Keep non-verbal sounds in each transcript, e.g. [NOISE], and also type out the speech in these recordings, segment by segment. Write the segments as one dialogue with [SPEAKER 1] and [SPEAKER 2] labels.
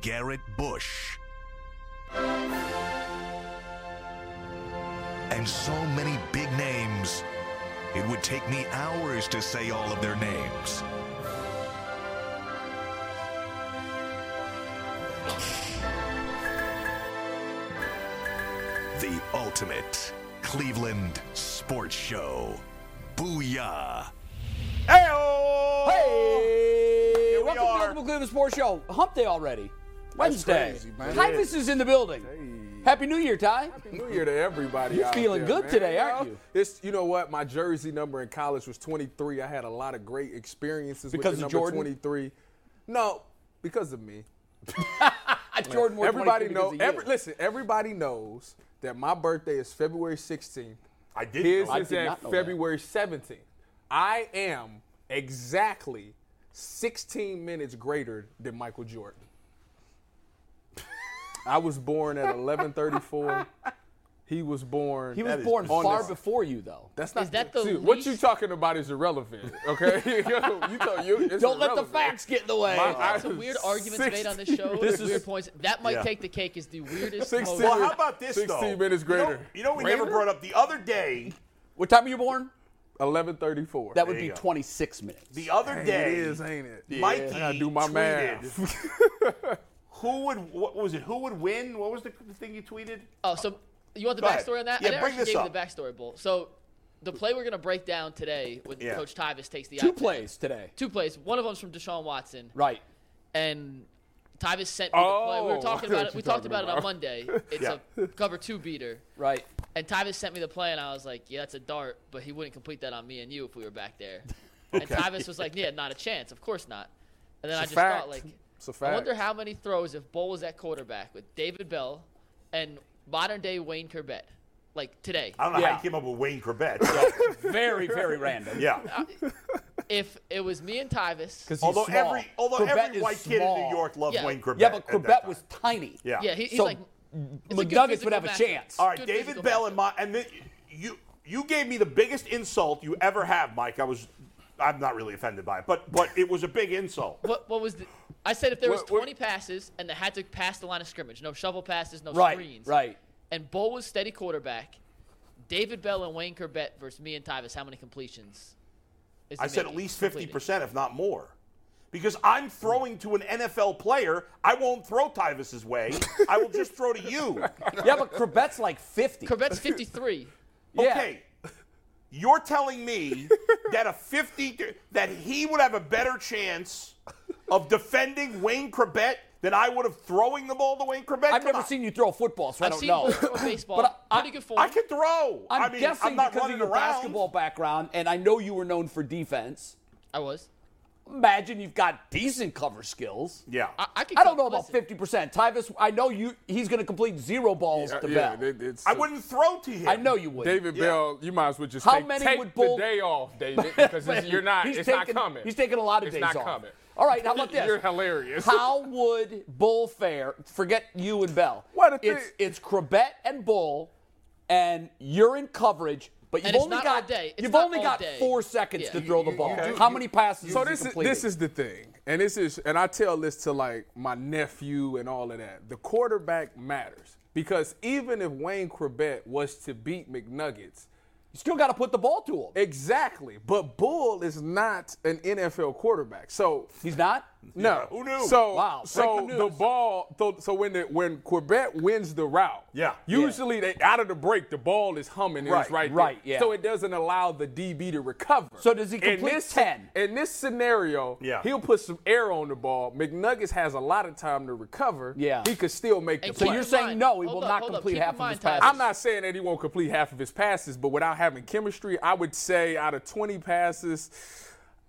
[SPEAKER 1] Garrett Bush, and so many big names, it would take me hours to say all of their names. The ultimate Cleveland sports show. Booyah!
[SPEAKER 2] Hey-o!
[SPEAKER 3] Hey,
[SPEAKER 2] we
[SPEAKER 3] welcome
[SPEAKER 2] are.
[SPEAKER 3] to the Uncle Cleveland Sports Show. Hump day already. Wednesday.
[SPEAKER 2] crazy, man.
[SPEAKER 3] Tyvus is in the building. Happy New Year, Ty.
[SPEAKER 2] Happy New Year to everybody.
[SPEAKER 3] You're
[SPEAKER 2] out
[SPEAKER 3] feeling
[SPEAKER 2] there,
[SPEAKER 3] good
[SPEAKER 2] man.
[SPEAKER 3] today, aren't you?
[SPEAKER 2] It's you know what? My jersey number in college was 23. I had a lot of great experiences
[SPEAKER 3] Because
[SPEAKER 2] with the
[SPEAKER 3] of
[SPEAKER 2] number
[SPEAKER 3] Jordan?
[SPEAKER 2] 23. No, because of me.
[SPEAKER 3] Jordan Moore.
[SPEAKER 2] everybody
[SPEAKER 3] 23
[SPEAKER 2] knows.
[SPEAKER 3] because of
[SPEAKER 2] Every,
[SPEAKER 3] you.
[SPEAKER 2] listen, everybody knows that my birthday is February 16th.
[SPEAKER 4] I did.
[SPEAKER 2] His
[SPEAKER 3] I
[SPEAKER 2] is
[SPEAKER 3] did
[SPEAKER 2] at
[SPEAKER 3] not know that.
[SPEAKER 2] February 17th. I am exactly 16 minutes greater than Michael Jordan. I was born at 11:34. He was born.
[SPEAKER 3] He was
[SPEAKER 2] that is
[SPEAKER 3] born
[SPEAKER 2] on
[SPEAKER 3] far
[SPEAKER 2] the-
[SPEAKER 3] before you, though.
[SPEAKER 2] That's not
[SPEAKER 5] Is that the
[SPEAKER 2] Dude, what
[SPEAKER 5] least-
[SPEAKER 2] you talking about is irrelevant. Okay, [LAUGHS] you, thought you, it's
[SPEAKER 3] Don't let the
[SPEAKER 2] irrelevant.
[SPEAKER 3] facts get in the way.
[SPEAKER 2] My-
[SPEAKER 5] That's
[SPEAKER 2] I-
[SPEAKER 5] some weird arguments made on the show.
[SPEAKER 2] [LAUGHS] This
[SPEAKER 5] weird
[SPEAKER 2] is-
[SPEAKER 5] points. That might
[SPEAKER 4] Yeah.
[SPEAKER 5] take the cake is the weirdest.
[SPEAKER 2] 16
[SPEAKER 5] most-
[SPEAKER 4] Well, how about this
[SPEAKER 2] 16
[SPEAKER 4] though?
[SPEAKER 2] minutes
[SPEAKER 4] You know,
[SPEAKER 2] greater.
[SPEAKER 4] you know we never
[SPEAKER 3] Greater?
[SPEAKER 4] brought up the other day.
[SPEAKER 3] What time are you born?
[SPEAKER 2] 11:34.
[SPEAKER 3] That would
[SPEAKER 4] There
[SPEAKER 3] be
[SPEAKER 4] you go.
[SPEAKER 3] 26 minutes.
[SPEAKER 4] The other day,
[SPEAKER 2] ain't it?
[SPEAKER 4] Mikey
[SPEAKER 2] I gotta do my
[SPEAKER 4] tweeted,
[SPEAKER 2] math.
[SPEAKER 4] [LAUGHS] Who would? What was it? Who would win? What was the thing you tweeted?
[SPEAKER 5] Oh, so you want the
[SPEAKER 4] Go ahead.
[SPEAKER 5] backstory on that?
[SPEAKER 4] Yeah,
[SPEAKER 5] I never
[SPEAKER 4] bring
[SPEAKER 5] actually
[SPEAKER 4] this
[SPEAKER 5] gave
[SPEAKER 4] up.
[SPEAKER 5] you the backstory, Bull. So the play we're gonna break down today when
[SPEAKER 4] Yeah.
[SPEAKER 5] Coach Tyvis takes the
[SPEAKER 3] Two
[SPEAKER 5] iPad.
[SPEAKER 3] plays today.
[SPEAKER 5] Two plays. One of them's from Deshaun Watson,
[SPEAKER 3] Right.
[SPEAKER 5] and Tyvis sent me the play. We
[SPEAKER 2] Oh,
[SPEAKER 5] were talking
[SPEAKER 2] I know
[SPEAKER 5] about
[SPEAKER 2] what
[SPEAKER 5] it. We
[SPEAKER 2] you're
[SPEAKER 5] talked
[SPEAKER 2] talking
[SPEAKER 5] about, it
[SPEAKER 2] about.
[SPEAKER 5] on Monday. It's a cover two beater,
[SPEAKER 3] Right.
[SPEAKER 5] and Tyvis sent me the play, and I was like, "Yeah, that's a dart," but he wouldn't complete that on me and you if we were back there. And Tyvis was like, "Yeah, not a chance. Of course not." And then I
[SPEAKER 2] It's
[SPEAKER 5] just
[SPEAKER 2] a
[SPEAKER 5] thought
[SPEAKER 2] fact.
[SPEAKER 5] like.
[SPEAKER 2] It's a
[SPEAKER 5] I
[SPEAKER 2] fact.
[SPEAKER 5] wonder how many throws if Bull was at quarterback with David Bell and modern day Wayne Corbett, like today.
[SPEAKER 4] I don't know how
[SPEAKER 3] Yeah.
[SPEAKER 4] you came up with Wayne Corbett. [LAUGHS] So,
[SPEAKER 3] Very, very random.
[SPEAKER 4] yeah.
[SPEAKER 5] If it was me and Tyvis,
[SPEAKER 3] He's
[SPEAKER 4] Although
[SPEAKER 3] small.
[SPEAKER 4] every although
[SPEAKER 3] Corbett
[SPEAKER 4] every
[SPEAKER 3] is
[SPEAKER 4] white kid in
[SPEAKER 3] small.
[SPEAKER 4] New York loved
[SPEAKER 5] Yeah.
[SPEAKER 4] Wayne Corbett.
[SPEAKER 3] Yeah, but
[SPEAKER 4] at that
[SPEAKER 3] Corbett
[SPEAKER 4] time.
[SPEAKER 3] was tiny.
[SPEAKER 4] Yeah.
[SPEAKER 5] yeah, he, he's
[SPEAKER 3] So,
[SPEAKER 5] like it's a good
[SPEAKER 3] McNuggets would
[SPEAKER 5] physical
[SPEAKER 3] have a
[SPEAKER 5] matchup.
[SPEAKER 3] chance.
[SPEAKER 4] All right,
[SPEAKER 5] Good
[SPEAKER 4] David
[SPEAKER 5] physical
[SPEAKER 4] Bell
[SPEAKER 5] matchup.
[SPEAKER 4] and my and then you you gave me the biggest insult you ever have, Mike. I was I'm not really offended by it, but but it was a big insult.
[SPEAKER 5] what, what was the, I said if there was
[SPEAKER 2] What- what-
[SPEAKER 5] 20 passes and they had to pass the line of scrimmage, no shovel passes, no
[SPEAKER 3] Right.
[SPEAKER 5] screens,
[SPEAKER 3] Right.
[SPEAKER 5] And Bull was steady quarterback. David Bell and Wayne Corbett versus me and Tyvis, how many completions? is
[SPEAKER 4] I
[SPEAKER 5] he
[SPEAKER 4] said at
[SPEAKER 5] making,
[SPEAKER 4] least fifty
[SPEAKER 5] completing?
[SPEAKER 4] percent, if not more. Because I'm throwing to an NFL player, I won't throw Tyvis's way. I will just throw to
[SPEAKER 3] [LAUGHS]
[SPEAKER 4] you.
[SPEAKER 3] Yeah, but Corbett's like 50.
[SPEAKER 5] Corbett's 53.
[SPEAKER 3] Yeah.
[SPEAKER 4] Okay, you're telling me that a 50 that he would have a better chance of defending Wayne Corbett than I would have throwing the ball to Wayne Corbett.
[SPEAKER 3] I've
[SPEAKER 4] Come
[SPEAKER 3] never
[SPEAKER 4] on.
[SPEAKER 3] seen you throw a football, so I
[SPEAKER 5] I've
[SPEAKER 3] don't
[SPEAKER 5] seen
[SPEAKER 3] know.
[SPEAKER 5] Bull throw a baseball.
[SPEAKER 3] But I-
[SPEAKER 5] pretty good form.
[SPEAKER 4] I can throw.
[SPEAKER 3] I'm
[SPEAKER 4] I mean,
[SPEAKER 3] guessing
[SPEAKER 4] I'm not
[SPEAKER 3] because
[SPEAKER 4] running
[SPEAKER 3] of your
[SPEAKER 4] around.
[SPEAKER 3] basketball background, and I know you were known for defense.
[SPEAKER 5] I was.
[SPEAKER 3] Imagine you've got decent cover skills.
[SPEAKER 4] Yeah.
[SPEAKER 5] I, I, could
[SPEAKER 3] I don't
[SPEAKER 5] come-
[SPEAKER 3] know about
[SPEAKER 5] listen.
[SPEAKER 3] fifty percent. Tyvis, I know you. He's going to complete zero balls to Bell.
[SPEAKER 2] it- it's-
[SPEAKER 4] I wouldn't throw to him.
[SPEAKER 3] I know you would. [LAUGHS]
[SPEAKER 2] David
[SPEAKER 4] Yeah.
[SPEAKER 2] Bell, you might as well just
[SPEAKER 3] How
[SPEAKER 2] take,
[SPEAKER 3] many
[SPEAKER 2] take
[SPEAKER 3] would Bull-
[SPEAKER 2] the day off,
[SPEAKER 3] [LAUGHS]
[SPEAKER 2] David, because it's, you're not.
[SPEAKER 3] He's
[SPEAKER 2] it's
[SPEAKER 3] taking,
[SPEAKER 2] not coming.
[SPEAKER 3] He's taking a lot of
[SPEAKER 2] It's
[SPEAKER 3] days
[SPEAKER 2] not
[SPEAKER 3] off.
[SPEAKER 2] coming.
[SPEAKER 3] All right. How about this?
[SPEAKER 2] [LAUGHS] You're hilarious.
[SPEAKER 3] How would Bull fare? Forget you and Bell.
[SPEAKER 2] What a thing.
[SPEAKER 3] it's it's Krebet and Bull, and you're in coverage, but you've
[SPEAKER 5] And it's
[SPEAKER 3] only
[SPEAKER 5] not all
[SPEAKER 3] got
[SPEAKER 5] day. It's
[SPEAKER 3] you've
[SPEAKER 5] not
[SPEAKER 3] only
[SPEAKER 5] all
[SPEAKER 3] got
[SPEAKER 5] day.
[SPEAKER 3] four seconds
[SPEAKER 5] Yeah.
[SPEAKER 3] to
[SPEAKER 5] You-
[SPEAKER 3] throw the
[SPEAKER 2] you-
[SPEAKER 3] ball.
[SPEAKER 2] you-
[SPEAKER 3] How
[SPEAKER 2] you-
[SPEAKER 3] many passes?
[SPEAKER 2] So
[SPEAKER 3] have you
[SPEAKER 2] this is
[SPEAKER 3] completed?
[SPEAKER 2] this is the thing, and this is, and I tell this to like my nephew and all of that. The quarterback matters because even if Wayne Corbett was to beat McNuggets,
[SPEAKER 3] you still got to put the ball to him.
[SPEAKER 2] exactly. But Bull is not an NFL quarterback, so
[SPEAKER 3] he's not.
[SPEAKER 2] no.
[SPEAKER 4] who knew?
[SPEAKER 2] So
[SPEAKER 3] Wow,
[SPEAKER 2] so
[SPEAKER 3] breaking
[SPEAKER 2] the
[SPEAKER 3] news.
[SPEAKER 2] ball. So, so when the, when Corbett wins the route,
[SPEAKER 4] Yeah.
[SPEAKER 2] Usually they out of the break, the ball is humming. And
[SPEAKER 4] Right,
[SPEAKER 2] it's right. there.
[SPEAKER 3] right, yeah.
[SPEAKER 2] So it doesn't allow the DB to recover.
[SPEAKER 3] So does he
[SPEAKER 2] In
[SPEAKER 3] complete
[SPEAKER 2] this-
[SPEAKER 3] 10?
[SPEAKER 2] In this scenario,
[SPEAKER 4] Yeah.
[SPEAKER 2] he'll put some air on the ball. McNuggets has a lot of time to recover.
[SPEAKER 3] Yeah.
[SPEAKER 2] He could still make the
[SPEAKER 5] And
[SPEAKER 3] So
[SPEAKER 2] play.
[SPEAKER 5] keep
[SPEAKER 3] you're
[SPEAKER 5] in
[SPEAKER 3] saying
[SPEAKER 5] mind-
[SPEAKER 3] no, he
[SPEAKER 5] hold
[SPEAKER 3] will
[SPEAKER 5] up,
[SPEAKER 3] not
[SPEAKER 5] hold up,
[SPEAKER 3] complete
[SPEAKER 5] keep in
[SPEAKER 3] half of his
[SPEAKER 5] mind,
[SPEAKER 3] passes.
[SPEAKER 5] Tyvus.
[SPEAKER 2] I'm not saying that he won't complete half of his passes, but without having chemistry, I would say out of 20 passes,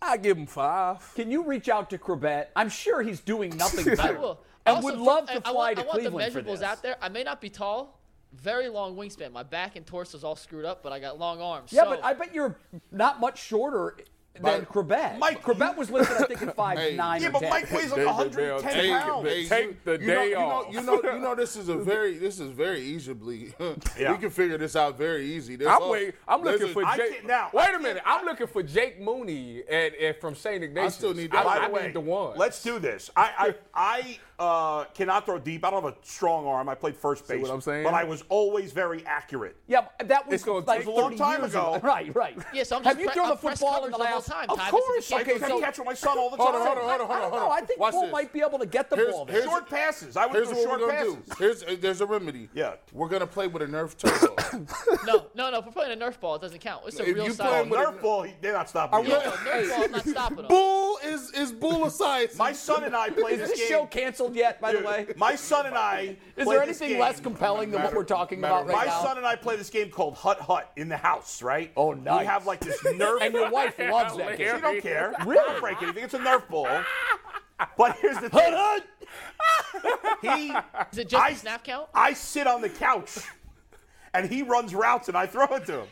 [SPEAKER 2] I give him five.
[SPEAKER 3] Can you reach out to Corbett? I'm sure he's
[SPEAKER 2] [LAUGHS]
[SPEAKER 3] doing nothing better.
[SPEAKER 5] I will.
[SPEAKER 3] And
[SPEAKER 5] Also,
[SPEAKER 3] would love
[SPEAKER 5] I-
[SPEAKER 3] to
[SPEAKER 5] I
[SPEAKER 3] fly
[SPEAKER 5] want-
[SPEAKER 3] to
[SPEAKER 5] I want the
[SPEAKER 3] Cleveland for
[SPEAKER 5] measurables
[SPEAKER 3] this.
[SPEAKER 5] out there. I may not be tall, very long wingspan. My back and torso's all screwed up, but I got long arms.
[SPEAKER 3] Yeah,
[SPEAKER 5] so
[SPEAKER 3] but I bet you're not much shorter than
[SPEAKER 6] Mike-
[SPEAKER 3] Corbett.
[SPEAKER 4] Mike,
[SPEAKER 3] Corbett was listed, I think,
[SPEAKER 2] [LAUGHS]
[SPEAKER 3] at five nine.
[SPEAKER 4] Yeah,
[SPEAKER 3] or
[SPEAKER 4] but
[SPEAKER 3] 10.
[SPEAKER 4] Mike weighs like
[SPEAKER 2] David
[SPEAKER 4] 110
[SPEAKER 2] Bell, David
[SPEAKER 4] pounds.
[SPEAKER 2] Bell. Take the day
[SPEAKER 6] you
[SPEAKER 2] off.
[SPEAKER 6] You know, you know, you know, this
[SPEAKER 2] [LAUGHS]
[SPEAKER 6] is a very, this is very easily. [LAUGHS]
[SPEAKER 4] Yeah.
[SPEAKER 6] We can figure this out very easy. There's
[SPEAKER 2] I'm
[SPEAKER 6] all-
[SPEAKER 2] wait, I'm
[SPEAKER 6] there's
[SPEAKER 2] looking
[SPEAKER 6] a-
[SPEAKER 2] for
[SPEAKER 4] I
[SPEAKER 2] Jake.
[SPEAKER 4] can't- now, I
[SPEAKER 2] wait a
[SPEAKER 4] can't-
[SPEAKER 2] minute, I'm looking for Jake Mooney at, at from Saint Ignatius.
[SPEAKER 6] still need
[SPEAKER 2] I,
[SPEAKER 6] that.
[SPEAKER 4] By
[SPEAKER 2] I
[SPEAKER 4] the way,
[SPEAKER 2] need the one. [LAUGHS]
[SPEAKER 4] let's do this. I I, I uh, cannot throw deep. I don't have a strong arm. I played first base.
[SPEAKER 2] what I'm saying?
[SPEAKER 4] But I was always very accurate.
[SPEAKER 3] Yeah, but that was
[SPEAKER 2] It's gonna
[SPEAKER 3] like
[SPEAKER 2] take
[SPEAKER 3] 30
[SPEAKER 2] a
[SPEAKER 4] long time
[SPEAKER 3] years
[SPEAKER 4] ago.
[SPEAKER 3] Right,
[SPEAKER 5] [LAUGHS]
[SPEAKER 3] right.
[SPEAKER 5] Yeah, so I'm
[SPEAKER 3] Have
[SPEAKER 5] just
[SPEAKER 3] you
[SPEAKER 5] pre-
[SPEAKER 3] thrown
[SPEAKER 5] I'm
[SPEAKER 3] a
[SPEAKER 5] press
[SPEAKER 3] football in
[SPEAKER 5] coverage
[SPEAKER 3] the
[SPEAKER 5] the whole
[SPEAKER 3] last?
[SPEAKER 5] time,
[SPEAKER 3] Of
[SPEAKER 5] Ty. This
[SPEAKER 3] course.
[SPEAKER 5] is the
[SPEAKER 4] I
[SPEAKER 3] okay,
[SPEAKER 4] could
[SPEAKER 3] so
[SPEAKER 4] catch with my son all the time.
[SPEAKER 6] Hold on, hold on, hold on,
[SPEAKER 3] I
[SPEAKER 6] hold on,
[SPEAKER 3] don't
[SPEAKER 6] hold
[SPEAKER 3] know.
[SPEAKER 6] on.
[SPEAKER 3] I think
[SPEAKER 6] Watch
[SPEAKER 3] Bull
[SPEAKER 6] this.
[SPEAKER 3] might be able to get the
[SPEAKER 6] Here's-
[SPEAKER 3] ball. there.
[SPEAKER 6] here's-
[SPEAKER 4] Short passes. I would
[SPEAKER 6] Here's
[SPEAKER 4] do
[SPEAKER 6] what
[SPEAKER 4] short
[SPEAKER 6] we're gonna
[SPEAKER 4] passes.
[SPEAKER 6] do. Here's, uh, there's a remedy.
[SPEAKER 4] Yeah.
[SPEAKER 6] we're gonna play with a Nerf turbo.
[SPEAKER 5] [LAUGHS]
[SPEAKER 2] [COUGHS]
[SPEAKER 6] [COUGHS]
[SPEAKER 5] no, no, no. If we're playing a Nerf ball, it doesn't count. It's a
[SPEAKER 6] If
[SPEAKER 5] real
[SPEAKER 6] you
[SPEAKER 5] size.
[SPEAKER 6] playing with
[SPEAKER 5] Nerf,
[SPEAKER 6] a-
[SPEAKER 4] Nerf ball, he- they're not stopping.
[SPEAKER 5] no,
[SPEAKER 4] you.
[SPEAKER 5] Nerf ball, I'm not stopping them.
[SPEAKER 6] bull is is bull of science.
[SPEAKER 4] [LAUGHS] My son and I played
[SPEAKER 3] Is
[SPEAKER 4] this,
[SPEAKER 3] this
[SPEAKER 4] game.
[SPEAKER 3] show canceled yet, by the
[SPEAKER 4] Dude,
[SPEAKER 3] way?
[SPEAKER 4] My son and I.
[SPEAKER 3] Is
[SPEAKER 4] played
[SPEAKER 3] there
[SPEAKER 4] this
[SPEAKER 3] anything
[SPEAKER 4] game.
[SPEAKER 3] less compelling than what we're talking about right
[SPEAKER 4] My
[SPEAKER 3] now?
[SPEAKER 4] son and I play this game called Hut Hut in the house, right?
[SPEAKER 3] Oh,
[SPEAKER 4] We
[SPEAKER 3] nice.
[SPEAKER 4] have like this Nerf.
[SPEAKER 3] [LAUGHS] and your wife loves that
[SPEAKER 4] She
[SPEAKER 3] game.
[SPEAKER 4] don't care.
[SPEAKER 3] Really?
[SPEAKER 4] Don't break anything. It's a Nerf ball. But here's the
[SPEAKER 3] Hut,
[SPEAKER 4] thing.
[SPEAKER 3] [LAUGHS] hut!
[SPEAKER 4] He,
[SPEAKER 5] Is it just
[SPEAKER 4] I-
[SPEAKER 5] a snap count?
[SPEAKER 4] I sit on the couch, and he runs routes, and I throw it to him.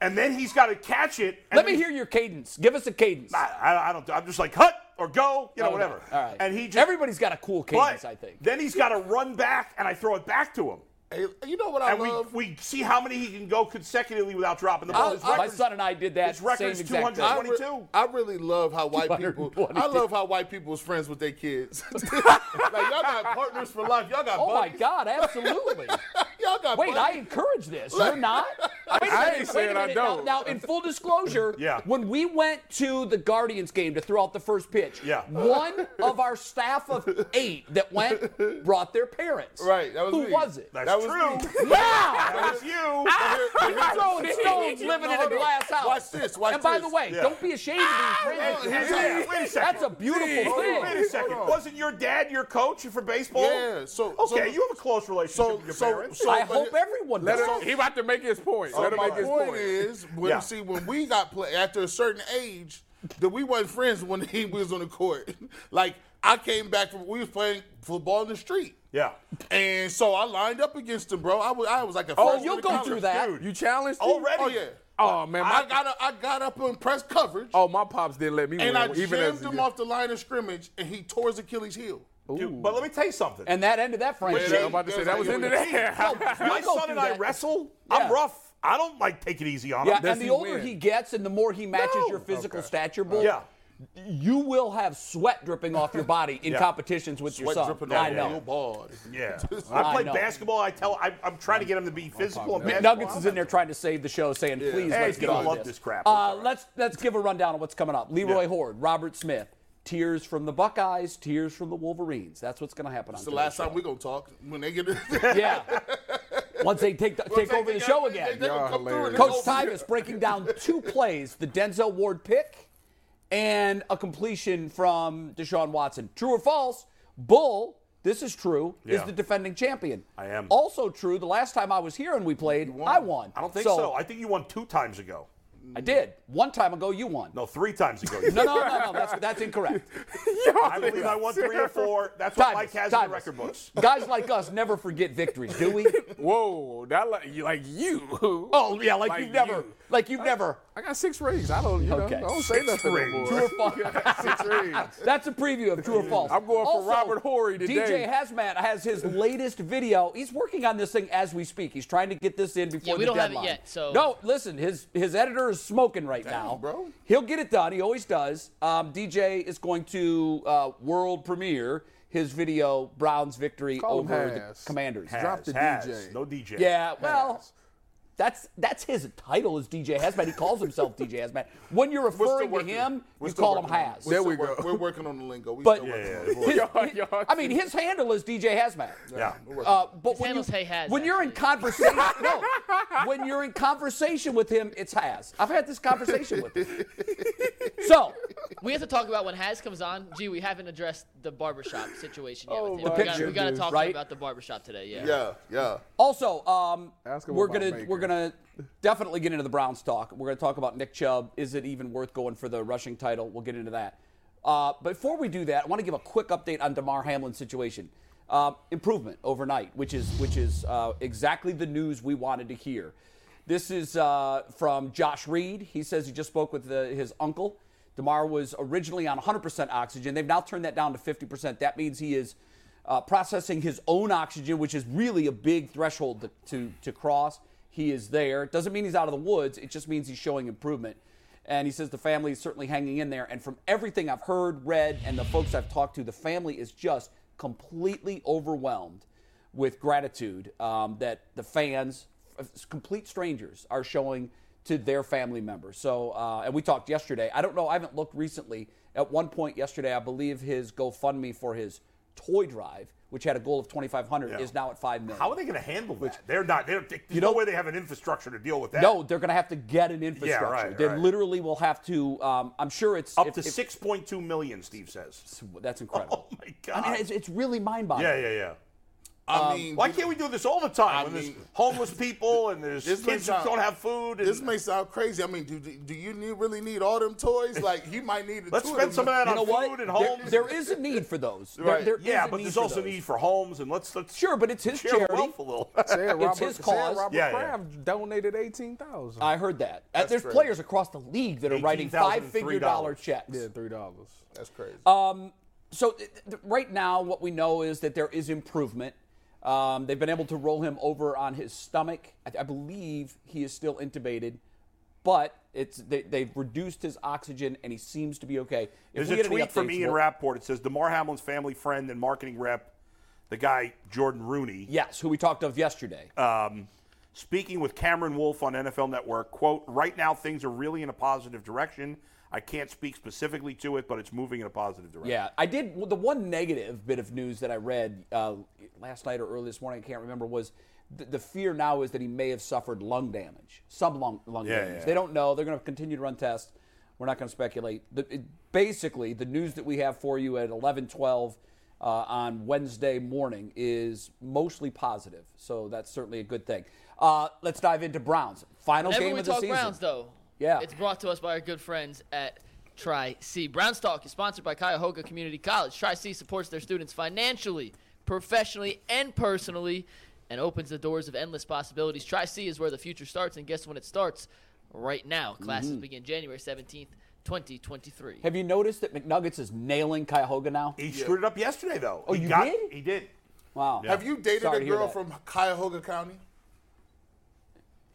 [SPEAKER 4] And then he's got to catch it. and
[SPEAKER 3] Let me
[SPEAKER 4] then-
[SPEAKER 3] hear your cadence. Give us a cadence.
[SPEAKER 4] I, I- I don't. I'm just like hut or go, you know,
[SPEAKER 3] Oh, Okay,
[SPEAKER 4] whatever.
[SPEAKER 3] All right.
[SPEAKER 4] And he just
[SPEAKER 3] Everybody's got a cool cadence,
[SPEAKER 4] But
[SPEAKER 3] I think.
[SPEAKER 4] then he's got to run back, and I throw it back to him.
[SPEAKER 6] Hey, you know what I
[SPEAKER 4] And we,
[SPEAKER 2] [LAUGHS]
[SPEAKER 6] love?
[SPEAKER 4] we see how many he can go consecutively without dropping the ball.
[SPEAKER 3] I-
[SPEAKER 4] His
[SPEAKER 3] I- my
[SPEAKER 4] record-
[SPEAKER 3] son and I did that
[SPEAKER 4] his record's
[SPEAKER 3] same exact thing.
[SPEAKER 6] I,
[SPEAKER 4] 200. 22.
[SPEAKER 6] I really love how white people.
[SPEAKER 3] 222.
[SPEAKER 6] I love how white people's friends with
[SPEAKER 2] [LAUGHS]
[SPEAKER 6] their kids. like y'all got partners for life. Y'all got.
[SPEAKER 3] Oh my
[SPEAKER 6] buddies.
[SPEAKER 3] God, absolutely.
[SPEAKER 6] Y'all got.
[SPEAKER 3] Wait, I
[SPEAKER 6] buddies.
[SPEAKER 3] encourage this. You're not? Wait a
[SPEAKER 2] I ain't
[SPEAKER 3] minute,
[SPEAKER 2] saying
[SPEAKER 3] wait a
[SPEAKER 2] I
[SPEAKER 3] minute. Now-
[SPEAKER 2] don't.
[SPEAKER 3] Now, in full disclosure,
[SPEAKER 4] Yeah.
[SPEAKER 3] when we went to the Guardians game to throw out the first pitch,
[SPEAKER 4] Yeah.
[SPEAKER 3] one of our staff of eight that went brought their parents.
[SPEAKER 6] Right, that was
[SPEAKER 3] Who
[SPEAKER 6] me.
[SPEAKER 3] was Ah! it?
[SPEAKER 4] That's
[SPEAKER 6] That was
[SPEAKER 4] true.
[SPEAKER 3] [LAUGHS] Yeah!
[SPEAKER 4] That was you.
[SPEAKER 3] [LAUGHS] You're throwing stones living in a
[SPEAKER 6] Hold on.
[SPEAKER 3] glass house.
[SPEAKER 6] Watch this, watch
[SPEAKER 3] and by
[SPEAKER 6] this.
[SPEAKER 3] the way,
[SPEAKER 4] Yeah.
[SPEAKER 3] don't be ashamed of being friends. with
[SPEAKER 6] here's-
[SPEAKER 3] your
[SPEAKER 4] Yeah,
[SPEAKER 3] kids.
[SPEAKER 4] wait a second.
[SPEAKER 3] That's a beautiful
[SPEAKER 6] Hold
[SPEAKER 4] Wait
[SPEAKER 6] on.
[SPEAKER 4] a
[SPEAKER 3] thing.
[SPEAKER 4] second.
[SPEAKER 6] Hold on.
[SPEAKER 4] Wasn't your dad your coach for baseball?
[SPEAKER 6] Yeah, so-
[SPEAKER 4] okay,
[SPEAKER 6] so-
[SPEAKER 4] you have a close relationship
[SPEAKER 6] so-
[SPEAKER 4] with your
[SPEAKER 6] so-
[SPEAKER 4] parents.
[SPEAKER 6] so-
[SPEAKER 3] I
[SPEAKER 6] but
[SPEAKER 3] hope
[SPEAKER 6] it-
[SPEAKER 3] everyone
[SPEAKER 2] Let
[SPEAKER 3] does.
[SPEAKER 2] him, he about to make his point. Let him
[SPEAKER 6] my
[SPEAKER 2] make his
[SPEAKER 6] point
[SPEAKER 2] point.
[SPEAKER 6] is, when,
[SPEAKER 4] Yeah.
[SPEAKER 6] see, when we got play after a certain age, that we weren't friends when [LAUGHS] he was on the court. [LAUGHS] like I came back from we was playing football in the street.
[SPEAKER 4] yeah.
[SPEAKER 6] And so I lined up against him, bro. I was, I was like a.
[SPEAKER 3] Oh,
[SPEAKER 6] freshman
[SPEAKER 3] you'll
[SPEAKER 6] in
[SPEAKER 3] go
[SPEAKER 6] college.
[SPEAKER 3] through that.
[SPEAKER 4] dude.
[SPEAKER 2] Oh, You challenged him?
[SPEAKER 4] Already?
[SPEAKER 6] Oh yeah.
[SPEAKER 2] Oh man, my,
[SPEAKER 6] I got up, I got up on press coverage,
[SPEAKER 2] oh my pops didn't let me win.
[SPEAKER 6] and I
[SPEAKER 2] even as
[SPEAKER 6] jammed
[SPEAKER 2] a
[SPEAKER 6] him
[SPEAKER 2] young-
[SPEAKER 6] off the line of scrimmage, and he tore his Achilles heel.
[SPEAKER 4] Dude, but let me tell you something.
[SPEAKER 3] And that ended that friendship.
[SPEAKER 6] Yeah,
[SPEAKER 2] I'm about to say that was [LAUGHS] into there.
[SPEAKER 4] my
[SPEAKER 3] You'll go
[SPEAKER 4] son
[SPEAKER 3] through
[SPEAKER 4] and I
[SPEAKER 3] that.
[SPEAKER 4] wrestle.
[SPEAKER 3] Yeah.
[SPEAKER 4] I'm rough. I don't like take it easy on
[SPEAKER 3] Yeah,
[SPEAKER 4] him.
[SPEAKER 3] and the
[SPEAKER 2] he
[SPEAKER 3] older
[SPEAKER 2] win?
[SPEAKER 3] he gets and the more he matches
[SPEAKER 4] No.
[SPEAKER 3] your physical stature, Bull,
[SPEAKER 4] Yeah.
[SPEAKER 3] you will have sweat dripping off your body in
[SPEAKER 4] Yeah.
[SPEAKER 3] competitions with your
[SPEAKER 6] Sweat
[SPEAKER 3] son.
[SPEAKER 6] dripping
[SPEAKER 3] I
[SPEAKER 6] off
[SPEAKER 3] know.
[SPEAKER 6] your bald. [LAUGHS]
[SPEAKER 4] Yeah. I
[SPEAKER 3] I
[SPEAKER 4] played
[SPEAKER 3] know.
[SPEAKER 4] basketball. I tell. I, I'm trying to get him to be physical. and basketball.
[SPEAKER 3] Nuggets is in there trying to save the show, saying, "Please,
[SPEAKER 4] Hey,
[SPEAKER 3] let's get
[SPEAKER 4] people
[SPEAKER 3] on
[SPEAKER 4] love
[SPEAKER 3] this."
[SPEAKER 4] this crap.
[SPEAKER 3] Uh, let's let's give a rundown on what's coming up. Leroy
[SPEAKER 4] Yeah.
[SPEAKER 3] Horde, Robert Smith, tears from the Buckeyes, tears from the Wolverines. That's what's going to happen.
[SPEAKER 6] It's
[SPEAKER 3] on
[SPEAKER 6] the last
[SPEAKER 3] today's
[SPEAKER 6] time we're gonna talk when they get [LAUGHS] it.
[SPEAKER 3] show. Yeah. Once they take the, take over the show again.
[SPEAKER 6] They, gonna
[SPEAKER 2] Y'all
[SPEAKER 6] come through and
[SPEAKER 2] hilarious.
[SPEAKER 6] it's
[SPEAKER 3] Coach
[SPEAKER 6] over.
[SPEAKER 3] Tyvus breaking down two plays: the Denzel Ward pick and a completion from Deshaun Watson. True or false? Bull, this is true, is
[SPEAKER 4] Yeah.
[SPEAKER 3] the defending champion.
[SPEAKER 4] I am.
[SPEAKER 3] Also true. The last time I was here and we played, I won.
[SPEAKER 4] I don't think
[SPEAKER 3] so.
[SPEAKER 4] so. I think you won two times ago.
[SPEAKER 3] I did. One time ago, you won.
[SPEAKER 4] No, three times ago. You
[SPEAKER 3] [LAUGHS] No, no, no, no. That's, that's
[SPEAKER 4] [LAUGHS]
[SPEAKER 3] incorrect.
[SPEAKER 2] [LAUGHS]
[SPEAKER 4] I believe I won three or four. That's what
[SPEAKER 3] Time
[SPEAKER 4] Mike
[SPEAKER 3] is-
[SPEAKER 4] has in
[SPEAKER 3] time
[SPEAKER 4] the
[SPEAKER 3] is.
[SPEAKER 4] record books.
[SPEAKER 3] Guys like us never forget victories,
[SPEAKER 4] [LAUGHS]
[SPEAKER 3] do we?
[SPEAKER 2] Whoa, that like you, like you.
[SPEAKER 3] Oh yeah, like,
[SPEAKER 2] Like
[SPEAKER 3] you've never,
[SPEAKER 2] you.
[SPEAKER 3] like you've never.
[SPEAKER 2] I got six rings. I don't, you know,
[SPEAKER 3] Okay.
[SPEAKER 2] I don't say nothing
[SPEAKER 4] rings.
[SPEAKER 2] anymore.
[SPEAKER 3] True
[SPEAKER 2] [LAUGHS]
[SPEAKER 3] or false?
[SPEAKER 2] six rings.
[SPEAKER 3] That's a preview of true or false.
[SPEAKER 2] I'm going for Robert Horry today.
[SPEAKER 3] DJ Hazmat has his latest video. He's working on this thing as we speak. He's trying to get this in before
[SPEAKER 5] Yeah, we
[SPEAKER 3] the
[SPEAKER 5] don't have it
[SPEAKER 3] deadline.
[SPEAKER 5] yet, so-
[SPEAKER 3] no, listen, his his editor is smoking right now,
[SPEAKER 6] bro.
[SPEAKER 3] He'll get it done. He always does. Um, DJ is going to uh, world premiere his video Browns victory
[SPEAKER 2] Call him
[SPEAKER 3] over the
[SPEAKER 2] Haz.
[SPEAKER 3] Commanders.
[SPEAKER 2] Drop
[SPEAKER 4] Has,
[SPEAKER 2] the
[SPEAKER 4] has.
[SPEAKER 2] DJ.
[SPEAKER 4] No DJ.
[SPEAKER 3] [LAUGHS] Yeah, well. That's that's his title is DJ Hazmat. He calls himself DJ Hazmat. When you're
[SPEAKER 6] We're still
[SPEAKER 3] referring to
[SPEAKER 6] working.
[SPEAKER 3] him,
[SPEAKER 6] We're
[SPEAKER 3] you
[SPEAKER 6] still
[SPEAKER 3] call him
[SPEAKER 6] working on it.
[SPEAKER 3] Haz.
[SPEAKER 6] We're
[SPEAKER 2] There we
[SPEAKER 6] still
[SPEAKER 2] go.
[SPEAKER 6] work- We're working on the lingo. We
[SPEAKER 3] But-
[SPEAKER 6] still working on
[SPEAKER 4] Yeah,
[SPEAKER 6] it.
[SPEAKER 4] yeah,
[SPEAKER 6] We're-
[SPEAKER 3] His-
[SPEAKER 2] Y'all-
[SPEAKER 3] his-
[SPEAKER 2] y'all-
[SPEAKER 3] I mean, his handle is DJ Hazmat.
[SPEAKER 4] Yeah.
[SPEAKER 6] we're working
[SPEAKER 3] Uh, but when you,
[SPEAKER 5] handle's Hey Haz,
[SPEAKER 3] when you're in conversation,
[SPEAKER 5] [LAUGHS]
[SPEAKER 3] no, when you're in conversation with him, it's Has. I've had this conversation with him.
[SPEAKER 6] [LAUGHS]
[SPEAKER 3] So
[SPEAKER 5] We have to talk about when Haz comes on. Gee, we haven't addressed the barbershop situation yet.
[SPEAKER 2] Oh
[SPEAKER 5] with him.
[SPEAKER 2] my
[SPEAKER 5] we gotta, we
[SPEAKER 3] goodness,
[SPEAKER 5] gotta talk
[SPEAKER 3] right?
[SPEAKER 5] about the barbershop today. Yeah.
[SPEAKER 6] Yeah, yeah.
[SPEAKER 3] also, um,
[SPEAKER 2] Ask him
[SPEAKER 3] we're
[SPEAKER 2] about
[SPEAKER 3] gonna
[SPEAKER 2] Baker.
[SPEAKER 3] we're gonna definitely get into the Browns talk. We're gonna talk about Nick Chubb. Is it even worth going for the rushing title? We'll get into that. Uh, before we do that, I want to give a quick update on Damar Hamlin's situation. Uh, improvement overnight, which is which is uh, exactly the news we wanted to hear. This is uh, from Josh Reed. He says he just spoke with the, his uncle. Damar was originally on 100% oxygen. They've now turned that down to 50%. That means he is uh, processing his own oxygen, which is really a big threshold to, to, to cross. He is there. It doesn't mean he's out of the woods, it just means he's showing improvement. And he says the family is certainly hanging in there. And from everything I've heard, read, and the folks I've talked to, the family is just completely overwhelmed with gratitude um, that the fans, f- complete strangers, are showing to their family members. So, uh, and we talked yesterday. I don't know. I haven't looked recently. At one point yesterday, I believe his GoFundMe for his toy drive, which had a goal of 2,500, is now at five million.
[SPEAKER 4] How are they going to handle that? They're not. They're, there's no
[SPEAKER 3] don't-
[SPEAKER 4] way they have an infrastructure to deal with that.
[SPEAKER 3] no, they're going to have to get an infrastructure.
[SPEAKER 4] right,
[SPEAKER 3] they
[SPEAKER 4] right.
[SPEAKER 3] literally will have to. Um, I'm sure it's
[SPEAKER 4] Up
[SPEAKER 3] if-
[SPEAKER 4] to
[SPEAKER 3] if-
[SPEAKER 4] 6.2 million, Steve says. [LAUGHS]
[SPEAKER 3] That's
[SPEAKER 4] Oh
[SPEAKER 3] incredible.
[SPEAKER 4] my
[SPEAKER 3] I
[SPEAKER 4] God.
[SPEAKER 3] mean, it's, it's really mind-boggling.
[SPEAKER 4] yeah, yeah, yeah.
[SPEAKER 2] Um,
[SPEAKER 6] I mean,
[SPEAKER 4] Why can't we do this all the time?
[SPEAKER 6] I
[SPEAKER 4] when there's
[SPEAKER 6] mean-
[SPEAKER 4] homeless people and there's
[SPEAKER 6] This may
[SPEAKER 4] kids who
[SPEAKER 6] sound-
[SPEAKER 4] don't have food. And
[SPEAKER 6] This may sound crazy. I mean, do, do do you need, really need all them toys? Like, you might need. the
[SPEAKER 4] let's
[SPEAKER 6] two
[SPEAKER 4] spend some of that
[SPEAKER 3] You
[SPEAKER 4] on
[SPEAKER 3] know
[SPEAKER 4] food
[SPEAKER 3] what?
[SPEAKER 4] and
[SPEAKER 3] There-
[SPEAKER 4] homes.
[SPEAKER 3] there is a need for
[SPEAKER 4] [LAUGHS]
[SPEAKER 3] those. There-
[SPEAKER 6] Right.
[SPEAKER 3] there is
[SPEAKER 4] yeah,
[SPEAKER 3] a
[SPEAKER 4] but
[SPEAKER 3] need
[SPEAKER 4] there's
[SPEAKER 3] for
[SPEAKER 4] also
[SPEAKER 3] those.
[SPEAKER 4] need for homes and let's let's
[SPEAKER 3] Sure, but it's his
[SPEAKER 4] share the
[SPEAKER 3] charity.
[SPEAKER 4] wealth a
[SPEAKER 3] [LAUGHS]
[SPEAKER 4] little.
[SPEAKER 2] Said
[SPEAKER 3] It's his
[SPEAKER 2] said
[SPEAKER 3] cause.
[SPEAKER 2] Robert
[SPEAKER 4] Yeah, yeah.
[SPEAKER 2] Kraft donated eighteen thousand.
[SPEAKER 3] I heard that. Uh, There's
[SPEAKER 6] crazy.
[SPEAKER 3] players across the league that are writing
[SPEAKER 4] $18,003
[SPEAKER 3] five-figure dollar checks.
[SPEAKER 2] Yeah, three dollars.
[SPEAKER 6] That's crazy.
[SPEAKER 3] uh, So th- th- right now, what we know is that there is improvement. Um, they've been able to roll him over on his stomach. I, I believe he is still intubated, but it's they, they've reduced his oxygen and he seems to be okay. If
[SPEAKER 4] There's
[SPEAKER 3] we
[SPEAKER 4] a
[SPEAKER 3] get any
[SPEAKER 4] tweet from
[SPEAKER 3] updates,
[SPEAKER 4] Ian
[SPEAKER 3] we'll-
[SPEAKER 4] Rapport. It says Damar Hamlin's family friend and marketing rep, the guy Jordan Rooney,
[SPEAKER 3] Yes, who we talked of yesterday.
[SPEAKER 4] speaking with Cameron Wolf on NFL Network, quote, right now things are really in a positive direction. I can't speak specifically to it, but it's moving in a positive direction.
[SPEAKER 3] Yeah, I did. well, The one negative bit of news that I read uh, last night or early this morning, I can't remember, was th- the fear now is that he may have suffered lung damage, sub lung lung
[SPEAKER 4] Yeah,
[SPEAKER 3] damage.
[SPEAKER 4] yeah.
[SPEAKER 3] They don't know. They're going to continue to run tests. We're not going to speculate. The, it, basically, the news that we have for you at 11:12 uh, on Wednesday morning is mostly positive, so that's certainly a good thing. Uh, let's dive into Browns final
[SPEAKER 5] Whenever
[SPEAKER 3] game
[SPEAKER 5] we
[SPEAKER 3] of the
[SPEAKER 5] talk
[SPEAKER 3] season.
[SPEAKER 5] Browns, though,
[SPEAKER 3] Yeah.
[SPEAKER 5] it's brought to us by our good friends at Tri C. Browns Talk is sponsored by Cuyahoga Community College. Tri C supports their students financially, professionally, and personally, and opens the doors of endless possibilities. Tri C is where the future starts, and guess when it starts? Right now. Classes
[SPEAKER 3] Mm-hmm.
[SPEAKER 5] begin January 17th, 2023.
[SPEAKER 3] Have you noticed that McNuggets is nailing Cuyahoga now?
[SPEAKER 4] He screwed it up yesterday, though. Oh,
[SPEAKER 3] you did?
[SPEAKER 4] He did.
[SPEAKER 3] Wow.
[SPEAKER 6] Have you dated
[SPEAKER 3] Sorry
[SPEAKER 6] a
[SPEAKER 3] to hear
[SPEAKER 6] girl
[SPEAKER 3] that.
[SPEAKER 6] from Cuyahoga County?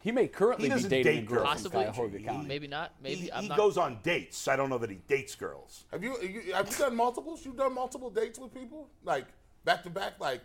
[SPEAKER 3] He may currently
[SPEAKER 4] He
[SPEAKER 3] be
[SPEAKER 4] doesn't
[SPEAKER 3] dating
[SPEAKER 4] date
[SPEAKER 3] a girl
[SPEAKER 4] girls.
[SPEAKER 3] from
[SPEAKER 5] Possibly.
[SPEAKER 3] Cuyahoga County.
[SPEAKER 5] Maybe not. Maybe
[SPEAKER 4] he
[SPEAKER 5] I'm
[SPEAKER 4] he
[SPEAKER 5] not.
[SPEAKER 4] goes on dates. I don't know that he dates girls.
[SPEAKER 6] Have you, you have you done multiples? You've done multiple dates with people, like back to back, like,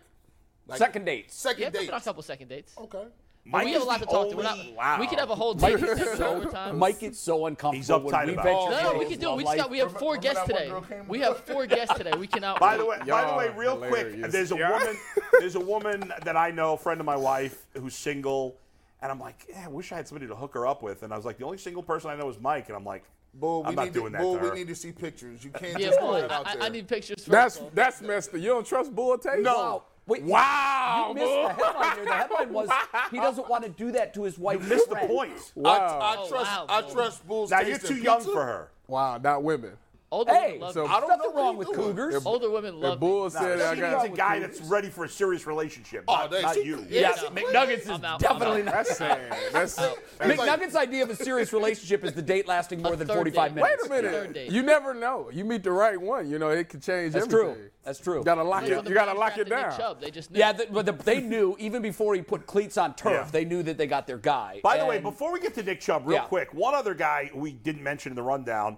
[SPEAKER 6] like
[SPEAKER 3] Second dates.
[SPEAKER 6] second
[SPEAKER 5] yeah, I've been
[SPEAKER 6] date.
[SPEAKER 5] on a couple second dates.
[SPEAKER 6] Okay.
[SPEAKER 4] Mike
[SPEAKER 5] we have
[SPEAKER 4] is
[SPEAKER 5] a lot
[SPEAKER 4] the
[SPEAKER 5] to talk to. We're
[SPEAKER 4] only-
[SPEAKER 5] not,
[SPEAKER 4] wow.
[SPEAKER 5] We could have a whole
[SPEAKER 3] Mike
[SPEAKER 5] date
[SPEAKER 3] gets
[SPEAKER 5] so,
[SPEAKER 3] so,
[SPEAKER 5] overtime.
[SPEAKER 3] Mike gets so uncomfortable
[SPEAKER 4] He's uptight
[SPEAKER 3] when we
[SPEAKER 4] about
[SPEAKER 3] venture
[SPEAKER 5] no,
[SPEAKER 6] it.
[SPEAKER 5] no, we
[SPEAKER 3] into
[SPEAKER 5] can do it. We just
[SPEAKER 3] life.
[SPEAKER 5] got. We have four
[SPEAKER 6] Remember
[SPEAKER 5] guests
[SPEAKER 6] that one
[SPEAKER 5] today.
[SPEAKER 6] girl came
[SPEAKER 5] We
[SPEAKER 6] over?
[SPEAKER 5] have four guests today. We cannot.
[SPEAKER 4] By
[SPEAKER 5] wait.
[SPEAKER 4] the way, by the way,
[SPEAKER 2] Y'all
[SPEAKER 4] real
[SPEAKER 2] are
[SPEAKER 4] quick,
[SPEAKER 2] hilarious.
[SPEAKER 4] there's a woman, there's a woman that I know, a friend of my wife, who's single, and I'm like, "Yeah, I wish I had somebody to hook her up with. And I was like, the only single person I know is Mike, and I'm like,
[SPEAKER 6] Boy, we
[SPEAKER 4] I'm not
[SPEAKER 6] need
[SPEAKER 4] doing
[SPEAKER 6] to,
[SPEAKER 4] that
[SPEAKER 6] boy,
[SPEAKER 4] to her.
[SPEAKER 6] we need to see pictures. You can't
[SPEAKER 5] Yeah,
[SPEAKER 6] just
[SPEAKER 5] boy,
[SPEAKER 6] put it out
[SPEAKER 5] I,
[SPEAKER 6] there.
[SPEAKER 5] I need pictures. First
[SPEAKER 2] That's
[SPEAKER 5] of all.
[SPEAKER 2] that's messed up. You don't trust Bull Tate?
[SPEAKER 3] Wow. Wait,
[SPEAKER 2] Wow.
[SPEAKER 3] You missed
[SPEAKER 2] boy.
[SPEAKER 3] the headline here. The
[SPEAKER 4] [LAUGHS]
[SPEAKER 3] headline was he doesn't want to do that to his wife.
[SPEAKER 4] you missed the
[SPEAKER 3] Fred.
[SPEAKER 4] point.
[SPEAKER 6] I, I
[SPEAKER 5] Oh,
[SPEAKER 6] trust.
[SPEAKER 5] wow,
[SPEAKER 6] I
[SPEAKER 5] boy.
[SPEAKER 6] trust Bulls.
[SPEAKER 4] Now
[SPEAKER 6] taste
[SPEAKER 4] you're
[SPEAKER 6] in
[SPEAKER 4] too young
[SPEAKER 6] pizza.
[SPEAKER 4] for her.
[SPEAKER 2] Wow, not women.
[SPEAKER 5] older
[SPEAKER 3] Hey,
[SPEAKER 5] women love.
[SPEAKER 2] so-
[SPEAKER 5] me.
[SPEAKER 2] I
[SPEAKER 6] don't
[SPEAKER 3] nothing
[SPEAKER 6] know
[SPEAKER 3] wrong with
[SPEAKER 6] what he doing.
[SPEAKER 3] cougars.
[SPEAKER 5] older women
[SPEAKER 2] If
[SPEAKER 5] love. me.
[SPEAKER 2] Bull said
[SPEAKER 4] She
[SPEAKER 2] I
[SPEAKER 4] needs
[SPEAKER 2] got
[SPEAKER 4] a guy that's ready for a serious relationship.
[SPEAKER 6] Oh,
[SPEAKER 4] not,
[SPEAKER 6] they-
[SPEAKER 4] not
[SPEAKER 6] she-
[SPEAKER 4] you.
[SPEAKER 6] yeah.
[SPEAKER 5] no,
[SPEAKER 3] McNuggets
[SPEAKER 5] I'm out,
[SPEAKER 3] is [LAUGHS] definitely
[SPEAKER 5] I'm
[SPEAKER 3] not.
[SPEAKER 5] out.
[SPEAKER 2] That's sad. That's, that's
[SPEAKER 6] like-
[SPEAKER 3] McNuggets' idea of a serious relationship is the date lasting more
[SPEAKER 5] A
[SPEAKER 3] than
[SPEAKER 5] third
[SPEAKER 3] 45
[SPEAKER 5] date.
[SPEAKER 3] minutes.
[SPEAKER 2] Wait a
[SPEAKER 5] Third
[SPEAKER 2] minute.
[SPEAKER 5] date.
[SPEAKER 2] You never know. You meet the right one. You know, it could change
[SPEAKER 3] That's
[SPEAKER 2] everything.
[SPEAKER 3] true. That's true.
[SPEAKER 2] You gotta lock
[SPEAKER 5] Like when
[SPEAKER 2] it.
[SPEAKER 5] the
[SPEAKER 2] You gotta
[SPEAKER 5] Browns
[SPEAKER 2] lock it
[SPEAKER 5] drafted
[SPEAKER 2] down.
[SPEAKER 5] Nick Chubb, They just knew.
[SPEAKER 3] Yeah, th- but the, they knew even before he put cleats on turf,
[SPEAKER 4] Yeah.
[SPEAKER 3] they knew that they got their guy.
[SPEAKER 4] By the way,
[SPEAKER 3] And-
[SPEAKER 4] before we get to Nick Chubb, real
[SPEAKER 3] Yeah.
[SPEAKER 4] quick, one other guy we didn't mention in the rundown,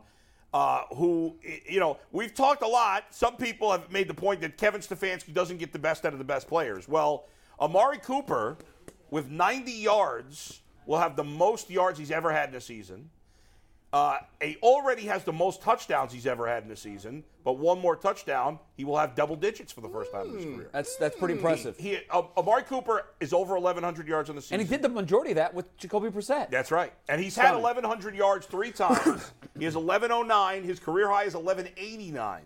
[SPEAKER 4] uh, who i- you know we've talked a lot. Some people have made the point that Kevin Stefanski doesn't get the best out of the best players. Well, Amari Cooper, with 90 yards, will have the most yards he's ever had in a season. Uh, he already has the most touchdowns he's ever had in a season, but one more touchdown, he will have double digits for the first time in his career.
[SPEAKER 3] that's that's pretty impressive.
[SPEAKER 4] He, uh, Amari Cooper is over 1,100 yards on the season.
[SPEAKER 3] and he did the majority of that with Jacoby Brissett.
[SPEAKER 4] That's right. And he's had
[SPEAKER 3] Stunning. [LAUGHS]
[SPEAKER 4] 1,100 yards three times. he has 1,109. His career high is 1,189.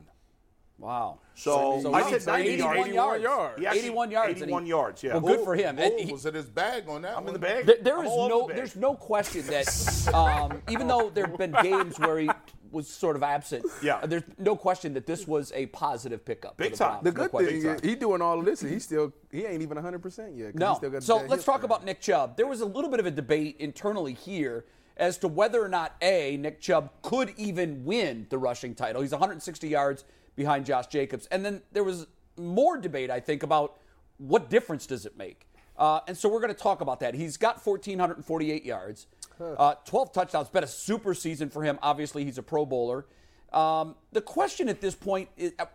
[SPEAKER 3] Wow.
[SPEAKER 4] So,
[SPEAKER 3] So
[SPEAKER 4] I
[SPEAKER 3] he-
[SPEAKER 4] said
[SPEAKER 3] so
[SPEAKER 4] 90
[SPEAKER 3] he- 81
[SPEAKER 4] yards.
[SPEAKER 3] yards.
[SPEAKER 4] He actually-
[SPEAKER 3] 81 yards, and he-
[SPEAKER 4] 81 yards. Yeah. Oh,
[SPEAKER 3] Well, good for him. And
[SPEAKER 6] Bull
[SPEAKER 3] he-
[SPEAKER 6] was in his bag on that
[SPEAKER 4] I'm in
[SPEAKER 6] one.
[SPEAKER 4] the bag.
[SPEAKER 3] There, there
[SPEAKER 4] I'm
[SPEAKER 3] is
[SPEAKER 4] all over
[SPEAKER 3] no,
[SPEAKER 4] the bag.
[SPEAKER 3] there's no question that um, even though there have been games where he was sort of absent,
[SPEAKER 4] Yeah.
[SPEAKER 3] there's no question that this was a positive pickup. for
[SPEAKER 4] Big
[SPEAKER 3] the
[SPEAKER 4] time.
[SPEAKER 3] Browns,
[SPEAKER 4] The
[SPEAKER 2] The
[SPEAKER 3] no
[SPEAKER 2] good
[SPEAKER 3] question.
[SPEAKER 2] thing is he doing all of this and he still he ain't even 100 percent yet. 'cause he still
[SPEAKER 3] No.
[SPEAKER 2] got
[SPEAKER 3] So
[SPEAKER 2] that
[SPEAKER 3] let's
[SPEAKER 2] hip
[SPEAKER 3] talk
[SPEAKER 2] thing.
[SPEAKER 3] about Nick Chubb. There was a little bit of a debate internally here as to whether or not a Nick Chubb could even win the rushing title. He's 160 yards behind Josh Jacobs, and then there was more debate, I think, about what difference does it make. Uh, and so we're going to talk about that. He's got 1,448 yards, uh, 12 touchdowns. Been a super season for him. Obviously, he's a Pro Bowler. Um, the question at this point is. uh,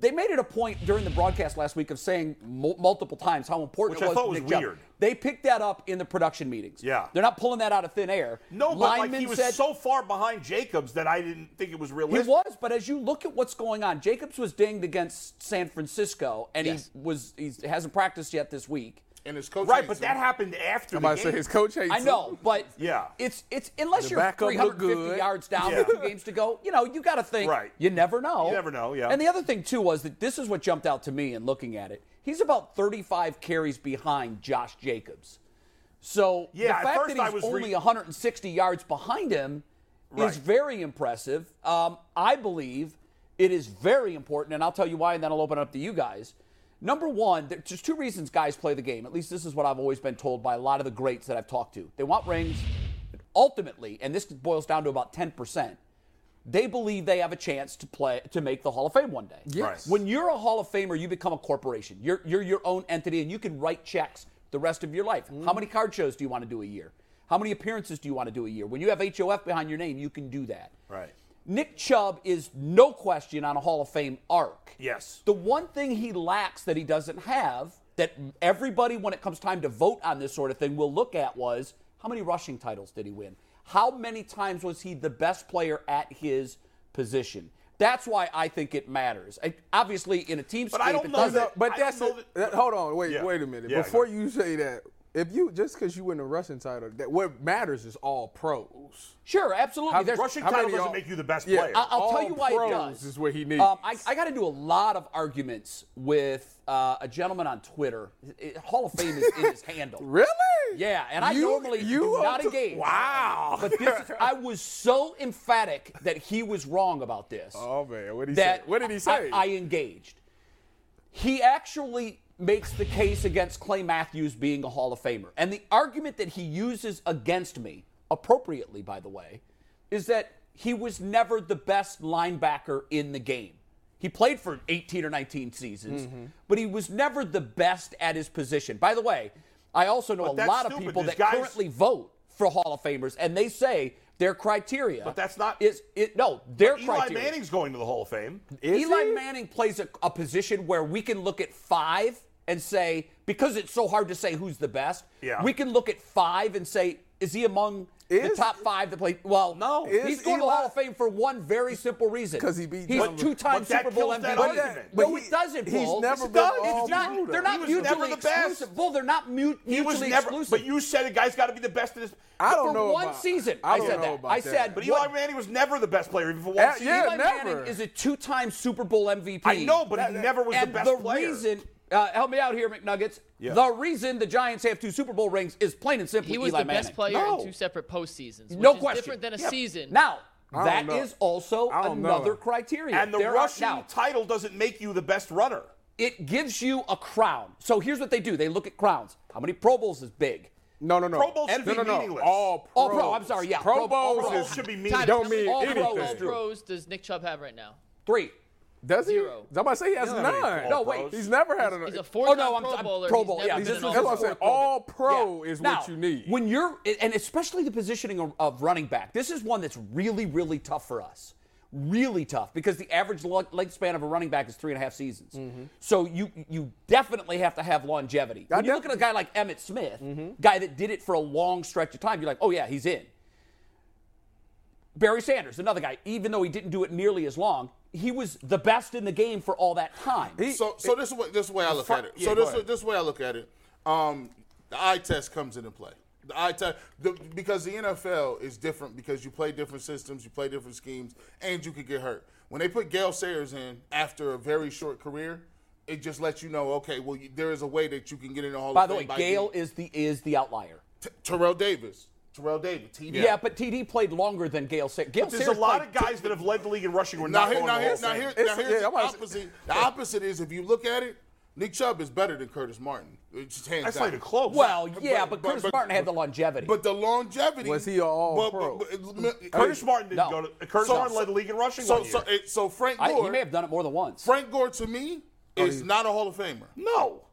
[SPEAKER 3] They made it a point during the broadcast last week of saying mul multiple times how important
[SPEAKER 4] Which I
[SPEAKER 3] it was.
[SPEAKER 4] thought
[SPEAKER 3] for
[SPEAKER 4] was
[SPEAKER 3] Nick Chubb.
[SPEAKER 4] weird.
[SPEAKER 3] They picked that up in the production meetings.
[SPEAKER 4] Yeah.
[SPEAKER 3] they're not pulling that out of thin air.
[SPEAKER 4] No, but like
[SPEAKER 3] Lineman
[SPEAKER 4] he was
[SPEAKER 3] said-
[SPEAKER 4] so far behind Jacobs that I didn't think it was
[SPEAKER 3] he
[SPEAKER 4] realistic.
[SPEAKER 3] was, but as you look at what's going on, Jacobs was dinged against San Francisco, and
[SPEAKER 5] Yes.
[SPEAKER 3] he was he hasn't practiced yet this week.
[SPEAKER 6] And his coach.
[SPEAKER 4] Right,
[SPEAKER 6] hates
[SPEAKER 4] but
[SPEAKER 6] him.
[SPEAKER 4] that happened after
[SPEAKER 2] I'm
[SPEAKER 4] the
[SPEAKER 2] about to
[SPEAKER 4] game.
[SPEAKER 2] say his coach hates.
[SPEAKER 3] I know,
[SPEAKER 2] him.
[SPEAKER 3] but
[SPEAKER 4] Yeah.
[SPEAKER 3] it's it's unless
[SPEAKER 2] The
[SPEAKER 3] you're
[SPEAKER 2] backup looked
[SPEAKER 3] 350
[SPEAKER 2] good.
[SPEAKER 3] yards down
[SPEAKER 4] Yeah.
[SPEAKER 3] with two games to go, you know, you got to think.
[SPEAKER 4] Right.
[SPEAKER 3] You never know.
[SPEAKER 4] You never know, yeah.
[SPEAKER 3] And the other thing too was that this is what jumped out to me in looking at it. He's about 35 carries behind Josh Jacobs. So
[SPEAKER 4] Yeah, at
[SPEAKER 3] the fact
[SPEAKER 4] first
[SPEAKER 3] that
[SPEAKER 4] I
[SPEAKER 3] he's
[SPEAKER 4] was
[SPEAKER 3] only
[SPEAKER 4] re-
[SPEAKER 3] 160 yards behind him
[SPEAKER 4] Right.
[SPEAKER 3] is very impressive. Um, I believe it is very important, and I'll tell you why, and then I'll open it up to you guys. Number one, there's just two reasons guys play the game. At least this is what I've always been told by a lot of the greats that I've talked to. They want rings. but Ultimately, and this boils down to about 10%, they believe they have a chance to play to make the Hall of Fame one day.
[SPEAKER 2] Yes.
[SPEAKER 3] When you're a Hall of Famer, you become a corporation. You're you're your own entity, and you can write checks the rest of your life. How many card shows do you want to do a year? How many appearances do you want to do a year? When you have HOF behind your name, you can do that.
[SPEAKER 4] Right.
[SPEAKER 3] Nick Chubb is no question on a Hall of Fame arc.
[SPEAKER 4] Yes.
[SPEAKER 3] The one thing he lacks that he doesn't have that everybody, when it comes time to vote on this sort of thing, will look at was how many rushing titles did he win? How many times was he the best player at his position? That's why I think it matters. I, obviously, in a team
[SPEAKER 4] But I don't
[SPEAKER 3] it
[SPEAKER 4] know
[SPEAKER 3] doesn't.
[SPEAKER 4] that-
[SPEAKER 2] But
[SPEAKER 4] I
[SPEAKER 2] that's
[SPEAKER 4] don't know
[SPEAKER 2] it.
[SPEAKER 4] that-
[SPEAKER 2] That- hold on, wait,
[SPEAKER 4] Yeah.
[SPEAKER 2] wait a minute.
[SPEAKER 4] Yeah, I
[SPEAKER 2] Before
[SPEAKER 4] know.
[SPEAKER 2] you say that, if you just because you win the rushing title, that what matters is all pros.
[SPEAKER 3] Sure, absolutely.
[SPEAKER 2] How-
[SPEAKER 3] There's-
[SPEAKER 4] Rushing
[SPEAKER 2] How many
[SPEAKER 4] title
[SPEAKER 2] of
[SPEAKER 4] doesn't
[SPEAKER 2] y'all-
[SPEAKER 4] make you the best
[SPEAKER 2] Yeah.
[SPEAKER 4] player.
[SPEAKER 3] I- I'll
[SPEAKER 2] All
[SPEAKER 3] tell you why it
[SPEAKER 2] pros
[SPEAKER 3] does.
[SPEAKER 2] is what he needs.
[SPEAKER 3] Um, I, I got to do a lot of arguments with uh, a gentleman on Twitter. It- Hall of Fame is in
[SPEAKER 2] [LAUGHS]
[SPEAKER 3] his handle.
[SPEAKER 2] Really?
[SPEAKER 3] Yeah, and I
[SPEAKER 2] You-
[SPEAKER 3] normally
[SPEAKER 2] you
[SPEAKER 3] do
[SPEAKER 2] on
[SPEAKER 3] not
[SPEAKER 2] Tw-
[SPEAKER 3] engage.
[SPEAKER 2] Wow.
[SPEAKER 3] But this, is- I was so emphatic that he was wrong about this.
[SPEAKER 2] [LAUGHS] Oh man, what did he say?
[SPEAKER 3] that
[SPEAKER 2] What did
[SPEAKER 3] I-
[SPEAKER 2] he say?
[SPEAKER 3] I, I engaged. He actually makes the case against Clay Matthews being a Hall of Famer. And the argument that he uses against me, appropriately, by the way, is that he was never the best linebacker in the game. He played for 18 or 19 seasons,
[SPEAKER 4] Mm-hmm.
[SPEAKER 3] but he was never the best at his position. By the way, I also know
[SPEAKER 4] But
[SPEAKER 3] a
[SPEAKER 4] that's
[SPEAKER 3] lot of
[SPEAKER 4] stupid.
[SPEAKER 3] people
[SPEAKER 4] There's
[SPEAKER 3] that
[SPEAKER 4] guys-
[SPEAKER 3] currently vote for Hall of Famers, and they say their criteria.
[SPEAKER 4] But that's not-
[SPEAKER 3] is it. No, their
[SPEAKER 4] Eli
[SPEAKER 3] criteria.
[SPEAKER 4] Manning's going to the Hall of Fame.
[SPEAKER 3] Eli Manning plays a, a position where we can look at five and say, because it's so hard to say who's the best,
[SPEAKER 4] Yeah.
[SPEAKER 3] we can look at five and say, is he among the
[SPEAKER 2] Is-
[SPEAKER 3] top five that play? Well, no.
[SPEAKER 2] Is
[SPEAKER 3] He's going to the
[SPEAKER 2] Eli-
[SPEAKER 3] Hall of Fame for one very simple reason.
[SPEAKER 2] 'Cause he beat
[SPEAKER 3] He's
[SPEAKER 2] Tom-
[SPEAKER 3] two time
[SPEAKER 4] but that
[SPEAKER 3] Super Bowl
[SPEAKER 4] kills
[SPEAKER 3] MVP.
[SPEAKER 4] that argument.
[SPEAKER 3] no,
[SPEAKER 2] But
[SPEAKER 3] it
[SPEAKER 2] he-
[SPEAKER 3] doesn't,
[SPEAKER 2] he's
[SPEAKER 3] Paul.
[SPEAKER 2] never
[SPEAKER 3] It's
[SPEAKER 2] been
[SPEAKER 3] not-
[SPEAKER 2] all
[SPEAKER 3] it's not,
[SPEAKER 2] pro,
[SPEAKER 3] they're
[SPEAKER 2] though.
[SPEAKER 3] not
[SPEAKER 4] He was
[SPEAKER 3] mutually
[SPEAKER 4] never the best.
[SPEAKER 3] exclusive. Well, they're not mu- mutually
[SPEAKER 4] He was never.
[SPEAKER 3] exclusive.
[SPEAKER 4] But you said a guy's got to be the best in his.
[SPEAKER 2] I don't
[SPEAKER 3] for
[SPEAKER 2] know
[SPEAKER 3] one
[SPEAKER 2] about-
[SPEAKER 3] season,
[SPEAKER 2] I
[SPEAKER 3] I
[SPEAKER 2] don't
[SPEAKER 3] said
[SPEAKER 2] know
[SPEAKER 3] that.
[SPEAKER 2] about
[SPEAKER 3] I said-
[SPEAKER 4] But
[SPEAKER 3] what-
[SPEAKER 4] Eli Manning was never the best player, even for one
[SPEAKER 2] Yeah,
[SPEAKER 4] season.
[SPEAKER 2] yeah.
[SPEAKER 3] Eli
[SPEAKER 2] never.
[SPEAKER 3] Manning is a two-time Super Bowl MVP.
[SPEAKER 4] I know, but he
[SPEAKER 2] That-
[SPEAKER 4] never was the
[SPEAKER 3] and
[SPEAKER 4] best
[SPEAKER 3] the
[SPEAKER 4] player.
[SPEAKER 3] reason, uh, help me out here, McNuggets.
[SPEAKER 4] Yeah.
[SPEAKER 3] The reason the Giants have two Super Bowl rings is plain and simply
[SPEAKER 5] He was
[SPEAKER 3] Eli
[SPEAKER 5] the best
[SPEAKER 3] Manning.
[SPEAKER 5] player
[SPEAKER 3] no.
[SPEAKER 5] in two separate postseasons. Which
[SPEAKER 3] no
[SPEAKER 5] is
[SPEAKER 3] question.
[SPEAKER 5] Different than a
[SPEAKER 3] Yeah.
[SPEAKER 5] season.
[SPEAKER 3] Now
[SPEAKER 2] don't
[SPEAKER 3] that
[SPEAKER 2] know.
[SPEAKER 3] is also
[SPEAKER 2] I don't know.
[SPEAKER 3] another criteria.
[SPEAKER 4] and the
[SPEAKER 3] There are-
[SPEAKER 4] rushing
[SPEAKER 3] now,
[SPEAKER 4] title doesn't make you the best runner.
[SPEAKER 3] it gives you a crown. So here's what they do: they look at crowns. How many Pro Bowls is big?
[SPEAKER 2] no, no, no.
[SPEAKER 4] Pro Bowl should
[SPEAKER 2] no,
[SPEAKER 4] be
[SPEAKER 2] no, no.
[SPEAKER 4] meaningless.
[SPEAKER 2] All pro.
[SPEAKER 3] All pro, I'm sorry, yeah,
[SPEAKER 2] Pro
[SPEAKER 3] pro- all
[SPEAKER 2] Bowls
[SPEAKER 4] Pro Bowl
[SPEAKER 2] is
[SPEAKER 4] should be
[SPEAKER 5] Tyler,
[SPEAKER 4] meaningless.
[SPEAKER 2] don't
[SPEAKER 5] how many
[SPEAKER 2] mean
[SPEAKER 5] all
[SPEAKER 2] anything.
[SPEAKER 5] Pro Pros does Nick Chubb have right now?
[SPEAKER 3] Three.
[SPEAKER 2] Does he?
[SPEAKER 5] Zero.
[SPEAKER 2] I'm about to say he has
[SPEAKER 4] doesn't have any
[SPEAKER 2] nine.
[SPEAKER 4] Pro
[SPEAKER 3] No, wait. Bowls.
[SPEAKER 2] He's never had a.
[SPEAKER 5] He's a
[SPEAKER 3] Oh
[SPEAKER 5] four-time
[SPEAKER 3] no, I'm,
[SPEAKER 5] Pro
[SPEAKER 3] I'm
[SPEAKER 5] Bowler.
[SPEAKER 3] Pro
[SPEAKER 5] He's
[SPEAKER 3] Bowl.
[SPEAKER 5] never
[SPEAKER 3] Yeah,
[SPEAKER 5] been
[SPEAKER 2] This
[SPEAKER 5] an
[SPEAKER 2] is-
[SPEAKER 5] All
[SPEAKER 2] that's what I'm
[SPEAKER 5] Pro.
[SPEAKER 2] saying. All pro
[SPEAKER 3] Yeah.
[SPEAKER 2] is
[SPEAKER 3] Now,
[SPEAKER 2] what you need.
[SPEAKER 3] When you're, and especially the positioning of- of running back, this is one that's really, really tough for us. Really tough because the average lo- length span of a running back is three and a half seasons.
[SPEAKER 2] Mm-hmm.
[SPEAKER 3] So you you definitely have to have longevity. When you look at a guy like Emmett Smith,
[SPEAKER 2] Mm-hmm.
[SPEAKER 3] guy that did it for a long stretch of time, you're like, oh yeah, he's in. Barry Sanders, another guy, even though he didn't do it nearly as long, he was the best in the game for all that time.
[SPEAKER 6] So, so this is what this is the way I look at it.
[SPEAKER 2] yeah,
[SPEAKER 6] so
[SPEAKER 2] go
[SPEAKER 6] this
[SPEAKER 2] ahead.
[SPEAKER 6] is- this is the way I look at it. Um, the eye test comes into play. The eye test the, because the NFL is different because you play different systems, you play different schemes, and you could get hurt. When they put Gail Sayers in after a very short career, it just lets you know, okay, well, you, there is a way that you can get in the Hall
[SPEAKER 3] By
[SPEAKER 6] of
[SPEAKER 3] the way,
[SPEAKER 6] Fame.
[SPEAKER 3] Gail is the is the outlier.
[SPEAKER 6] T- Terrell Davis. Terrell Davis. TD.
[SPEAKER 3] Yeah, but TD played longer than Gail said. Gail
[SPEAKER 4] There's
[SPEAKER 3] Sayers
[SPEAKER 4] a lot
[SPEAKER 3] played
[SPEAKER 4] of guys that have led the league in rushing who are
[SPEAKER 6] Now,
[SPEAKER 4] not
[SPEAKER 6] here,
[SPEAKER 4] going
[SPEAKER 6] now,
[SPEAKER 4] to the Hall
[SPEAKER 6] here,
[SPEAKER 4] of
[SPEAKER 6] now,
[SPEAKER 4] Fame.
[SPEAKER 2] It's-
[SPEAKER 6] here, now here's
[SPEAKER 2] yeah,
[SPEAKER 6] the
[SPEAKER 2] I'm about to say-
[SPEAKER 6] opposite. The opposite is if you look at it, Nick Chubb is better than Curtis Martin. It's just hands
[SPEAKER 4] That's
[SPEAKER 6] down.
[SPEAKER 4] not even close.
[SPEAKER 3] Well, Oh, yeah,
[SPEAKER 6] But-
[SPEAKER 3] but,
[SPEAKER 6] but-
[SPEAKER 3] Curtis
[SPEAKER 6] but-
[SPEAKER 3] Martin had the longevity.
[SPEAKER 6] But the longevity
[SPEAKER 2] Was he a All-Pro?
[SPEAKER 4] Curtis Martin didn't
[SPEAKER 3] No.
[SPEAKER 4] go to. Curtis
[SPEAKER 6] So-
[SPEAKER 4] Martin led the league in rushing
[SPEAKER 6] So,
[SPEAKER 4] Mm-hmm. one year.
[SPEAKER 6] so, it- so Frank
[SPEAKER 3] I,
[SPEAKER 6] Gore.
[SPEAKER 3] he may have done it more than once.
[SPEAKER 6] Frank Gore to me is not a Hall of Famer.
[SPEAKER 4] no,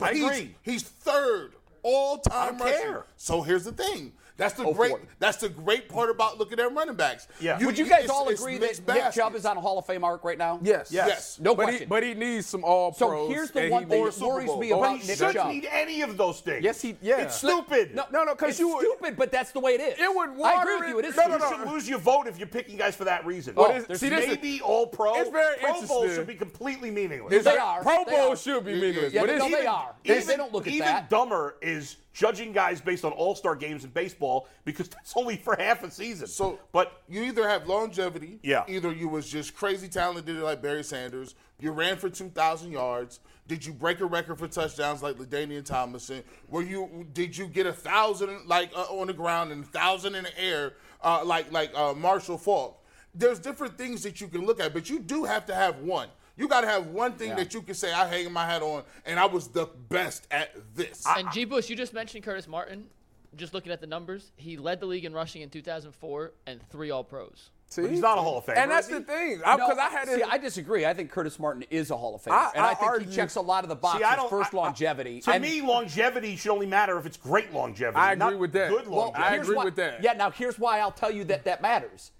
[SPEAKER 4] I
[SPEAKER 6] he's,
[SPEAKER 4] Oh, agree.
[SPEAKER 6] He's third all time
[SPEAKER 4] I don't
[SPEAKER 6] rusher.
[SPEAKER 4] care.
[SPEAKER 6] So here's the thing. That's the
[SPEAKER 3] Oh,
[SPEAKER 6] great.
[SPEAKER 3] four.
[SPEAKER 6] That's the great part about looking at running backs.
[SPEAKER 4] Yeah.
[SPEAKER 3] Would you guys
[SPEAKER 6] it's-
[SPEAKER 3] all
[SPEAKER 6] it's
[SPEAKER 3] agree that
[SPEAKER 6] mixed
[SPEAKER 3] Nick Chubb
[SPEAKER 6] baskets.
[SPEAKER 3] is on a Hall of Fame arc right now?
[SPEAKER 2] Yes.
[SPEAKER 6] Yes.
[SPEAKER 3] No
[SPEAKER 2] but He,
[SPEAKER 3] question.
[SPEAKER 2] but he needs some all
[SPEAKER 3] So
[SPEAKER 2] pros.
[SPEAKER 3] here's the
[SPEAKER 2] and he
[SPEAKER 3] one thing
[SPEAKER 2] needs-
[SPEAKER 3] that worries me
[SPEAKER 2] But he
[SPEAKER 3] about Nick
[SPEAKER 4] Shouldn't
[SPEAKER 3] Chubb.
[SPEAKER 4] need any of those things.
[SPEAKER 2] Yes, he- yeah.
[SPEAKER 4] It's stupid.
[SPEAKER 3] No,
[SPEAKER 2] No, no, 'cause
[SPEAKER 3] it's
[SPEAKER 2] you were-
[SPEAKER 3] stupid, but that's the way it is.
[SPEAKER 2] It would
[SPEAKER 3] I agree
[SPEAKER 2] water
[SPEAKER 3] with
[SPEAKER 2] it-
[SPEAKER 3] you. It is
[SPEAKER 2] no,
[SPEAKER 4] You
[SPEAKER 3] stupid.
[SPEAKER 4] should lose your vote if you're picking guys for that reason. Oh,
[SPEAKER 3] Well,
[SPEAKER 2] is-
[SPEAKER 3] there's
[SPEAKER 2] see, this is-
[SPEAKER 4] maybe all pro.
[SPEAKER 2] It's very
[SPEAKER 4] pro Bowl
[SPEAKER 2] interesting.
[SPEAKER 4] should be completely meaningless.
[SPEAKER 2] It's
[SPEAKER 3] They
[SPEAKER 2] like
[SPEAKER 3] are.
[SPEAKER 2] Pro
[SPEAKER 3] They
[SPEAKER 2] Bowl
[SPEAKER 3] are.
[SPEAKER 2] should be
[SPEAKER 6] Yeah,
[SPEAKER 2] meaningless.
[SPEAKER 6] yeah,
[SPEAKER 2] but
[SPEAKER 3] yeah.
[SPEAKER 2] it's,
[SPEAKER 3] No, they are. They- they don't look at
[SPEAKER 4] even
[SPEAKER 3] that.
[SPEAKER 4] dumber is judging guys based on All Star games in baseball because that's only for half a season.
[SPEAKER 6] So,
[SPEAKER 4] but
[SPEAKER 6] you either have longevity.
[SPEAKER 4] Yeah.
[SPEAKER 6] Either you was just crazy talented like Barry Sanders. You ran for two thousand yards. Did you break a record for touchdowns like Ladainian Thomason? Were you? Did you get a thousand like uh, on the ground and a thousand in the air uh, like like uh, Marshall Falk? There's different things that you can look at, but you do have to have one. You got to have one thing that you can say I hang my hat on, and I was the best at this.
[SPEAKER 5] And G. Bush, you just mentioned Curtis Martin. Just looking at the numbers, he led the league in rushing in 2004 and three All Pros.
[SPEAKER 2] see?
[SPEAKER 4] he's not a Hall of Famer.
[SPEAKER 2] And that's
[SPEAKER 4] is he?
[SPEAKER 2] the thing. Because I had
[SPEAKER 3] see,
[SPEAKER 2] it.
[SPEAKER 3] I disagree. I think Curtis Martin is a Hall of Famer,
[SPEAKER 2] I-
[SPEAKER 3] and
[SPEAKER 2] I
[SPEAKER 3] I think
[SPEAKER 2] argue-
[SPEAKER 3] he checks a lot of the boxes.
[SPEAKER 4] See, I don't-
[SPEAKER 3] First
[SPEAKER 4] I- I-
[SPEAKER 3] longevity.
[SPEAKER 4] To
[SPEAKER 3] and-
[SPEAKER 4] me, longevity should only matter if it's great longevity.
[SPEAKER 2] I agree
[SPEAKER 4] not
[SPEAKER 2] with that.
[SPEAKER 4] Good
[SPEAKER 2] Well,
[SPEAKER 4] longevity.
[SPEAKER 2] I
[SPEAKER 3] here's
[SPEAKER 2] agree
[SPEAKER 3] why-
[SPEAKER 2] with that.
[SPEAKER 3] Yeah, now here's why I'll tell you that that matters.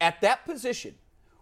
[SPEAKER 3] At that position,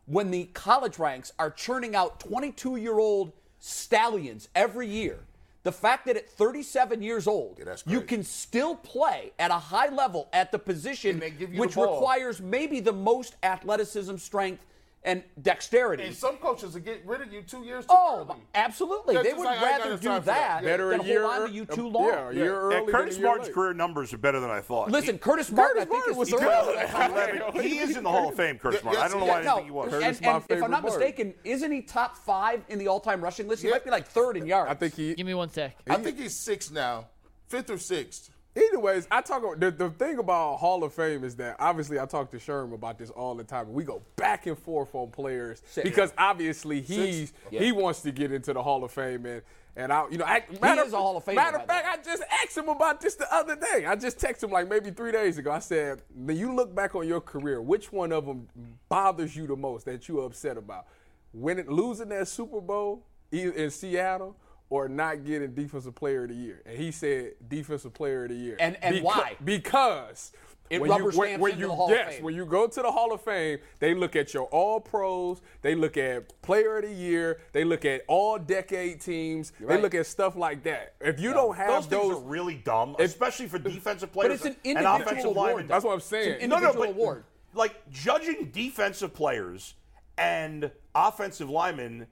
[SPEAKER 3] when the college ranks are churning out 22 year old stallions every year, the fact that at 37 years old,
[SPEAKER 6] that's
[SPEAKER 3] you
[SPEAKER 6] crazy.
[SPEAKER 3] can still play at a high level at the position
[SPEAKER 6] And they give you the
[SPEAKER 3] which
[SPEAKER 6] ball.
[SPEAKER 3] requires maybe the most athleticism, strength, and dexterity.
[SPEAKER 6] and some coaches will get rid of you two years too
[SPEAKER 3] Oh,
[SPEAKER 6] early.
[SPEAKER 3] absolutely.
[SPEAKER 6] That's
[SPEAKER 3] They
[SPEAKER 6] just
[SPEAKER 3] would
[SPEAKER 6] like, I ain't got
[SPEAKER 3] rather
[SPEAKER 6] enough
[SPEAKER 3] do
[SPEAKER 6] time
[SPEAKER 3] that
[SPEAKER 6] for that.
[SPEAKER 2] better
[SPEAKER 3] than
[SPEAKER 2] a year.
[SPEAKER 3] hold on to you
[SPEAKER 2] uh,
[SPEAKER 3] too long.
[SPEAKER 2] Yeah, a year early.
[SPEAKER 4] Yeah,
[SPEAKER 2] than a
[SPEAKER 4] Curtis
[SPEAKER 2] year
[SPEAKER 4] Martin's
[SPEAKER 2] late.
[SPEAKER 4] career numbers are better than I thought.
[SPEAKER 3] Listen, Curtis Martin, I think,
[SPEAKER 2] Martin
[SPEAKER 3] is
[SPEAKER 2] was
[SPEAKER 3] the
[SPEAKER 2] a-
[SPEAKER 4] he, he is in the Hall of Fame, Curtis
[SPEAKER 6] Yeah,
[SPEAKER 4] Martin. I
[SPEAKER 6] yes,
[SPEAKER 4] don't know
[SPEAKER 6] yeah,
[SPEAKER 4] why I didn't think he was.
[SPEAKER 3] and,
[SPEAKER 2] Curtis, my
[SPEAKER 3] and if I'm
[SPEAKER 2] favorite
[SPEAKER 3] not
[SPEAKER 2] bird.
[SPEAKER 3] mistaken, isn't he top five in the all-time rushing list? He
[SPEAKER 6] Yeah.
[SPEAKER 3] might be like third in yards.
[SPEAKER 2] I think he.
[SPEAKER 5] Give me one sec.
[SPEAKER 6] I think he's sixth now, fifth or sixth.
[SPEAKER 2] Anyways, I talk about the, the thing about Hall of Fame is that obviously I talk to Sherm about this all the time. We go back and forth on players
[SPEAKER 3] Six.
[SPEAKER 2] because obviously he's he wants to get into the Hall of Fame and and I you know I, matter,
[SPEAKER 3] is a Hall of Famer,
[SPEAKER 2] Matter of
[SPEAKER 3] by the
[SPEAKER 2] fact, I just asked him about this the other day. I just texted him like maybe three days ago. I said, "When you look back on your career, which one of them bothers you the most that you're upset about? Winning, losing that Super Bowl e- in Seattle." Or not getting defensive player of the year, and he said defensive player of the year.
[SPEAKER 3] And- and
[SPEAKER 2] Becau-
[SPEAKER 3] why?
[SPEAKER 2] Because
[SPEAKER 3] It
[SPEAKER 2] when you-
[SPEAKER 3] rubber
[SPEAKER 2] when-
[SPEAKER 3] stamps
[SPEAKER 2] when
[SPEAKER 3] into
[SPEAKER 2] you-
[SPEAKER 3] the Hall of
[SPEAKER 2] yes,
[SPEAKER 3] Fame.
[SPEAKER 2] when you go to the Hall of Fame, they look at your All Pros, they look at Player of the Year, they look at All Decade teams,
[SPEAKER 3] right.
[SPEAKER 2] they look at stuff like that. If you don't
[SPEAKER 4] Those things
[SPEAKER 2] have those,
[SPEAKER 4] are really dumb, especially for defensive
[SPEAKER 3] but
[SPEAKER 4] players
[SPEAKER 3] it's an
[SPEAKER 4] and
[SPEAKER 3] individual
[SPEAKER 4] offensive
[SPEAKER 3] award.
[SPEAKER 4] linemen.
[SPEAKER 2] that's what I'm saying.
[SPEAKER 3] an individual
[SPEAKER 4] but,
[SPEAKER 3] award.
[SPEAKER 4] Like judging defensive players and offensive linemen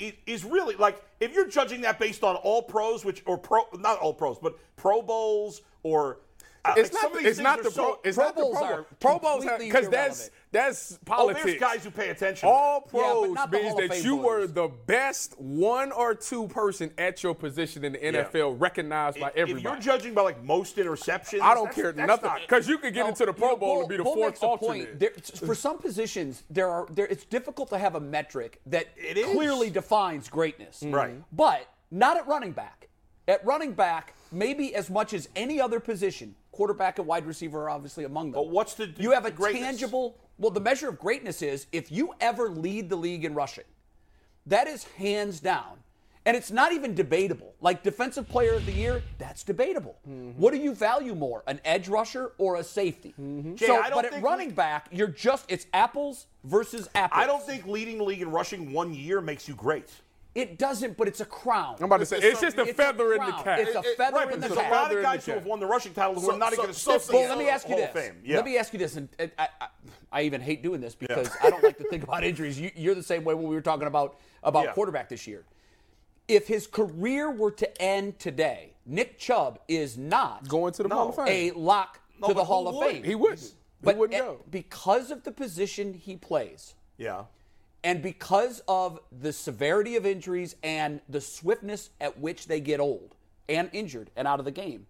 [SPEAKER 4] i- is really like if you're judging that based on all pros, which or pro not all pros, but Pro Bowls or uh,
[SPEAKER 2] it's
[SPEAKER 4] like some of
[SPEAKER 2] not. The,
[SPEAKER 4] these
[SPEAKER 2] it's
[SPEAKER 4] things
[SPEAKER 2] not
[SPEAKER 4] are
[SPEAKER 2] the
[SPEAKER 4] so-
[SPEAKER 2] pro. It's
[SPEAKER 3] Pro
[SPEAKER 2] not the
[SPEAKER 3] Bowls
[SPEAKER 2] pro.
[SPEAKER 3] are
[SPEAKER 2] Bowl. Pro Bowls
[SPEAKER 3] completely
[SPEAKER 2] because that's
[SPEAKER 3] irrelevant.
[SPEAKER 2] that's
[SPEAKER 4] Oh,
[SPEAKER 2] politics.
[SPEAKER 4] there's guys who pay attention.
[SPEAKER 2] All
[SPEAKER 3] Yeah, but
[SPEAKER 2] pros
[SPEAKER 3] not the
[SPEAKER 2] means
[SPEAKER 3] Hall of
[SPEAKER 2] that
[SPEAKER 3] Fame
[SPEAKER 2] you were
[SPEAKER 3] voters.
[SPEAKER 2] the best one or two person at your position in the NFL, recognized by
[SPEAKER 4] If-
[SPEAKER 2] everybody.
[SPEAKER 4] If you're judging by like most interceptions,
[SPEAKER 2] I don't
[SPEAKER 4] that's-
[SPEAKER 2] care
[SPEAKER 4] that's
[SPEAKER 2] nothing
[SPEAKER 4] not-
[SPEAKER 2] because you could get
[SPEAKER 3] No,
[SPEAKER 2] into the
[SPEAKER 3] you
[SPEAKER 2] Pro
[SPEAKER 3] know,
[SPEAKER 2] Bowl
[SPEAKER 3] Bull-
[SPEAKER 2] and be the
[SPEAKER 3] Bull
[SPEAKER 2] fourth
[SPEAKER 3] makes a
[SPEAKER 2] alternate.
[SPEAKER 3] point. There- for some positions, there are there. It's difficult to have a metric that
[SPEAKER 4] It is. Mm-hmm.
[SPEAKER 3] clearly defines greatness.
[SPEAKER 4] Right.
[SPEAKER 3] But not at running back. At running back, maybe as much as any other position, quarterback and wide receiver are obviously among them.
[SPEAKER 4] But what's the-
[SPEAKER 3] you have a
[SPEAKER 4] the greatness?
[SPEAKER 3] tangible? Well, the measure of greatness is if you ever lead the league in rushing. That is hands down. And it's not even debatable. Like defensive player of the year, that's debatable.
[SPEAKER 4] Mm-hmm.
[SPEAKER 3] What do you value more, an edge rusher or a safety?
[SPEAKER 4] Mm-hmm. Jay,
[SPEAKER 3] so,
[SPEAKER 4] I don't
[SPEAKER 3] but at
[SPEAKER 4] think
[SPEAKER 3] running
[SPEAKER 4] we-
[SPEAKER 3] back, you're just it's apples versus apples.
[SPEAKER 4] I don't think leading the league in rushing one year makes you great.
[SPEAKER 3] it doesn't, but it's a crown.
[SPEAKER 2] I'm about to say
[SPEAKER 6] It's
[SPEAKER 2] it's just a
[SPEAKER 3] It's
[SPEAKER 2] feather in the
[SPEAKER 3] crown.
[SPEAKER 2] cap.
[SPEAKER 3] It's a
[SPEAKER 6] It- it-
[SPEAKER 3] feather
[SPEAKER 6] right,
[SPEAKER 3] in
[SPEAKER 4] But
[SPEAKER 3] the
[SPEAKER 4] there's
[SPEAKER 2] a
[SPEAKER 4] a
[SPEAKER 3] cap.
[SPEAKER 4] lot
[SPEAKER 2] Feather in
[SPEAKER 4] of guys
[SPEAKER 2] the
[SPEAKER 4] who have
[SPEAKER 2] cap.
[SPEAKER 4] won the rushing title who
[SPEAKER 6] So-
[SPEAKER 4] are not
[SPEAKER 6] so-
[SPEAKER 4] going to
[SPEAKER 6] so-
[SPEAKER 4] sit
[SPEAKER 6] so-
[SPEAKER 4] in
[SPEAKER 3] Well, let me
[SPEAKER 4] the
[SPEAKER 3] ask you
[SPEAKER 4] Hall of
[SPEAKER 3] this.
[SPEAKER 4] Fame. Yeah.
[SPEAKER 3] Let me ask you this, and, and I, I, I even hate doing this because I don't like to think about injuries. You, you're the same way when we were talking about about
[SPEAKER 4] Yeah.
[SPEAKER 3] quarterback this year. If his career were to end today, Nick Chubb is not
[SPEAKER 2] Going to the Hall of
[SPEAKER 3] a
[SPEAKER 2] Fame.
[SPEAKER 3] lock
[SPEAKER 4] [LAUGHS] No,
[SPEAKER 7] Oh,
[SPEAKER 3] to the
[SPEAKER 4] but
[SPEAKER 3] Hall
[SPEAKER 4] who
[SPEAKER 3] of
[SPEAKER 4] would?
[SPEAKER 3] Fame.
[SPEAKER 2] He wouldn't. He
[SPEAKER 3] But
[SPEAKER 2] wouldn't
[SPEAKER 3] at-
[SPEAKER 2] go.
[SPEAKER 3] because of the position he plays,
[SPEAKER 4] yeah.
[SPEAKER 3] And because of the severity of injuries and the swiftness at which they get old and injured and out of the game,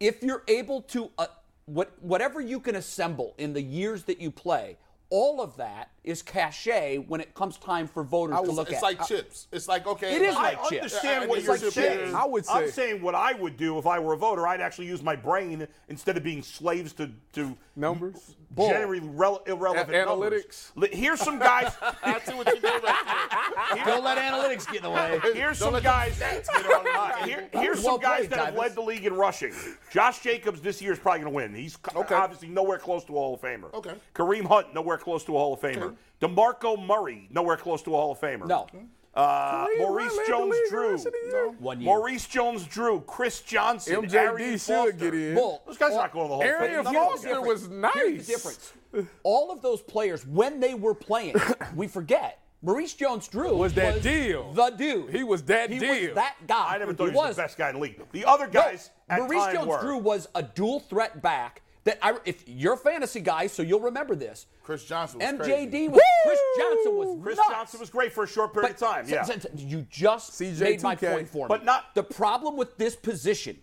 [SPEAKER 3] if you're able to uh, what whatever you can assemble in the years that you play, all of that is cachet when it comes time for voters
[SPEAKER 6] I
[SPEAKER 3] to
[SPEAKER 6] was-
[SPEAKER 3] look
[SPEAKER 6] it's
[SPEAKER 3] at.
[SPEAKER 6] like
[SPEAKER 3] I-
[SPEAKER 6] chips. It's like okay.
[SPEAKER 3] It is
[SPEAKER 4] I
[SPEAKER 3] like chips.
[SPEAKER 4] understand
[SPEAKER 6] Yeah,
[SPEAKER 4] what
[SPEAKER 6] it's
[SPEAKER 4] you're
[SPEAKER 6] like
[SPEAKER 4] saying.
[SPEAKER 6] chips.
[SPEAKER 2] I would
[SPEAKER 4] I'm
[SPEAKER 2] say-
[SPEAKER 4] saying what I would do if I were a voter. I'd actually use my brain instead of being slaves to to
[SPEAKER 2] Numbers?
[SPEAKER 4] generally rele- irrelevant
[SPEAKER 2] A-
[SPEAKER 4] numbers.
[SPEAKER 2] analytics?
[SPEAKER 4] Li- Here's some
[SPEAKER 6] [LAUGHS]
[SPEAKER 4] guys.
[SPEAKER 6] I see what you do [LAUGHS] right
[SPEAKER 3] Don't let analytics get in the way.
[SPEAKER 4] [LAUGHS]
[SPEAKER 6] there.
[SPEAKER 4] Here's
[SPEAKER 6] Don't
[SPEAKER 4] some
[SPEAKER 6] let
[SPEAKER 4] guys.
[SPEAKER 6] them
[SPEAKER 4] [LAUGHS]
[SPEAKER 6] stats get [LAUGHS] on
[SPEAKER 4] Uh,
[SPEAKER 6] you.
[SPEAKER 4] here- here's
[SPEAKER 3] well
[SPEAKER 4] some guys
[SPEAKER 3] played,
[SPEAKER 4] that have
[SPEAKER 3] Davis.
[SPEAKER 4] led the league in rushing. Josh Jacobs this year is probably going to win. He's c-
[SPEAKER 6] Okay.
[SPEAKER 4] obviously nowhere close to a Hall of Famer.
[SPEAKER 6] Okay.
[SPEAKER 4] Kareem Hunt nowhere close to a Hall of Famer. DeMarco Murray nowhere close to a Hall of Famer.
[SPEAKER 3] No.
[SPEAKER 4] Uh,
[SPEAKER 2] Kareem Hunt
[SPEAKER 4] Maurice
[SPEAKER 2] led the
[SPEAKER 4] Jones
[SPEAKER 2] league
[SPEAKER 4] Drew.
[SPEAKER 2] rushing the year.
[SPEAKER 3] One year.
[SPEAKER 4] Maurice Jones Drew. Chris Johnson. Arian
[SPEAKER 2] MJD
[SPEAKER 4] Foster.
[SPEAKER 2] should get in.
[SPEAKER 3] Bull.
[SPEAKER 4] Those guys are not going to the Hall of
[SPEAKER 2] Arian
[SPEAKER 4] Fame.
[SPEAKER 2] Foster was nice.
[SPEAKER 3] Here's the difference.
[SPEAKER 4] [LAUGHS]
[SPEAKER 3] All of those players, when they
[SPEAKER 4] [COUGHS]
[SPEAKER 3] were playing, we forget. Maurice Jones-Drew
[SPEAKER 2] Was that deal.
[SPEAKER 3] The dude.
[SPEAKER 2] He was that
[SPEAKER 3] he
[SPEAKER 2] deal.
[SPEAKER 3] was that guy.
[SPEAKER 4] I never thought he was,
[SPEAKER 3] was
[SPEAKER 4] the best guy in the league. The other guys
[SPEAKER 3] No,
[SPEAKER 4] at
[SPEAKER 3] Maurice
[SPEAKER 4] time were.
[SPEAKER 3] Jones-Drew was a dual threat back. That I, if you're a fantasy guy, so you'll remember this.
[SPEAKER 6] Chris Johnson was
[SPEAKER 3] MJD
[SPEAKER 6] crazy.
[SPEAKER 3] was. Chris Johnson was.
[SPEAKER 4] Chris
[SPEAKER 3] nuts.
[SPEAKER 4] Johnson was great for a short period
[SPEAKER 3] But
[SPEAKER 4] of time. Yeah.
[SPEAKER 3] s- s- you just
[SPEAKER 2] CJ
[SPEAKER 3] made my
[SPEAKER 2] 2K.
[SPEAKER 3] point for me.
[SPEAKER 4] But not-
[SPEAKER 3] the problem with this position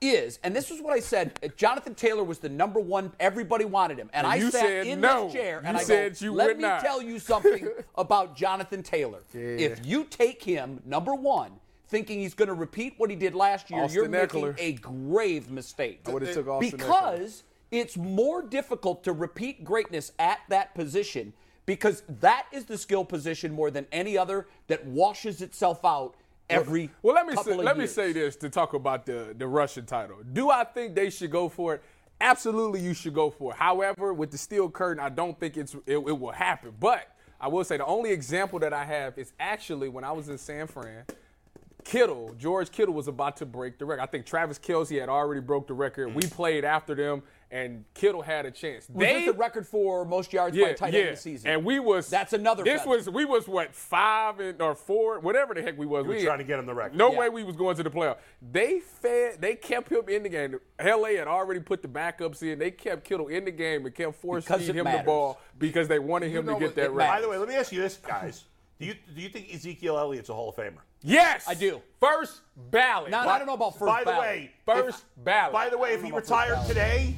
[SPEAKER 3] is, and this is what I said. uh, Jonathan Taylor was the number one. Everybody wanted him, and,
[SPEAKER 2] And
[SPEAKER 3] I
[SPEAKER 2] you
[SPEAKER 3] sat
[SPEAKER 2] said
[SPEAKER 3] in
[SPEAKER 2] no.
[SPEAKER 3] this chair and
[SPEAKER 2] You
[SPEAKER 3] I
[SPEAKER 2] said
[SPEAKER 3] go,
[SPEAKER 2] you
[SPEAKER 3] "Let
[SPEAKER 2] would
[SPEAKER 3] me
[SPEAKER 2] not."
[SPEAKER 3] tell you
[SPEAKER 2] [LAUGHS]
[SPEAKER 3] something about Jonathan Taylor. If you take him number one, thinking he's going to repeat what he did last year, you're
[SPEAKER 2] Austin
[SPEAKER 3] making
[SPEAKER 2] Eckler.
[SPEAKER 3] a grave mistake."
[SPEAKER 2] I would have took Austin Eckler.
[SPEAKER 3] because it's more difficult to repeat greatness at that position because that is the skill position more than any other that washes itself out every
[SPEAKER 2] Well, let me
[SPEAKER 3] couple
[SPEAKER 2] say,
[SPEAKER 3] of
[SPEAKER 2] let me
[SPEAKER 3] years.
[SPEAKER 2] say this to talk about the the Russian title. Do I think they should go for it? Absolutely, you should go for it. However, with the steel curtain, I don't think it's it, it will happen. But I will say the only example that I have is actually when I was in San Fran. Kittle, George Kittle was about to break the record. I think Travis Kelsey had already broke the record. We played after them, and Kittle had a chance.
[SPEAKER 3] Mm. Was this the record for most yards by a tight end of the season?
[SPEAKER 2] And we was
[SPEAKER 3] That's another
[SPEAKER 2] This
[SPEAKER 3] feather.
[SPEAKER 2] was we was what five and or four, whatever the heck we was.
[SPEAKER 4] were
[SPEAKER 2] We-
[SPEAKER 4] trying to get him the record.
[SPEAKER 2] No
[SPEAKER 3] Yeah.
[SPEAKER 2] way we was going to the playoff. They fed they kept him in the game. LA had already put the backups in. They kept Kittle in the game and kept forcing
[SPEAKER 3] Because it
[SPEAKER 2] him the
[SPEAKER 3] matters.
[SPEAKER 2] ball because they wanted him
[SPEAKER 6] know
[SPEAKER 2] to get
[SPEAKER 6] what-
[SPEAKER 2] that
[SPEAKER 6] it
[SPEAKER 2] record.
[SPEAKER 4] By the way, let me ask you this, guys. Do you do you think Ezekiel Elliott's a Hall of Famer?
[SPEAKER 2] yes,
[SPEAKER 3] I do.
[SPEAKER 2] First ballot.
[SPEAKER 3] Now, I don't know about first
[SPEAKER 4] by the
[SPEAKER 3] ballot.
[SPEAKER 4] way,
[SPEAKER 2] First
[SPEAKER 4] if-
[SPEAKER 2] ballot.
[SPEAKER 4] By the way, if he retired today,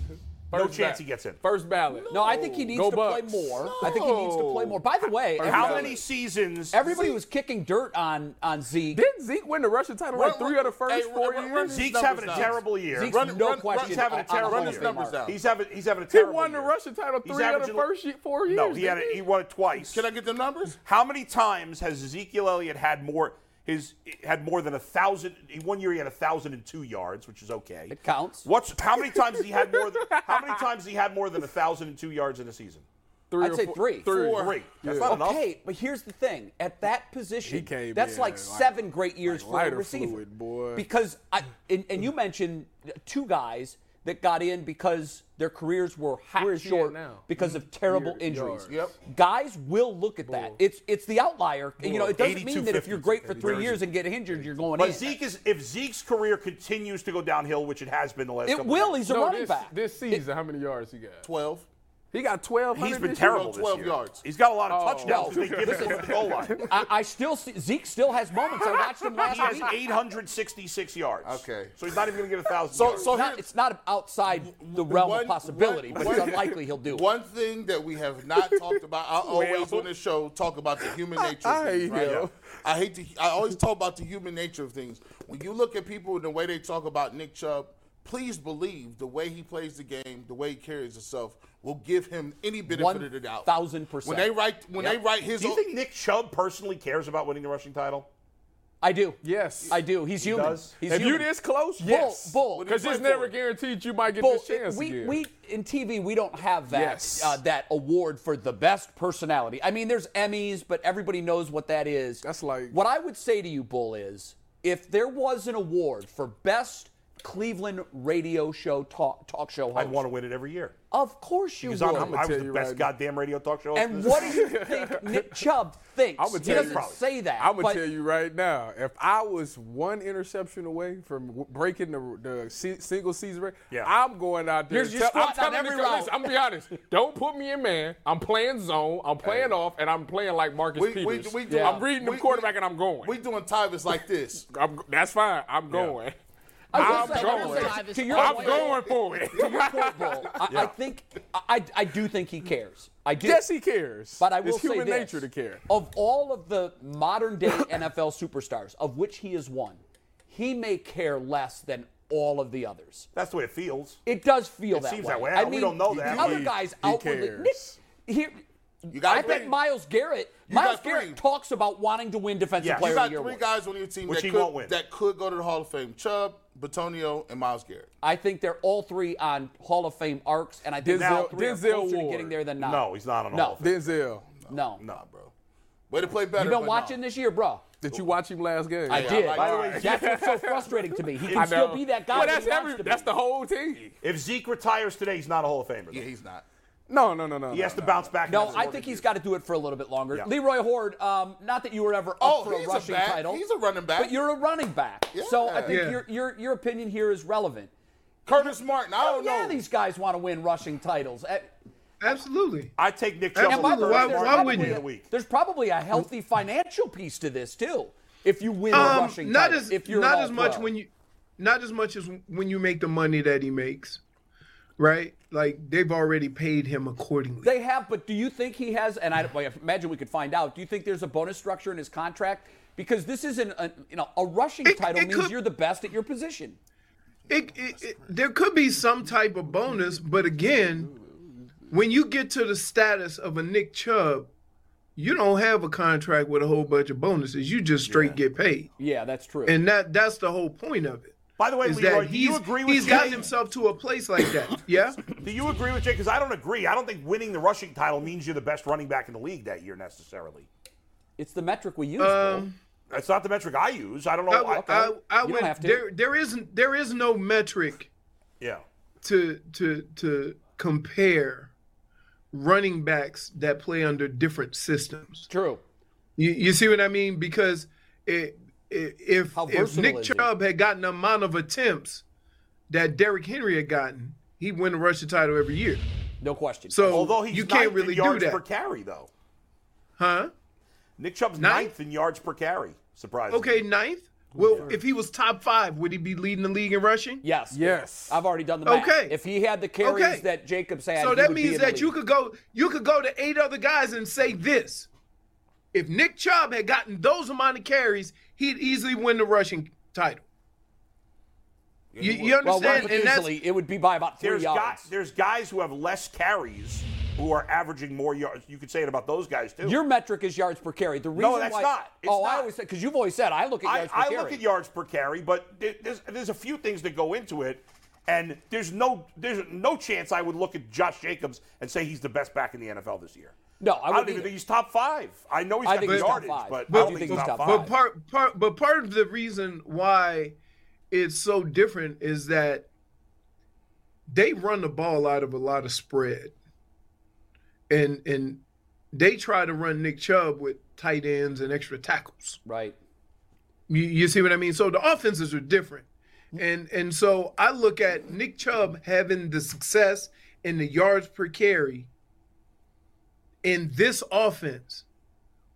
[SPEAKER 4] no
[SPEAKER 2] First
[SPEAKER 4] chance
[SPEAKER 2] ballot.
[SPEAKER 4] he gets in.
[SPEAKER 2] First ballot.
[SPEAKER 3] No, I think he needs
[SPEAKER 2] Go
[SPEAKER 3] to
[SPEAKER 2] Bucks.
[SPEAKER 3] play more. I think he needs to play more. By the way,
[SPEAKER 4] How
[SPEAKER 3] everybody,
[SPEAKER 4] many seasons?
[SPEAKER 3] everybody was kicking dirt on on Zeke.
[SPEAKER 2] Didn't Zeke win the Russian title like
[SPEAKER 6] Run-
[SPEAKER 2] three of the first
[SPEAKER 6] hey, run-
[SPEAKER 2] four
[SPEAKER 6] run-
[SPEAKER 2] years?
[SPEAKER 6] run-
[SPEAKER 4] Zeke's
[SPEAKER 6] numbers
[SPEAKER 4] having a
[SPEAKER 6] down.
[SPEAKER 4] terrible year.
[SPEAKER 3] Zeke's
[SPEAKER 6] Run-
[SPEAKER 3] no
[SPEAKER 6] run-
[SPEAKER 3] question.
[SPEAKER 4] He's having a
[SPEAKER 3] on- on the Hall
[SPEAKER 4] terrible
[SPEAKER 3] of
[SPEAKER 6] run his
[SPEAKER 4] year.
[SPEAKER 3] Fame mark.
[SPEAKER 6] numbers down.
[SPEAKER 4] He's having he's having a
[SPEAKER 2] He
[SPEAKER 4] terrible.
[SPEAKER 2] won the
[SPEAKER 4] year.
[SPEAKER 2] Russian title
[SPEAKER 4] He's
[SPEAKER 2] three out of
[SPEAKER 4] averaging-
[SPEAKER 2] the first ye- four years.
[SPEAKER 4] No, he had
[SPEAKER 2] didn't
[SPEAKER 4] it. He won it twice.
[SPEAKER 6] Can I get the numbers?
[SPEAKER 4] How many times has Ezekiel Elliott had more? His had more than a thousand. he- One year he had a thousand and two yards, which is okay.
[SPEAKER 3] It counts.
[SPEAKER 4] What's how many times has he had more? Than, how many times has he had more than a thousand and two yards in a season?
[SPEAKER 2] Three
[SPEAKER 3] I'd
[SPEAKER 2] or
[SPEAKER 3] say
[SPEAKER 2] four-
[SPEAKER 3] three.
[SPEAKER 2] Three.
[SPEAKER 4] Four. Three. That's not enough.
[SPEAKER 3] Okay, but here's the thing: at that position,
[SPEAKER 2] He came
[SPEAKER 3] that's
[SPEAKER 2] in
[SPEAKER 3] like
[SPEAKER 2] like-
[SPEAKER 3] seven great years
[SPEAKER 2] like
[SPEAKER 3] for a
[SPEAKER 2] lighter
[SPEAKER 3] receiver.
[SPEAKER 2] fluid, boy.
[SPEAKER 3] Because I and, and you mentioned two guys that got in because their careers were hot
[SPEAKER 2] Where is he at
[SPEAKER 3] short
[SPEAKER 2] now?
[SPEAKER 3] because of terrible
[SPEAKER 2] Yard-
[SPEAKER 3] injuries.
[SPEAKER 2] yards. Yep.
[SPEAKER 3] Guys will look at that. It's it's the outlier. You know, it doesn't mean that if
[SPEAKER 4] 82-50
[SPEAKER 3] you're great for three
[SPEAKER 4] Jersey.
[SPEAKER 3] years and get injured, you're going
[SPEAKER 4] But
[SPEAKER 3] in.
[SPEAKER 4] Zeke is if Zeke's career continues to go downhill, which it has been the last.
[SPEAKER 3] it
[SPEAKER 4] couple
[SPEAKER 3] will.
[SPEAKER 4] Of years,
[SPEAKER 3] He's a
[SPEAKER 2] No,
[SPEAKER 3] running
[SPEAKER 2] this,
[SPEAKER 3] back.
[SPEAKER 2] this season, how many yards he got?
[SPEAKER 6] Twelve.
[SPEAKER 2] He got twelve.
[SPEAKER 4] he's been terrible. This
[SPEAKER 6] 12
[SPEAKER 4] year.
[SPEAKER 6] yards.
[SPEAKER 4] He's got a lot of
[SPEAKER 2] Oh.
[SPEAKER 4] touchdowns.
[SPEAKER 2] No.
[SPEAKER 4] that They give him over the goal line.
[SPEAKER 3] I, I still see, Zeke still has moments. [LAUGHS] I watched him
[SPEAKER 4] He
[SPEAKER 3] last
[SPEAKER 4] has
[SPEAKER 3] week.
[SPEAKER 4] 866 yards.
[SPEAKER 6] Okay.
[SPEAKER 4] So he's not even going to get a thousand.
[SPEAKER 6] So-
[SPEAKER 4] yards.
[SPEAKER 6] so
[SPEAKER 3] Not-
[SPEAKER 6] here-
[SPEAKER 3] it's not outside the realm
[SPEAKER 6] One-
[SPEAKER 3] of possibility,
[SPEAKER 6] one-
[SPEAKER 3] but it's
[SPEAKER 6] one-
[SPEAKER 3] unlikely he'll do it.
[SPEAKER 6] One thing that we have not talked about,
[SPEAKER 3] [LAUGHS]
[SPEAKER 6] I always
[SPEAKER 2] Well.
[SPEAKER 6] on this show talk about the human nature.
[SPEAKER 2] I-
[SPEAKER 6] of
[SPEAKER 2] I
[SPEAKER 6] things, right?
[SPEAKER 2] hate him.
[SPEAKER 6] I hate to. I always talk about the human nature of things. When you look at people and the way they talk about Nick Chubb, please believe the way he plays the game, the way he carries himself, will give him any benefit of the doubt.
[SPEAKER 3] 1000%.
[SPEAKER 6] When they write, when they write his,
[SPEAKER 4] do you
[SPEAKER 6] own,
[SPEAKER 4] think Nick Chubb personally cares about winning the rushing title?
[SPEAKER 3] I do.
[SPEAKER 2] Yes.
[SPEAKER 3] I do. He's human.
[SPEAKER 4] does?
[SPEAKER 3] He's
[SPEAKER 2] If you
[SPEAKER 3] human.
[SPEAKER 2] this close, yes.
[SPEAKER 3] Bull,
[SPEAKER 2] Because
[SPEAKER 3] Bull.
[SPEAKER 2] it's never guaranteed you might get
[SPEAKER 3] Bull,
[SPEAKER 2] this chance
[SPEAKER 3] we,
[SPEAKER 2] again.
[SPEAKER 3] we in TV we don't have that
[SPEAKER 2] Yes.
[SPEAKER 3] uh, that award for the best personality. I mean, there's Emmys, but everybody knows what that is.
[SPEAKER 2] That's like-
[SPEAKER 3] what I would say to you, Bull, is if there was an award for best Cleveland radio show talk talk show host.
[SPEAKER 4] I want to win it every year.
[SPEAKER 3] Of course you
[SPEAKER 4] Because
[SPEAKER 3] would.
[SPEAKER 4] I'm, i was
[SPEAKER 2] tell
[SPEAKER 4] the
[SPEAKER 2] you
[SPEAKER 4] best
[SPEAKER 2] right now.
[SPEAKER 4] goddamn radio talk show.
[SPEAKER 3] and what do you think
[SPEAKER 2] [LAUGHS]
[SPEAKER 3] Nick Chubb thinks?
[SPEAKER 2] I'ma
[SPEAKER 3] he
[SPEAKER 2] tell
[SPEAKER 3] doesn't
[SPEAKER 2] you-
[SPEAKER 3] say that.
[SPEAKER 2] I'm gonna
[SPEAKER 3] but
[SPEAKER 2] tell you right now. If I was one interception away from w- breaking the, the se- single season record,
[SPEAKER 4] Yeah.
[SPEAKER 2] I'm going out there.
[SPEAKER 3] You're
[SPEAKER 2] and
[SPEAKER 3] just
[SPEAKER 2] I'm
[SPEAKER 3] squatting on
[SPEAKER 2] telling
[SPEAKER 3] every
[SPEAKER 2] Nick,
[SPEAKER 3] route.
[SPEAKER 2] listen, I'm gonna be honest. Don't put me in man. I'm playing zone. I'm playing off, and I'm playing like Marcus
[SPEAKER 6] We- we-
[SPEAKER 2] Peters.
[SPEAKER 6] we doing-
[SPEAKER 2] I'm reading the
[SPEAKER 6] we-
[SPEAKER 2] quarterback,
[SPEAKER 6] we-
[SPEAKER 2] and I'm going.
[SPEAKER 6] We doing Tyvis like this.
[SPEAKER 2] I'm, that's fine. I'm going.
[SPEAKER 3] I
[SPEAKER 2] I'm
[SPEAKER 3] will say- I will
[SPEAKER 2] going.
[SPEAKER 3] say,
[SPEAKER 5] going.
[SPEAKER 3] to your
[SPEAKER 2] I'm
[SPEAKER 3] point-
[SPEAKER 2] going for it.
[SPEAKER 3] Bro, I, I think I, I do think he cares. I do.
[SPEAKER 2] [LAUGHS] yes, he cares.
[SPEAKER 3] But I will
[SPEAKER 2] it's human
[SPEAKER 3] say this.
[SPEAKER 2] nature to care.
[SPEAKER 3] Of all of the modern day [LAUGHS] NFL superstars, of which he is one, he may care less than all of the others.
[SPEAKER 4] That's the way it feels.
[SPEAKER 3] It does feel that
[SPEAKER 4] seems
[SPEAKER 3] way.
[SPEAKER 4] that way.
[SPEAKER 3] I
[SPEAKER 4] We
[SPEAKER 3] mean,
[SPEAKER 4] don't know
[SPEAKER 3] the
[SPEAKER 4] that.
[SPEAKER 3] other
[SPEAKER 2] He-
[SPEAKER 3] guys
[SPEAKER 2] he
[SPEAKER 3] outwardly. Nick,
[SPEAKER 2] cares.
[SPEAKER 3] here, [LAUGHS]
[SPEAKER 6] got
[SPEAKER 3] I bet
[SPEAKER 6] three.
[SPEAKER 3] Miles Garrett.
[SPEAKER 6] You
[SPEAKER 3] Miles
[SPEAKER 6] got
[SPEAKER 3] Garrett
[SPEAKER 6] three.
[SPEAKER 3] talks about wanting to win Defensive
[SPEAKER 4] Yes. You
[SPEAKER 3] Player
[SPEAKER 6] You
[SPEAKER 3] of
[SPEAKER 6] got
[SPEAKER 3] the Year.
[SPEAKER 6] three
[SPEAKER 3] award.
[SPEAKER 6] guys on your team
[SPEAKER 4] Which
[SPEAKER 6] that
[SPEAKER 4] he won't win.
[SPEAKER 6] could, that could go to the Hall of Fame: Chubb, Batonio, and Miles Garrett.
[SPEAKER 3] I think they're all three on Hall of Fame arcs, and I think
[SPEAKER 2] Denzel-
[SPEAKER 3] all three are
[SPEAKER 2] Denzel
[SPEAKER 3] closer to
[SPEAKER 2] Ward.
[SPEAKER 3] getting there than not.
[SPEAKER 4] No, he's not on
[SPEAKER 3] No.
[SPEAKER 4] all of it.
[SPEAKER 2] Denzel,
[SPEAKER 3] no.
[SPEAKER 6] Nah, bro. Way to play better.
[SPEAKER 3] You've been
[SPEAKER 6] but
[SPEAKER 3] watching
[SPEAKER 6] no.
[SPEAKER 3] this year, bro.
[SPEAKER 2] did you watch him last game?
[SPEAKER 3] I
[SPEAKER 6] Yeah,
[SPEAKER 3] did.
[SPEAKER 6] like-
[SPEAKER 4] By the
[SPEAKER 6] all
[SPEAKER 4] way,
[SPEAKER 6] right.
[SPEAKER 3] That's what's so frustrating to me. He can
[SPEAKER 2] I
[SPEAKER 3] still
[SPEAKER 2] know.
[SPEAKER 3] be that guy.
[SPEAKER 2] Well,
[SPEAKER 3] that
[SPEAKER 2] that's
[SPEAKER 3] he wants to be.
[SPEAKER 2] That's the whole team.
[SPEAKER 4] If Zeke retires today, he's not a Hall of Famer. though.
[SPEAKER 6] Yeah, he's not.
[SPEAKER 2] No, no, no, no.
[SPEAKER 4] He
[SPEAKER 2] no,
[SPEAKER 4] has to bounce back.
[SPEAKER 3] No, I think he's got to do it for a little bit longer.
[SPEAKER 4] Yeah.
[SPEAKER 3] Leroy Horde, um, not that you were ever up
[SPEAKER 6] Oh,
[SPEAKER 3] for a
[SPEAKER 6] he's a
[SPEAKER 3] rushing
[SPEAKER 6] back.
[SPEAKER 3] title.
[SPEAKER 6] He's a running back.
[SPEAKER 3] But you're a running back. So I think
[SPEAKER 2] Yeah.
[SPEAKER 3] your, your your opinion here is relevant.
[SPEAKER 6] Curtis Martin. I
[SPEAKER 3] Oh,
[SPEAKER 6] don't
[SPEAKER 3] yeah,
[SPEAKER 6] know.
[SPEAKER 3] these guys want to win rushing titles. Uh,
[SPEAKER 8] Absolutely.
[SPEAKER 4] I take Nick Chubb.
[SPEAKER 3] and
[SPEAKER 8] Absolutely.
[SPEAKER 3] by
[SPEAKER 4] over
[SPEAKER 3] the way,
[SPEAKER 8] Why-
[SPEAKER 4] Curtis
[SPEAKER 3] there's,
[SPEAKER 8] why
[SPEAKER 4] Martin
[SPEAKER 3] probably
[SPEAKER 4] at the end
[SPEAKER 3] a,
[SPEAKER 4] of the week.
[SPEAKER 3] there's probably a healthy financial piece to this too. If you win a
[SPEAKER 8] Um,
[SPEAKER 3] rushing
[SPEAKER 8] not
[SPEAKER 3] title,
[SPEAKER 8] as
[SPEAKER 3] if you're
[SPEAKER 8] not
[SPEAKER 3] an
[SPEAKER 8] as much
[SPEAKER 3] all-pro.
[SPEAKER 8] when you, not as much as when you make the money that he makes, right? Like they've already paid him accordingly.
[SPEAKER 3] They have, but do you think he has? And I, well, I imagine we could find out. Do you think there's a bonus structure in his contract? Because this isn't, a, you know, a rushing
[SPEAKER 8] It-
[SPEAKER 3] title
[SPEAKER 8] it
[SPEAKER 3] means
[SPEAKER 8] could-
[SPEAKER 3] you're the best at your position.
[SPEAKER 8] it, it, it- there could be some type of bonus, but again, when you get to the status of a Nick Chubb, you don't have a contract with a whole bunch of bonuses. You just straight get paid,
[SPEAKER 3] Yeah, that's true.
[SPEAKER 8] and that that's the whole point of it.
[SPEAKER 4] By the way,
[SPEAKER 8] Is
[SPEAKER 4] Leroy,
[SPEAKER 8] that
[SPEAKER 4] do
[SPEAKER 8] he's,
[SPEAKER 4] you agree with
[SPEAKER 8] he's gotten
[SPEAKER 4] Jay?
[SPEAKER 8] himself to a place like that? Yeah.
[SPEAKER 4] Do you agree with Jay? Because I don't agree. I don't think winning the rushing title means you're the best running back in the league that year necessarily.
[SPEAKER 3] it's the metric we use. Bill.
[SPEAKER 8] Um,
[SPEAKER 4] That's not the metric I use. I don't know.
[SPEAKER 8] I,
[SPEAKER 4] why.
[SPEAKER 8] I, I
[SPEAKER 3] Oh, You don't
[SPEAKER 8] would. uh,
[SPEAKER 3] have to.
[SPEAKER 8] There, there isn't. There is no metric
[SPEAKER 4] yeah.
[SPEAKER 8] to to to compare running backs that play under different systems.
[SPEAKER 3] True.
[SPEAKER 8] You, you see what I mean? Because it, i if,
[SPEAKER 3] How
[SPEAKER 8] if
[SPEAKER 3] versatile
[SPEAKER 8] Nick
[SPEAKER 3] is he?
[SPEAKER 8] Chubb had gotten the amount of attempts that Derrick Henry had gotten, he'd win the rushing title every year.
[SPEAKER 3] No question.
[SPEAKER 8] So
[SPEAKER 4] Although he's
[SPEAKER 8] oh, you can't
[SPEAKER 4] ninth
[SPEAKER 8] really
[SPEAKER 4] in
[SPEAKER 8] do
[SPEAKER 4] yards per
[SPEAKER 8] that,
[SPEAKER 4] carry, though.
[SPEAKER 8] huh?
[SPEAKER 4] Nick Chubb's ninth,
[SPEAKER 8] Ninth?
[SPEAKER 4] in yards per carry. Surprisingly.
[SPEAKER 8] Okay, ninth. Well, if he was top five, would he be leading the league in rushing?
[SPEAKER 3] yes.
[SPEAKER 2] Yes.
[SPEAKER 3] I've already done the math.
[SPEAKER 8] Okay.
[SPEAKER 3] If he had the carries
[SPEAKER 8] Okay.
[SPEAKER 3] that Jacobs had,
[SPEAKER 8] So
[SPEAKER 3] he
[SPEAKER 8] that
[SPEAKER 3] would be
[SPEAKER 8] means
[SPEAKER 3] in the
[SPEAKER 8] that you
[SPEAKER 3] league.
[SPEAKER 8] could go you could go to eight other guys and say this. If Nick Chubb had gotten those amount of carries, he'd easily win the rushing title. You, you
[SPEAKER 3] Well,
[SPEAKER 8] understand?
[SPEAKER 3] one
[SPEAKER 8] and that's-
[SPEAKER 3] easily, it would be by about three
[SPEAKER 4] There's, guys,
[SPEAKER 3] yards.
[SPEAKER 4] there's guys who have less carries who are averaging more yards. You could say it about those guys, too.
[SPEAKER 3] Your metric is yards per carry. The reason
[SPEAKER 4] No, that's
[SPEAKER 3] why,
[SPEAKER 4] not. It's
[SPEAKER 3] oh, I
[SPEAKER 4] not.
[SPEAKER 3] always said because you've always said I look at
[SPEAKER 4] I,
[SPEAKER 3] yards per
[SPEAKER 4] I
[SPEAKER 3] carry.
[SPEAKER 4] look at yards per carry, but th- there's, there's a few things that go into it, and there's no there's no chance I would look at Josh Jacobs and say he's the best back in the NFL this year.
[SPEAKER 3] No,
[SPEAKER 4] don't
[SPEAKER 3] I wouldn't
[SPEAKER 4] even
[SPEAKER 3] either.
[SPEAKER 4] think he's top five. I know he's
[SPEAKER 3] I
[SPEAKER 4] got
[SPEAKER 3] think
[SPEAKER 4] the
[SPEAKER 8] he's top
[SPEAKER 4] yardage,
[SPEAKER 3] five.
[SPEAKER 4] but
[SPEAKER 3] But-
[SPEAKER 4] I don't think
[SPEAKER 3] but-
[SPEAKER 4] he's top
[SPEAKER 3] but
[SPEAKER 4] five.
[SPEAKER 8] But part, part, but part of the reason why it's so different is that they run the ball out of a lot of spread, and and they try to run Nick Chubb with tight ends and extra tackles.
[SPEAKER 3] Right.
[SPEAKER 8] You, you see what I mean? So the offenses are different, and and so I look at Nick Chubb having the success in the yards per carry in this offense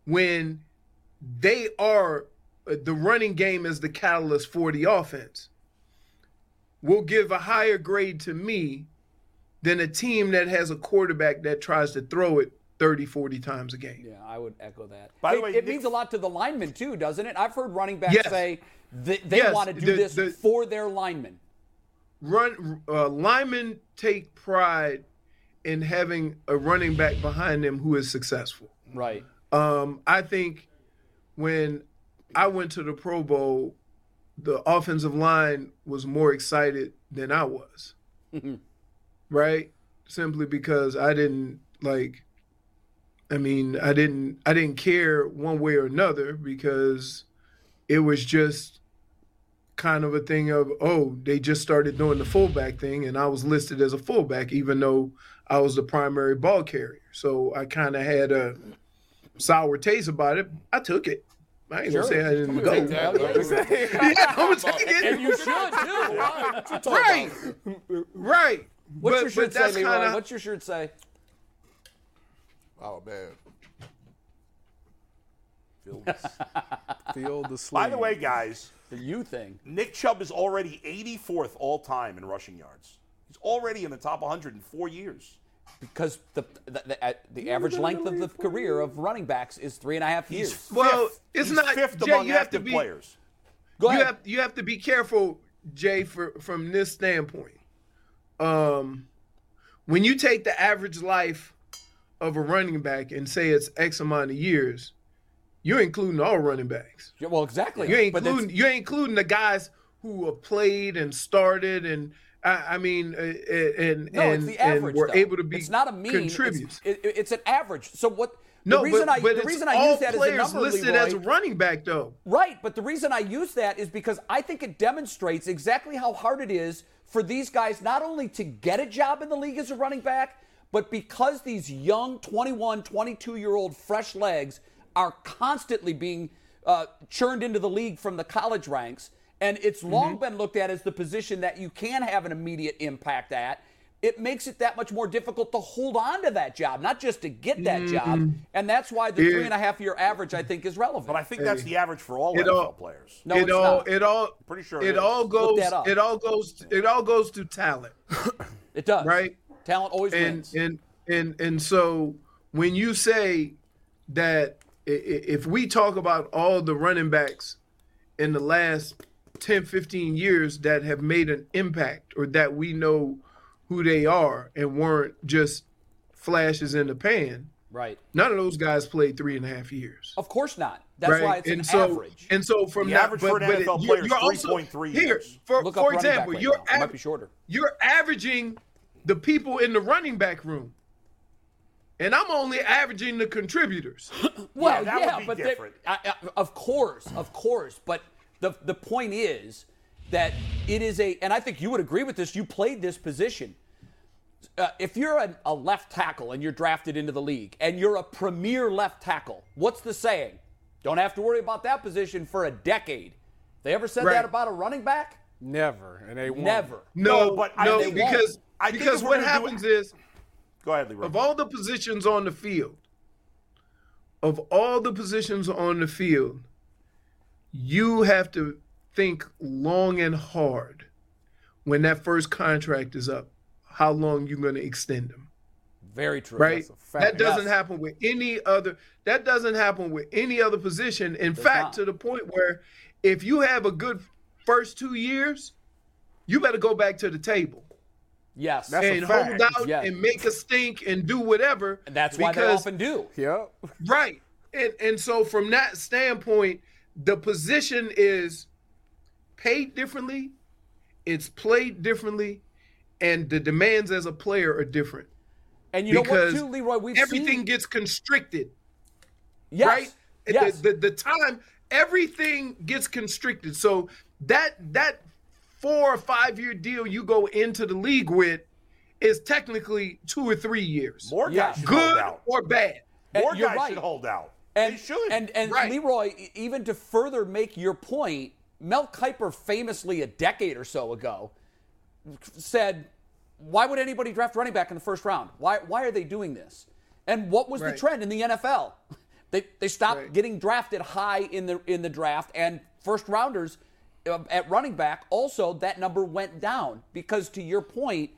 [SPEAKER 8] when they are uh, the running game is the catalyst for the offense will give a higher grade to me than a team that has a quarterback that tries to throw it 30 40 times a game
[SPEAKER 3] Yeah, I would echo that.
[SPEAKER 4] By the
[SPEAKER 3] it,
[SPEAKER 4] way,
[SPEAKER 3] it
[SPEAKER 4] Nick-
[SPEAKER 3] means a lot to the linemen too, doesn't it? I've heard running backs
[SPEAKER 8] Yes.
[SPEAKER 3] say th- they
[SPEAKER 8] Yes,
[SPEAKER 3] want to do
[SPEAKER 8] the-
[SPEAKER 3] this
[SPEAKER 8] the-
[SPEAKER 3] for their linemen.
[SPEAKER 8] run uh, linemen take pride in having a running back behind them who is successful.
[SPEAKER 3] Right.
[SPEAKER 8] Um, I think when I went to the Pro Bowl, the offensive line was more excited than I was.
[SPEAKER 6] Mm-hmm.
[SPEAKER 8] right? Simply because I didn't like I mean, I didn't I didn't care one way or another because it was just kind of a thing of oh they just started doing the fullback thing and I was listed as a fullback even though I was the primary ball carrier. So I kind of had a sour taste about it. I took it. I ain't
[SPEAKER 3] Sure.
[SPEAKER 8] gonna say I didn't
[SPEAKER 6] I'm
[SPEAKER 8] go.
[SPEAKER 6] gonna take that.
[SPEAKER 8] [LAUGHS] Yeah, I'm gonna take it.
[SPEAKER 3] You should too.
[SPEAKER 8] right, right.
[SPEAKER 3] What's
[SPEAKER 8] but,
[SPEAKER 3] your
[SPEAKER 8] but
[SPEAKER 3] shirt say,
[SPEAKER 8] that's
[SPEAKER 3] Leroy?
[SPEAKER 8] kind of
[SPEAKER 3] What's your shirt say?
[SPEAKER 6] Oh man.
[SPEAKER 2] Feel the
[SPEAKER 4] [LAUGHS]
[SPEAKER 2] sleep.
[SPEAKER 4] By the way, guys,
[SPEAKER 3] The you thing.
[SPEAKER 4] Nick Chubb is already 84th all time in rushing yards. He's already in the top 100 in four years.
[SPEAKER 3] Because the the, the, uh, the average length of the career of running backs is three and a half
[SPEAKER 4] He's
[SPEAKER 3] years.
[SPEAKER 4] fifth.
[SPEAKER 8] Well, it's
[SPEAKER 4] He's
[SPEAKER 8] not-
[SPEAKER 4] fifth
[SPEAKER 8] Jay,
[SPEAKER 4] among
[SPEAKER 8] you have to
[SPEAKER 4] active
[SPEAKER 8] be-
[SPEAKER 4] players.
[SPEAKER 3] Go
[SPEAKER 8] you
[SPEAKER 3] ahead.
[SPEAKER 8] have you have to be careful, Jay, for, from this standpoint. Um, when you take the average life of a running back and say it's X amount of years, you're including all running backs.
[SPEAKER 3] Yeah, well, exactly.
[SPEAKER 8] You ain't
[SPEAKER 3] But that's-
[SPEAKER 8] including you ain't including the guys who have played and started and I, I mean uh, and
[SPEAKER 3] No,
[SPEAKER 8] and,
[SPEAKER 3] it's the average.
[SPEAKER 8] and were
[SPEAKER 3] though.
[SPEAKER 8] able to be
[SPEAKER 3] It's not a mean. it's-
[SPEAKER 8] contributors.
[SPEAKER 3] it- it- It's, an average. So what?
[SPEAKER 8] no,
[SPEAKER 3] the reason
[SPEAKER 8] but,
[SPEAKER 3] I
[SPEAKER 8] but
[SPEAKER 3] the
[SPEAKER 8] it's
[SPEAKER 3] reason I
[SPEAKER 8] all
[SPEAKER 3] use that as a
[SPEAKER 8] players
[SPEAKER 3] number,
[SPEAKER 8] listed
[SPEAKER 3] Leroy,
[SPEAKER 8] as a running back though.
[SPEAKER 3] Right, but the reason I use that is because I think it demonstrates exactly how hard it is for these guys not only to get a job in the league as a running back, but because these young 21, 22 year old fresh legs are constantly being uh, churned into the league from the college ranks. And it's long
[SPEAKER 4] Mm-hmm.
[SPEAKER 3] been looked at as the position that you can have an immediate impact at it makes it that much more difficult to hold on to that job, not just to get that job. And that's why the three and a half year average, I think, is relevant.
[SPEAKER 4] Mm-hmm. But I think that's the average for all
[SPEAKER 8] It
[SPEAKER 4] NFL
[SPEAKER 8] all-
[SPEAKER 4] players.
[SPEAKER 3] no,
[SPEAKER 8] it
[SPEAKER 3] it's
[SPEAKER 8] all
[SPEAKER 3] not.
[SPEAKER 8] it all
[SPEAKER 4] Pretty sure it
[SPEAKER 8] it
[SPEAKER 4] is.
[SPEAKER 8] all goes
[SPEAKER 3] that up.
[SPEAKER 8] it all goes it all goes to talent,
[SPEAKER 3] It does.
[SPEAKER 8] right?
[SPEAKER 3] Talent always
[SPEAKER 8] and
[SPEAKER 3] wins.
[SPEAKER 8] and and and so when you say that i- i- if we talk about all the running backs in the last 10 15 years that have made an impact or that we know who they are and weren't just flashes in the pan
[SPEAKER 3] right.
[SPEAKER 8] none of those guys played three and a half years
[SPEAKER 3] Of course not. That's
[SPEAKER 8] right?
[SPEAKER 3] why it's
[SPEAKER 8] and
[SPEAKER 3] an
[SPEAKER 8] so,
[SPEAKER 3] average.
[SPEAKER 8] And so from
[SPEAKER 4] The
[SPEAKER 8] that,
[SPEAKER 4] average
[SPEAKER 8] but,
[SPEAKER 4] for an
[SPEAKER 8] but
[SPEAKER 4] NFL
[SPEAKER 8] it-
[SPEAKER 4] player
[SPEAKER 8] you're,
[SPEAKER 4] is
[SPEAKER 8] you're also-
[SPEAKER 4] 3.3
[SPEAKER 8] Here,
[SPEAKER 4] years.
[SPEAKER 8] for,
[SPEAKER 3] Look up
[SPEAKER 8] for
[SPEAKER 3] running back
[SPEAKER 8] example,
[SPEAKER 3] right
[SPEAKER 8] you're
[SPEAKER 3] now. It might be shorter.
[SPEAKER 8] You're averaging the people in the running back room, and I'm only averaging the contributors.
[SPEAKER 3] well,
[SPEAKER 4] that
[SPEAKER 3] yeah,
[SPEAKER 4] would be
[SPEAKER 3] but they-
[SPEAKER 4] different.
[SPEAKER 3] I, I, of course, of course. But the the point is that it is a, and I think you would agree with this. You played this position. Uh, if you're an, a left tackle and you're drafted into the league, and you're a premier left tackle, what's the saying? Don't have to worry about that position for a decade. They ever said
[SPEAKER 8] Right.
[SPEAKER 3] that about a running back?
[SPEAKER 2] never, and they won't.
[SPEAKER 3] Never.
[SPEAKER 8] No,
[SPEAKER 4] No,
[SPEAKER 8] but
[SPEAKER 4] but I
[SPEAKER 8] no,
[SPEAKER 4] think-
[SPEAKER 8] because
[SPEAKER 4] I think
[SPEAKER 8] because
[SPEAKER 4] if we're
[SPEAKER 8] what
[SPEAKER 4] gonna do
[SPEAKER 8] happens
[SPEAKER 4] it-
[SPEAKER 8] is
[SPEAKER 4] Go ahead, Leroy.
[SPEAKER 8] of all the positions on the field, of all the positions on the field, you have to think long and hard when that first contract is up, how long you're going to extend them,
[SPEAKER 3] Very true.
[SPEAKER 8] right?
[SPEAKER 2] fact.
[SPEAKER 8] That doesn't
[SPEAKER 3] Yes.
[SPEAKER 8] happen with any other that doesn't happen with any other position. In fact,
[SPEAKER 3] not.
[SPEAKER 8] to the point where if you have a good first 2 years, you better go back to the table
[SPEAKER 3] Yes.
[SPEAKER 2] That's a
[SPEAKER 8] and
[SPEAKER 2] fact.
[SPEAKER 8] hold out
[SPEAKER 3] Yeah.
[SPEAKER 8] and make a stink and do whatever.
[SPEAKER 3] And that's why they
[SPEAKER 8] because-
[SPEAKER 3] often do.
[SPEAKER 2] Yep.
[SPEAKER 8] right. And and so from that standpoint, the position is paid differently, it's played differently, and the demands as a player are different
[SPEAKER 3] And you know what,
[SPEAKER 8] because
[SPEAKER 3] too, Leroy? We've
[SPEAKER 8] everything
[SPEAKER 3] seen,
[SPEAKER 8] gets constricted,
[SPEAKER 3] yes,
[SPEAKER 8] right? The-
[SPEAKER 3] Yes.
[SPEAKER 8] The, the time everything gets constricted. So that that four or five year deal you go into the league with is technically two or three years
[SPEAKER 4] More guys
[SPEAKER 3] Yeah.
[SPEAKER 4] should hold
[SPEAKER 8] good
[SPEAKER 4] out.
[SPEAKER 8] or bad.
[SPEAKER 4] More
[SPEAKER 3] And you're
[SPEAKER 4] guys
[SPEAKER 3] right.
[SPEAKER 4] should hold out.
[SPEAKER 3] and,
[SPEAKER 4] they should.
[SPEAKER 3] And, and
[SPEAKER 8] Right.
[SPEAKER 3] Leroy, e- even to further make your point, Mel Kiper famously a decade or so ago said, Why would anybody draft running back in the first round? Why, why are they doing this? And what was
[SPEAKER 8] Right.
[SPEAKER 3] the trend in the NFL? [LAUGHS] They, they stopped
[SPEAKER 8] Right.
[SPEAKER 3] getting drafted high in the, in the draft, and first rounders uh, at running back, also, that number went down because, to your point,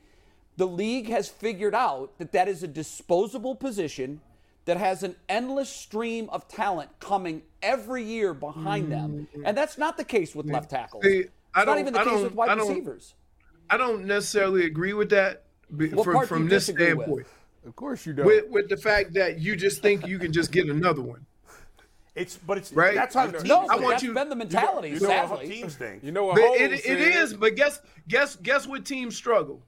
[SPEAKER 3] the league has figured out that that is a disposable position that has an endless stream of talent coming every year behind them. And that's not the case with left tackles.
[SPEAKER 8] Mm. See,
[SPEAKER 3] it's
[SPEAKER 8] I
[SPEAKER 3] not
[SPEAKER 8] don't-
[SPEAKER 3] even the
[SPEAKER 8] I
[SPEAKER 3] case
[SPEAKER 8] don't-
[SPEAKER 3] with wide
[SPEAKER 8] I don't-
[SPEAKER 3] receivers.
[SPEAKER 8] I don't necessarily agree with that b-
[SPEAKER 3] What
[SPEAKER 8] from,
[SPEAKER 3] part do
[SPEAKER 8] from
[SPEAKER 3] you
[SPEAKER 8] this
[SPEAKER 3] disagree with?
[SPEAKER 8] standpoint.
[SPEAKER 2] Of course you don't.
[SPEAKER 8] With, with the fact that you just think you can just get another one.
[SPEAKER 4] it's but it's
[SPEAKER 8] Right.
[SPEAKER 4] that's how the teams
[SPEAKER 3] No,
[SPEAKER 8] I
[SPEAKER 3] but
[SPEAKER 8] want
[SPEAKER 3] that's
[SPEAKER 8] you-
[SPEAKER 3] been the mentality,
[SPEAKER 4] think. That's how
[SPEAKER 3] sadly.
[SPEAKER 4] teams think.
[SPEAKER 2] you know what?
[SPEAKER 8] But
[SPEAKER 2] Hov
[SPEAKER 8] it, it
[SPEAKER 2] said?
[SPEAKER 8] is, but guess guess guess what teams struggle?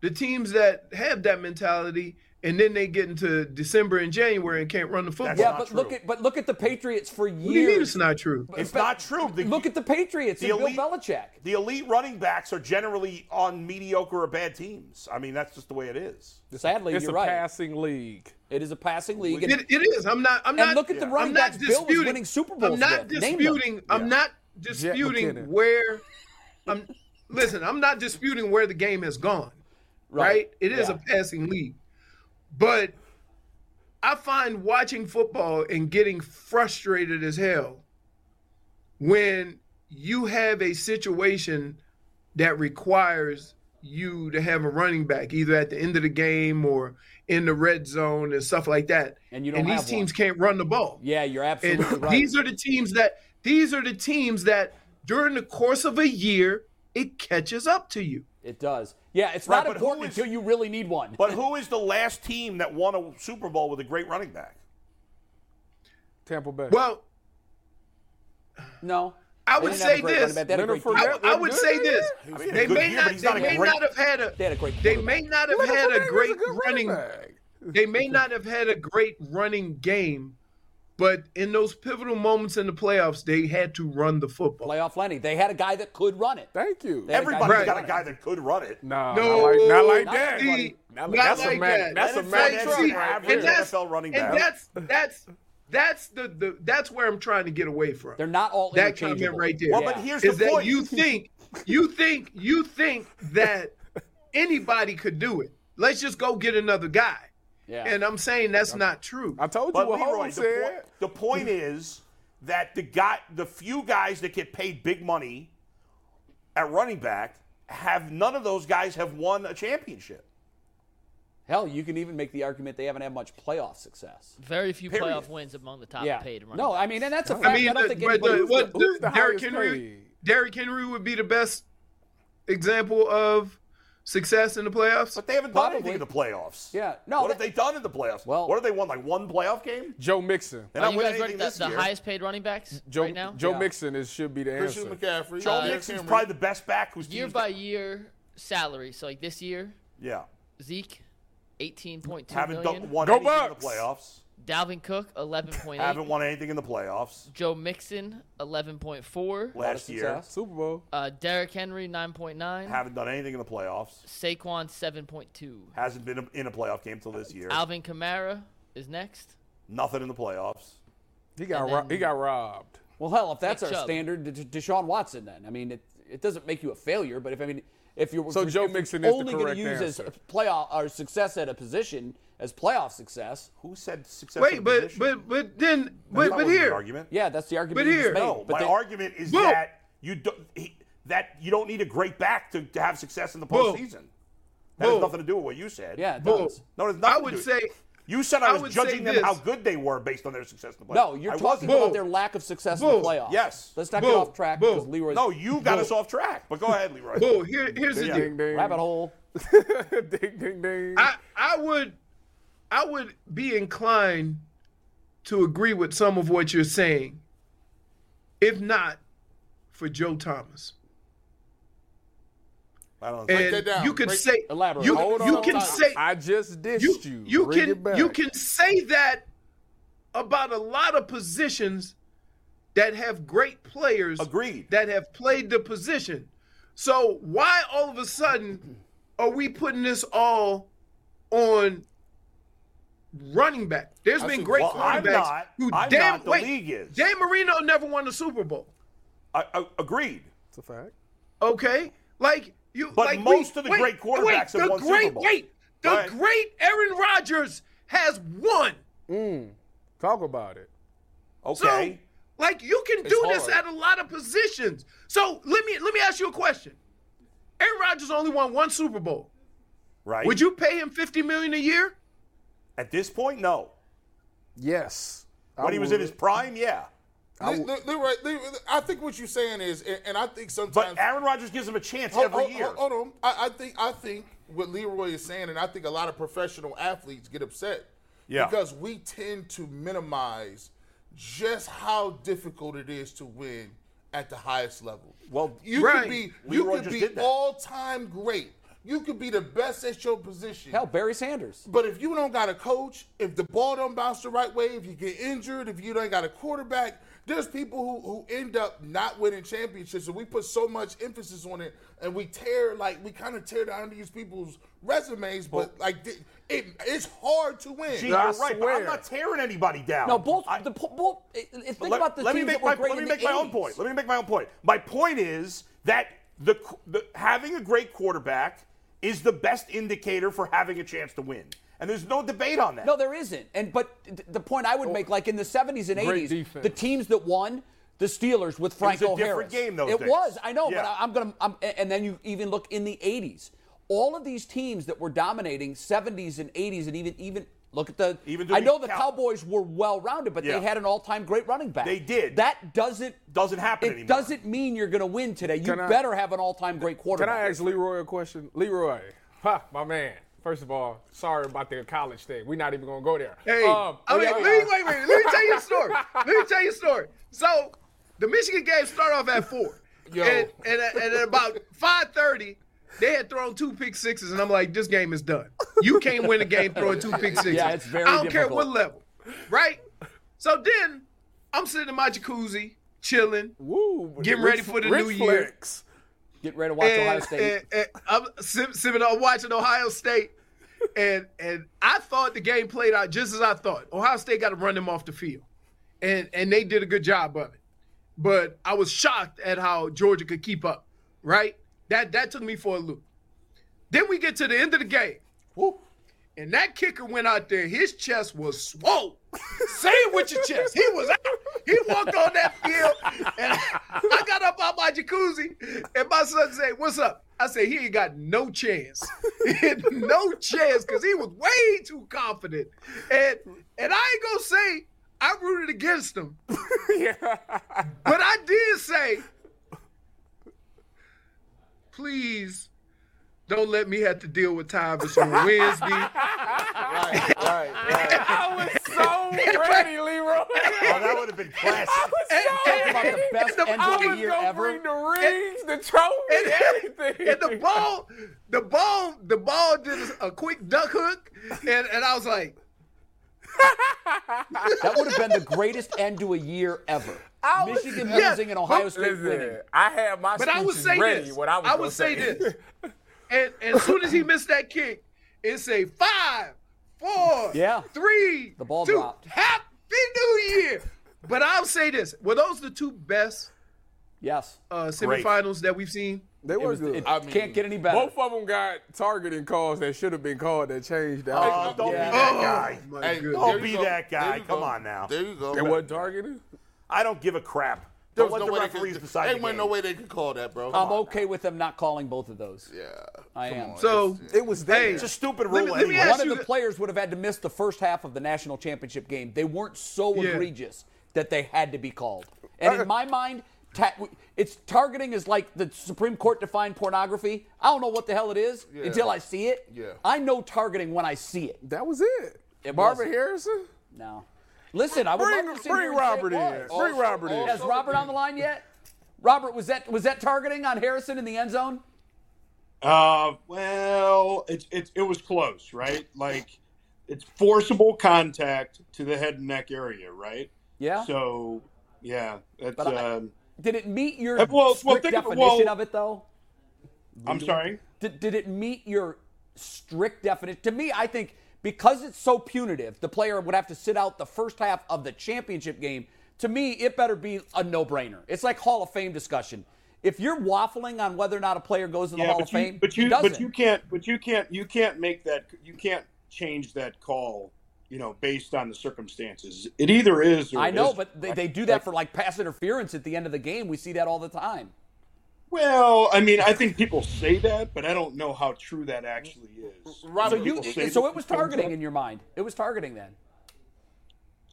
[SPEAKER 8] The teams that have that mentality and then they get into December and January and can't run the football.
[SPEAKER 3] Yeah,
[SPEAKER 4] not
[SPEAKER 3] but
[SPEAKER 4] true.
[SPEAKER 3] look at but look at the Patriots for years.
[SPEAKER 8] what do you mean it's not true?
[SPEAKER 4] It's
[SPEAKER 3] But-
[SPEAKER 4] not true. The-
[SPEAKER 3] look at the Patriots
[SPEAKER 4] the
[SPEAKER 3] and
[SPEAKER 4] elite-
[SPEAKER 3] Bill Belichick.
[SPEAKER 4] The elite running backs are generally on mediocre or bad teams. I mean, that's just the way it is.
[SPEAKER 3] Sadly,
[SPEAKER 2] It's
[SPEAKER 3] you're
[SPEAKER 2] a
[SPEAKER 3] right.
[SPEAKER 2] passing league.
[SPEAKER 3] It is a passing league. and-
[SPEAKER 8] It, it is. I'm not. I'm
[SPEAKER 3] And
[SPEAKER 8] not.
[SPEAKER 3] look at the
[SPEAKER 8] I'm
[SPEAKER 3] running
[SPEAKER 8] not
[SPEAKER 3] backs Bill was
[SPEAKER 8] disputing-
[SPEAKER 3] winning Super Bowls
[SPEAKER 8] I'm not
[SPEAKER 3] with. Name them.
[SPEAKER 8] disputing. I'm not
[SPEAKER 2] McKinnon.
[SPEAKER 8] disputing where. I'm listen. I'm not disputing where the game has gone. Right.
[SPEAKER 3] Right.
[SPEAKER 8] It is a passing league, but I find watching football and getting frustrated as hell when you have a situation that requires you to have a running back either at the end of the game or in the red zone and stuff like that.
[SPEAKER 3] And you don't
[SPEAKER 8] these
[SPEAKER 3] have one.
[SPEAKER 8] teams can't run the ball.
[SPEAKER 3] yeah, you're
[SPEAKER 8] And
[SPEAKER 3] absolutely right.
[SPEAKER 8] these are the teams that these are the teams that during the course of a year it catches up to you.
[SPEAKER 3] it does. Yeah, it's
[SPEAKER 4] Right,
[SPEAKER 3] not
[SPEAKER 4] but who
[SPEAKER 3] important
[SPEAKER 4] is-
[SPEAKER 3] until you really need one.
[SPEAKER 4] But who is the last team that won a Super Bowl with a great running back?
[SPEAKER 2] Tampa Bay.
[SPEAKER 8] Well,
[SPEAKER 3] no,
[SPEAKER 8] I
[SPEAKER 3] They
[SPEAKER 8] would
[SPEAKER 3] didn't have a
[SPEAKER 8] say
[SPEAKER 3] great running
[SPEAKER 8] this.
[SPEAKER 3] back. They had a
[SPEAKER 2] Leonard
[SPEAKER 3] great
[SPEAKER 8] I,
[SPEAKER 2] Fournette
[SPEAKER 8] I
[SPEAKER 2] wasn't
[SPEAKER 8] would
[SPEAKER 2] good
[SPEAKER 8] say
[SPEAKER 2] that
[SPEAKER 8] this.
[SPEAKER 2] year?
[SPEAKER 4] I mean,
[SPEAKER 8] They
[SPEAKER 4] a good
[SPEAKER 8] may
[SPEAKER 4] year, but
[SPEAKER 8] not.
[SPEAKER 4] he's
[SPEAKER 8] They
[SPEAKER 4] not a
[SPEAKER 8] may
[SPEAKER 4] great-
[SPEAKER 8] not have had a.
[SPEAKER 3] They had a great
[SPEAKER 8] They may
[SPEAKER 3] quarterback.
[SPEAKER 8] not have
[SPEAKER 2] Leonard
[SPEAKER 8] had
[SPEAKER 2] Fournette
[SPEAKER 8] a
[SPEAKER 2] was
[SPEAKER 8] great
[SPEAKER 2] good
[SPEAKER 8] running.
[SPEAKER 2] back.
[SPEAKER 8] They may not have had a great running game, but in those pivotal moments in the playoffs, they had to run the football.
[SPEAKER 3] playoff Lenny. They had a guy that could run it.
[SPEAKER 2] Thank you.
[SPEAKER 3] They-
[SPEAKER 4] Everybody's
[SPEAKER 8] Right.
[SPEAKER 4] got a guy that could run it.
[SPEAKER 2] Nah,
[SPEAKER 8] No,
[SPEAKER 2] not like,
[SPEAKER 3] not
[SPEAKER 2] not like that.
[SPEAKER 8] See,
[SPEAKER 2] Not
[SPEAKER 8] not
[SPEAKER 2] like-
[SPEAKER 8] like,
[SPEAKER 2] that's a man-
[SPEAKER 8] that.
[SPEAKER 2] that's a
[SPEAKER 8] Like,
[SPEAKER 2] man
[SPEAKER 8] see,
[SPEAKER 2] truck
[SPEAKER 8] and
[SPEAKER 2] right
[SPEAKER 8] that's-
[SPEAKER 2] there.
[SPEAKER 4] NFL running back.
[SPEAKER 8] And that's that's that's the, the that's where I'm trying to get away from.
[SPEAKER 3] They're not all
[SPEAKER 8] that comment
[SPEAKER 3] interchangeable.
[SPEAKER 8] right there.
[SPEAKER 4] Well, but here's
[SPEAKER 8] is
[SPEAKER 4] the
[SPEAKER 8] that
[SPEAKER 4] point.
[SPEAKER 8] you think you think you think that anybody could do it? Let's just go get another guy.
[SPEAKER 3] Yeah.
[SPEAKER 8] And I'm saying that's not true.
[SPEAKER 2] I told you
[SPEAKER 4] but
[SPEAKER 2] what
[SPEAKER 4] Leroy,
[SPEAKER 2] Holmes
[SPEAKER 4] the, point,
[SPEAKER 2] said.
[SPEAKER 4] the point is that the guy, the few guys that get paid big money at running back, have none of those guys have won a championship.
[SPEAKER 3] Hell, you can even make the argument they haven't had much playoff success.
[SPEAKER 5] Very few
[SPEAKER 4] Period.
[SPEAKER 5] playoff wins among the top
[SPEAKER 3] Yeah.
[SPEAKER 5] paid. running
[SPEAKER 3] No,
[SPEAKER 5] backs.
[SPEAKER 3] I mean, and that's a fact.
[SPEAKER 8] I
[SPEAKER 3] I,
[SPEAKER 8] mean,
[SPEAKER 3] don't
[SPEAKER 8] the,
[SPEAKER 3] think
[SPEAKER 8] but
[SPEAKER 3] anybody
[SPEAKER 8] the,
[SPEAKER 3] was
[SPEAKER 8] what,
[SPEAKER 3] good.
[SPEAKER 2] who's the
[SPEAKER 8] Derrick
[SPEAKER 2] highest
[SPEAKER 8] Henry,
[SPEAKER 2] paid?
[SPEAKER 8] Derrick Henry would be the best example of success in the playoffs.
[SPEAKER 4] But they haven't done anything in the playoffs.
[SPEAKER 3] Yeah. No,
[SPEAKER 4] What have
[SPEAKER 3] that-
[SPEAKER 4] they done in the playoffs?
[SPEAKER 3] Well-
[SPEAKER 4] what have they won? Like one playoff game?
[SPEAKER 2] Joe Mixon.
[SPEAKER 4] They're
[SPEAKER 5] Are
[SPEAKER 4] not
[SPEAKER 5] you
[SPEAKER 4] winning
[SPEAKER 5] guys ready?
[SPEAKER 4] anything
[SPEAKER 5] The,
[SPEAKER 4] this
[SPEAKER 5] the
[SPEAKER 4] year.
[SPEAKER 5] highest paid running backs
[SPEAKER 2] Joe,
[SPEAKER 5] right now.
[SPEAKER 2] Joe Mixon is, should be the answer.
[SPEAKER 6] Christian McCaffrey.
[SPEAKER 4] Joe
[SPEAKER 6] Derrick
[SPEAKER 4] Mixon's
[SPEAKER 6] Henry.
[SPEAKER 4] probably the best back who's
[SPEAKER 5] uh, year by year salary. So like this year,
[SPEAKER 4] yeah
[SPEAKER 5] Zeke, eighteen point two
[SPEAKER 4] haven't done,
[SPEAKER 5] million.
[SPEAKER 4] won
[SPEAKER 2] Go
[SPEAKER 4] anything in
[SPEAKER 2] Bucks!
[SPEAKER 4] the playoffs.
[SPEAKER 5] Dalvin Cook, eleven point
[SPEAKER 4] Haven't
[SPEAKER 5] eight.
[SPEAKER 4] won anything in the playoffs
[SPEAKER 5] Joe Mixon, eleven point four.
[SPEAKER 3] A lot of
[SPEAKER 4] last year.
[SPEAKER 3] success.
[SPEAKER 2] Super Bowl.
[SPEAKER 5] Uh, Derrick Henry, nine point nine.
[SPEAKER 4] Haven't done anything in the playoffs.
[SPEAKER 5] Saquon, seven point two.
[SPEAKER 4] Hasn't been in a playoff game till this year.
[SPEAKER 5] Alvin Kamara is next.
[SPEAKER 4] Nothing in the playoffs.
[SPEAKER 2] He
[SPEAKER 3] Uh,
[SPEAKER 2] got
[SPEAKER 5] And
[SPEAKER 2] ro-
[SPEAKER 5] then-
[SPEAKER 2] he got robbed.
[SPEAKER 3] Well, hell, if that's
[SPEAKER 5] Nick
[SPEAKER 3] our
[SPEAKER 5] Chubb.
[SPEAKER 3] standard, D- D- Deshaun Watson. Then I mean, it, it doesn't make you a failure, but if I mean, if you're
[SPEAKER 2] So
[SPEAKER 3] if
[SPEAKER 2] Joe
[SPEAKER 3] you're
[SPEAKER 2] Mixon is the
[SPEAKER 3] only going
[SPEAKER 2] correct
[SPEAKER 3] to use as
[SPEAKER 2] answer.
[SPEAKER 3] playoff or success at a position as playoff success,
[SPEAKER 4] Who said success?
[SPEAKER 8] Wait,
[SPEAKER 4] of
[SPEAKER 8] but
[SPEAKER 4] position?
[SPEAKER 8] but but then but,
[SPEAKER 4] That
[SPEAKER 8] but
[SPEAKER 4] wasn't an
[SPEAKER 8] here
[SPEAKER 4] argument.
[SPEAKER 3] yeah, that's the argument.
[SPEAKER 8] But
[SPEAKER 3] you just
[SPEAKER 8] here-
[SPEAKER 3] made.
[SPEAKER 4] No,
[SPEAKER 3] but
[SPEAKER 4] my
[SPEAKER 3] they-
[SPEAKER 4] argument is
[SPEAKER 8] Whoa.
[SPEAKER 4] that you don't he, that you don't need a great back to, to have success in the
[SPEAKER 8] Whoa.
[SPEAKER 4] postseason. That has
[SPEAKER 8] Whoa.
[SPEAKER 4] nothing to do with what you said.
[SPEAKER 3] yeah, it
[SPEAKER 8] Bull,
[SPEAKER 3] does.
[SPEAKER 4] No, it's
[SPEAKER 8] I
[SPEAKER 4] nothing.
[SPEAKER 8] would
[SPEAKER 4] to do-
[SPEAKER 8] say
[SPEAKER 4] you said I
[SPEAKER 8] I
[SPEAKER 4] was
[SPEAKER 8] would say
[SPEAKER 4] judging them how
[SPEAKER 8] this.
[SPEAKER 4] good they were based on their success in the playoffs.
[SPEAKER 3] No, you're
[SPEAKER 4] I
[SPEAKER 3] talking
[SPEAKER 4] wasn't.
[SPEAKER 8] Bull.
[SPEAKER 3] about their lack of success in
[SPEAKER 8] Bull.
[SPEAKER 3] the playoffs.
[SPEAKER 4] Yes.
[SPEAKER 3] Let's not get
[SPEAKER 8] Bull.
[SPEAKER 3] off track
[SPEAKER 8] Bull.
[SPEAKER 3] because Leroy's
[SPEAKER 4] No, you got us off track. But go ahead, Leroy.
[SPEAKER 8] Bull, oh, here here's the
[SPEAKER 4] Yeah.
[SPEAKER 8] deal.
[SPEAKER 2] Ding ding.
[SPEAKER 3] rabbit hole.
[SPEAKER 2] [LAUGHS] ding ding ding.
[SPEAKER 8] I I would I would be inclined to agree with some of what you're saying, if not for Joe Thomas.
[SPEAKER 4] I don't think.
[SPEAKER 8] And
[SPEAKER 6] that down.
[SPEAKER 8] you could
[SPEAKER 6] Break-
[SPEAKER 8] say
[SPEAKER 3] elaborate.
[SPEAKER 8] you,
[SPEAKER 3] Hold
[SPEAKER 8] you
[SPEAKER 3] on.
[SPEAKER 8] can say
[SPEAKER 2] I just dissed
[SPEAKER 8] you,
[SPEAKER 2] you.
[SPEAKER 8] you,
[SPEAKER 2] Bring it
[SPEAKER 8] can
[SPEAKER 2] back.
[SPEAKER 8] you can say that about a lot of positions that have great players
[SPEAKER 4] Agreed.
[SPEAKER 8] that have played the position. So why all of a sudden are we putting this all on running back? There's been great
[SPEAKER 4] Well, I'm
[SPEAKER 8] quarterbacks
[SPEAKER 4] not.
[SPEAKER 8] who
[SPEAKER 4] I'm
[SPEAKER 8] damn
[SPEAKER 4] not. The
[SPEAKER 8] wait,
[SPEAKER 4] league is.
[SPEAKER 8] Dan Marino never won the Super Bowl.
[SPEAKER 4] I, I, agreed.
[SPEAKER 2] It's a fact.
[SPEAKER 8] Okay, like you.
[SPEAKER 4] But
[SPEAKER 8] like
[SPEAKER 4] most
[SPEAKER 8] we-
[SPEAKER 4] of the
[SPEAKER 8] wait,
[SPEAKER 4] great quarterbacks
[SPEAKER 8] wait,
[SPEAKER 4] have
[SPEAKER 8] the
[SPEAKER 4] won Super
[SPEAKER 8] great,
[SPEAKER 4] Bowls.
[SPEAKER 8] Wait, the
[SPEAKER 4] Right.
[SPEAKER 8] great Aaron Rodgers has won.
[SPEAKER 2] Talk about it.
[SPEAKER 8] So,
[SPEAKER 4] Okay.
[SPEAKER 8] like you can do this
[SPEAKER 3] hard.
[SPEAKER 8] at a lot of positions. So let me let me ask you a question. Aaron Rodgers only won one Super Bowl.
[SPEAKER 4] right.
[SPEAKER 8] Would you pay him fifty million a year?
[SPEAKER 4] At this point, no.
[SPEAKER 2] Yes.
[SPEAKER 4] When he was in his prime, yeah.
[SPEAKER 6] Le- Le- Leroy, Leroy, I think what you're saying is, and, and I think sometimes.
[SPEAKER 4] But Aaron Rodgers gives him a chance
[SPEAKER 6] Hold-
[SPEAKER 4] every
[SPEAKER 6] hold-
[SPEAKER 4] year.
[SPEAKER 6] Hold, hold on. I, I think I think what Leroy is saying, and I think a lot of professional athletes get upset.
[SPEAKER 4] Yeah.
[SPEAKER 6] Because we tend to minimize just how difficult it is to win at the highest level.
[SPEAKER 4] Well,
[SPEAKER 6] you
[SPEAKER 8] Right.
[SPEAKER 6] could be you
[SPEAKER 4] Leroy
[SPEAKER 6] could
[SPEAKER 4] just
[SPEAKER 6] be
[SPEAKER 4] did that.
[SPEAKER 6] all time great, You could be the best at your position.
[SPEAKER 3] Hell, Barry Sanders.
[SPEAKER 6] But if you don't got a coach, if the ball don't bounce the right way, if you get injured, if you don't got a quarterback, there's people who, who end up not winning championships. And we put so much emphasis on it, and we tear like we kind of tear down these people's resumes. But like th- it, it's hard to win.
[SPEAKER 4] Gee,
[SPEAKER 2] I
[SPEAKER 4] you're right, but I'm
[SPEAKER 2] swear.
[SPEAKER 4] not tearing anybody down.
[SPEAKER 3] Now, both
[SPEAKER 4] I-
[SPEAKER 3] the po- both. it- it- Think
[SPEAKER 4] Let-
[SPEAKER 3] about the
[SPEAKER 4] let me
[SPEAKER 3] teams
[SPEAKER 4] make
[SPEAKER 3] that were
[SPEAKER 4] my,
[SPEAKER 3] great
[SPEAKER 4] let me
[SPEAKER 3] in
[SPEAKER 4] make
[SPEAKER 3] the
[SPEAKER 4] my own
[SPEAKER 3] 80s.
[SPEAKER 4] point. Let me make my own point. My point is that the, qu- the having a great quarterback is the best indicator for having a chance to win, and there's no debate on that.
[SPEAKER 3] No, there isn't. And but th- the point I
[SPEAKER 4] Oh,
[SPEAKER 3] would make, like in the 70s and
[SPEAKER 2] Great
[SPEAKER 3] 80s,
[SPEAKER 2] defense.
[SPEAKER 3] the teams that won. The Steelers
[SPEAKER 4] was
[SPEAKER 3] with
[SPEAKER 4] a
[SPEAKER 3] Franco
[SPEAKER 4] different
[SPEAKER 3] Harris.
[SPEAKER 4] game those
[SPEAKER 3] it
[SPEAKER 4] days.
[SPEAKER 3] was. I know, but
[SPEAKER 4] Yeah.
[SPEAKER 3] I, I'm gonna. I'm, a- and then you even look in the 80s. All of these teams that were dominating 70s and 80s, and even even look at the.
[SPEAKER 4] Even do
[SPEAKER 3] I
[SPEAKER 4] we
[SPEAKER 3] know the
[SPEAKER 4] count-
[SPEAKER 3] Cowboys were well rounded, but
[SPEAKER 4] Yeah.
[SPEAKER 3] they had an all-time great running back.
[SPEAKER 4] They did.
[SPEAKER 3] That doesn't
[SPEAKER 4] Doesn't happen
[SPEAKER 3] it
[SPEAKER 4] anymore.
[SPEAKER 3] doesn't mean you're going to win today. You
[SPEAKER 2] Can I-
[SPEAKER 3] better have an all-time great quarterback.
[SPEAKER 2] Can I ask Leroy a question? Leroy, ha, my man. First of all, sorry about the college thing. We're not even gonna go there.
[SPEAKER 8] Hey,
[SPEAKER 2] Um,
[SPEAKER 8] I mean,
[SPEAKER 2] yeah,
[SPEAKER 8] let me, wait, wait, let me
[SPEAKER 2] [LAUGHS]
[SPEAKER 8] tell you a story. let me tell you a story. So, the Michigan game started off at four,
[SPEAKER 6] Yo.
[SPEAKER 8] and and, at- and at about five thirty, they had thrown two pick sixes, and I'm like, this game is done. You can't win a game throwing two pick
[SPEAKER 3] [LAUGHS]
[SPEAKER 8] sixes.
[SPEAKER 3] Yeah, it's very
[SPEAKER 8] I don't care
[SPEAKER 3] difficult.
[SPEAKER 8] what level, right? So then, I'm sitting in my jacuzzi, chilling,
[SPEAKER 2] Woo,
[SPEAKER 8] Getting ready for the new year. [LAUGHS]
[SPEAKER 2] flex. [LAUGHS]
[SPEAKER 3] Get ready to watch Ohio State.
[SPEAKER 8] and- and I'm sim- sipping on watching Ohio State, and and I thought the game played out just as I thought. Ohio State got to run them off the field, and and they did a good job of it. But I was shocked at how Georgia could keep up. Right, that that took me for a loop. Then we get to the end of the game, and that kicker went out there. His chest was swole. Say it with your chest. He was out. He walked on that field, and I, I got up out my jacuzzi, and my son said, "What's up?" I said, "He ain't got no chance, He had no chance, because he was way too confident." And and I ain't gonna say I rooted against him, [LAUGHS] but I did say, "Please." Don't let me have to deal with Tyvus on Wednesday.
[SPEAKER 6] Right, right, right.
[SPEAKER 2] I was [LAUGHS] so ready,
[SPEAKER 8] [LAUGHS]
[SPEAKER 2] Leroy.
[SPEAKER 4] Oh, that would have
[SPEAKER 3] [LAUGHS]
[SPEAKER 4] been classic.
[SPEAKER 3] Talk about the best
[SPEAKER 8] And the-
[SPEAKER 3] end
[SPEAKER 8] I
[SPEAKER 3] of
[SPEAKER 2] I
[SPEAKER 3] the
[SPEAKER 2] was
[SPEAKER 3] year
[SPEAKER 2] gonna
[SPEAKER 3] ever.
[SPEAKER 2] bring the rings, the trophy, everything. [LAUGHS]
[SPEAKER 8] and the ball, the ball, the ball did a quick duck hook, and, and I was like,
[SPEAKER 3] That would have been the greatest end to a year ever. Michigan
[SPEAKER 8] yes.
[SPEAKER 3] losing and Ohio State
[SPEAKER 2] Listen,
[SPEAKER 3] winning.
[SPEAKER 2] I had my
[SPEAKER 8] but I would
[SPEAKER 2] speeches
[SPEAKER 8] say
[SPEAKER 2] ready.
[SPEAKER 8] this,
[SPEAKER 2] What I was gonna
[SPEAKER 8] would say this, and, and as soon as he missed that kick, it say five, four,
[SPEAKER 3] Yeah.
[SPEAKER 8] three,
[SPEAKER 3] The ball
[SPEAKER 8] two,
[SPEAKER 3] dropped.
[SPEAKER 8] Happy New Year! But I'll say this: were those the two best
[SPEAKER 3] Yes.
[SPEAKER 8] uh, semifinals that we've seen?
[SPEAKER 2] They were good.
[SPEAKER 3] It
[SPEAKER 6] I mean,
[SPEAKER 3] can't get any better.
[SPEAKER 2] Both of them got targeting calls that should have been called that changed out.
[SPEAKER 4] Oh, don't
[SPEAKER 3] Yeah.
[SPEAKER 4] be that guy.
[SPEAKER 8] My
[SPEAKER 6] Hey,
[SPEAKER 8] goodness.
[SPEAKER 4] Don't
[SPEAKER 6] there
[SPEAKER 4] be
[SPEAKER 6] you go.
[SPEAKER 4] that guy.
[SPEAKER 6] There you
[SPEAKER 4] Come
[SPEAKER 6] go.
[SPEAKER 4] on now.
[SPEAKER 6] There you go.
[SPEAKER 2] they weren't targeting?
[SPEAKER 4] I don't give a crap.
[SPEAKER 6] There
[SPEAKER 4] Don't let
[SPEAKER 6] no
[SPEAKER 4] the
[SPEAKER 6] way they
[SPEAKER 4] referees
[SPEAKER 6] could-
[SPEAKER 4] decide.
[SPEAKER 6] There
[SPEAKER 4] the
[SPEAKER 6] wasn't
[SPEAKER 4] game.
[SPEAKER 6] no way they could call that, bro.
[SPEAKER 3] I'm okay with them not calling both of those.
[SPEAKER 6] Yeah,
[SPEAKER 3] I
[SPEAKER 6] come
[SPEAKER 3] am.
[SPEAKER 6] on.
[SPEAKER 8] So
[SPEAKER 2] It was there.
[SPEAKER 4] It's a stupid
[SPEAKER 8] Let me-
[SPEAKER 4] rule
[SPEAKER 8] let me
[SPEAKER 4] anyway.
[SPEAKER 8] ask
[SPEAKER 3] One of
[SPEAKER 8] you
[SPEAKER 3] the
[SPEAKER 8] th-
[SPEAKER 3] players would have had to miss the first half of the national championship game. They weren't so
[SPEAKER 8] Yeah.
[SPEAKER 3] egregious that they had to be called. And in my mind, ta- it's targeting is like the Supreme Court defined pornography. I don't know what the hell it is until I see it.
[SPEAKER 6] Yeah.
[SPEAKER 3] I know targeting when I see it.
[SPEAKER 2] that was it.
[SPEAKER 3] It
[SPEAKER 2] Marvin
[SPEAKER 3] wasn't.
[SPEAKER 2] Harrison?
[SPEAKER 3] Now, listen, I would
[SPEAKER 2] Bring,
[SPEAKER 3] love to see
[SPEAKER 2] bring Robert in. Bring
[SPEAKER 3] Oh,
[SPEAKER 2] Robert in.
[SPEAKER 3] Has Robert on the line yet? Robert, was that was that targeting on Harrison in the end zone?
[SPEAKER 7] Uh, well, it, it, it was close, right? Like, it's forcible contact to the head and neck area, right?
[SPEAKER 3] Yeah.
[SPEAKER 7] So, yeah, that's.
[SPEAKER 3] But I-
[SPEAKER 7] um,
[SPEAKER 3] did it meet your
[SPEAKER 7] Uh, well, well,
[SPEAKER 3] strict
[SPEAKER 7] think of it-
[SPEAKER 3] definition
[SPEAKER 7] well-
[SPEAKER 3] of it though?
[SPEAKER 7] I'm sorry.
[SPEAKER 3] Did, did it meet your strict definition? To me, I think because it's so punitive, the player would have to sit out the first half of the championship game. To me, it better be a no-brainer. It's like Hall of Fame discussion. If you're waffling on whether or not a player goes in the
[SPEAKER 7] Yeah,
[SPEAKER 3] Hall
[SPEAKER 7] but
[SPEAKER 3] of
[SPEAKER 7] you,
[SPEAKER 3] Fame,
[SPEAKER 7] but
[SPEAKER 3] he
[SPEAKER 7] you,
[SPEAKER 3] doesn't.
[SPEAKER 7] but you can't, but you can't, you can't make that, you can't change that call, you know, based on the circumstances. It either is. Or
[SPEAKER 3] I
[SPEAKER 7] it
[SPEAKER 3] know,
[SPEAKER 7] isn't,
[SPEAKER 3] but they,
[SPEAKER 7] right?
[SPEAKER 3] they do that for like pass interference at the end of the game. We see that all the time.
[SPEAKER 7] Well, I mean, I think people say that, but I don't know how true that actually is.
[SPEAKER 3] So
[SPEAKER 6] Robert,
[SPEAKER 3] you,
[SPEAKER 7] People say
[SPEAKER 3] so
[SPEAKER 7] that
[SPEAKER 3] it was
[SPEAKER 7] they don't.
[SPEAKER 3] targeting in your mind. It was targeting then.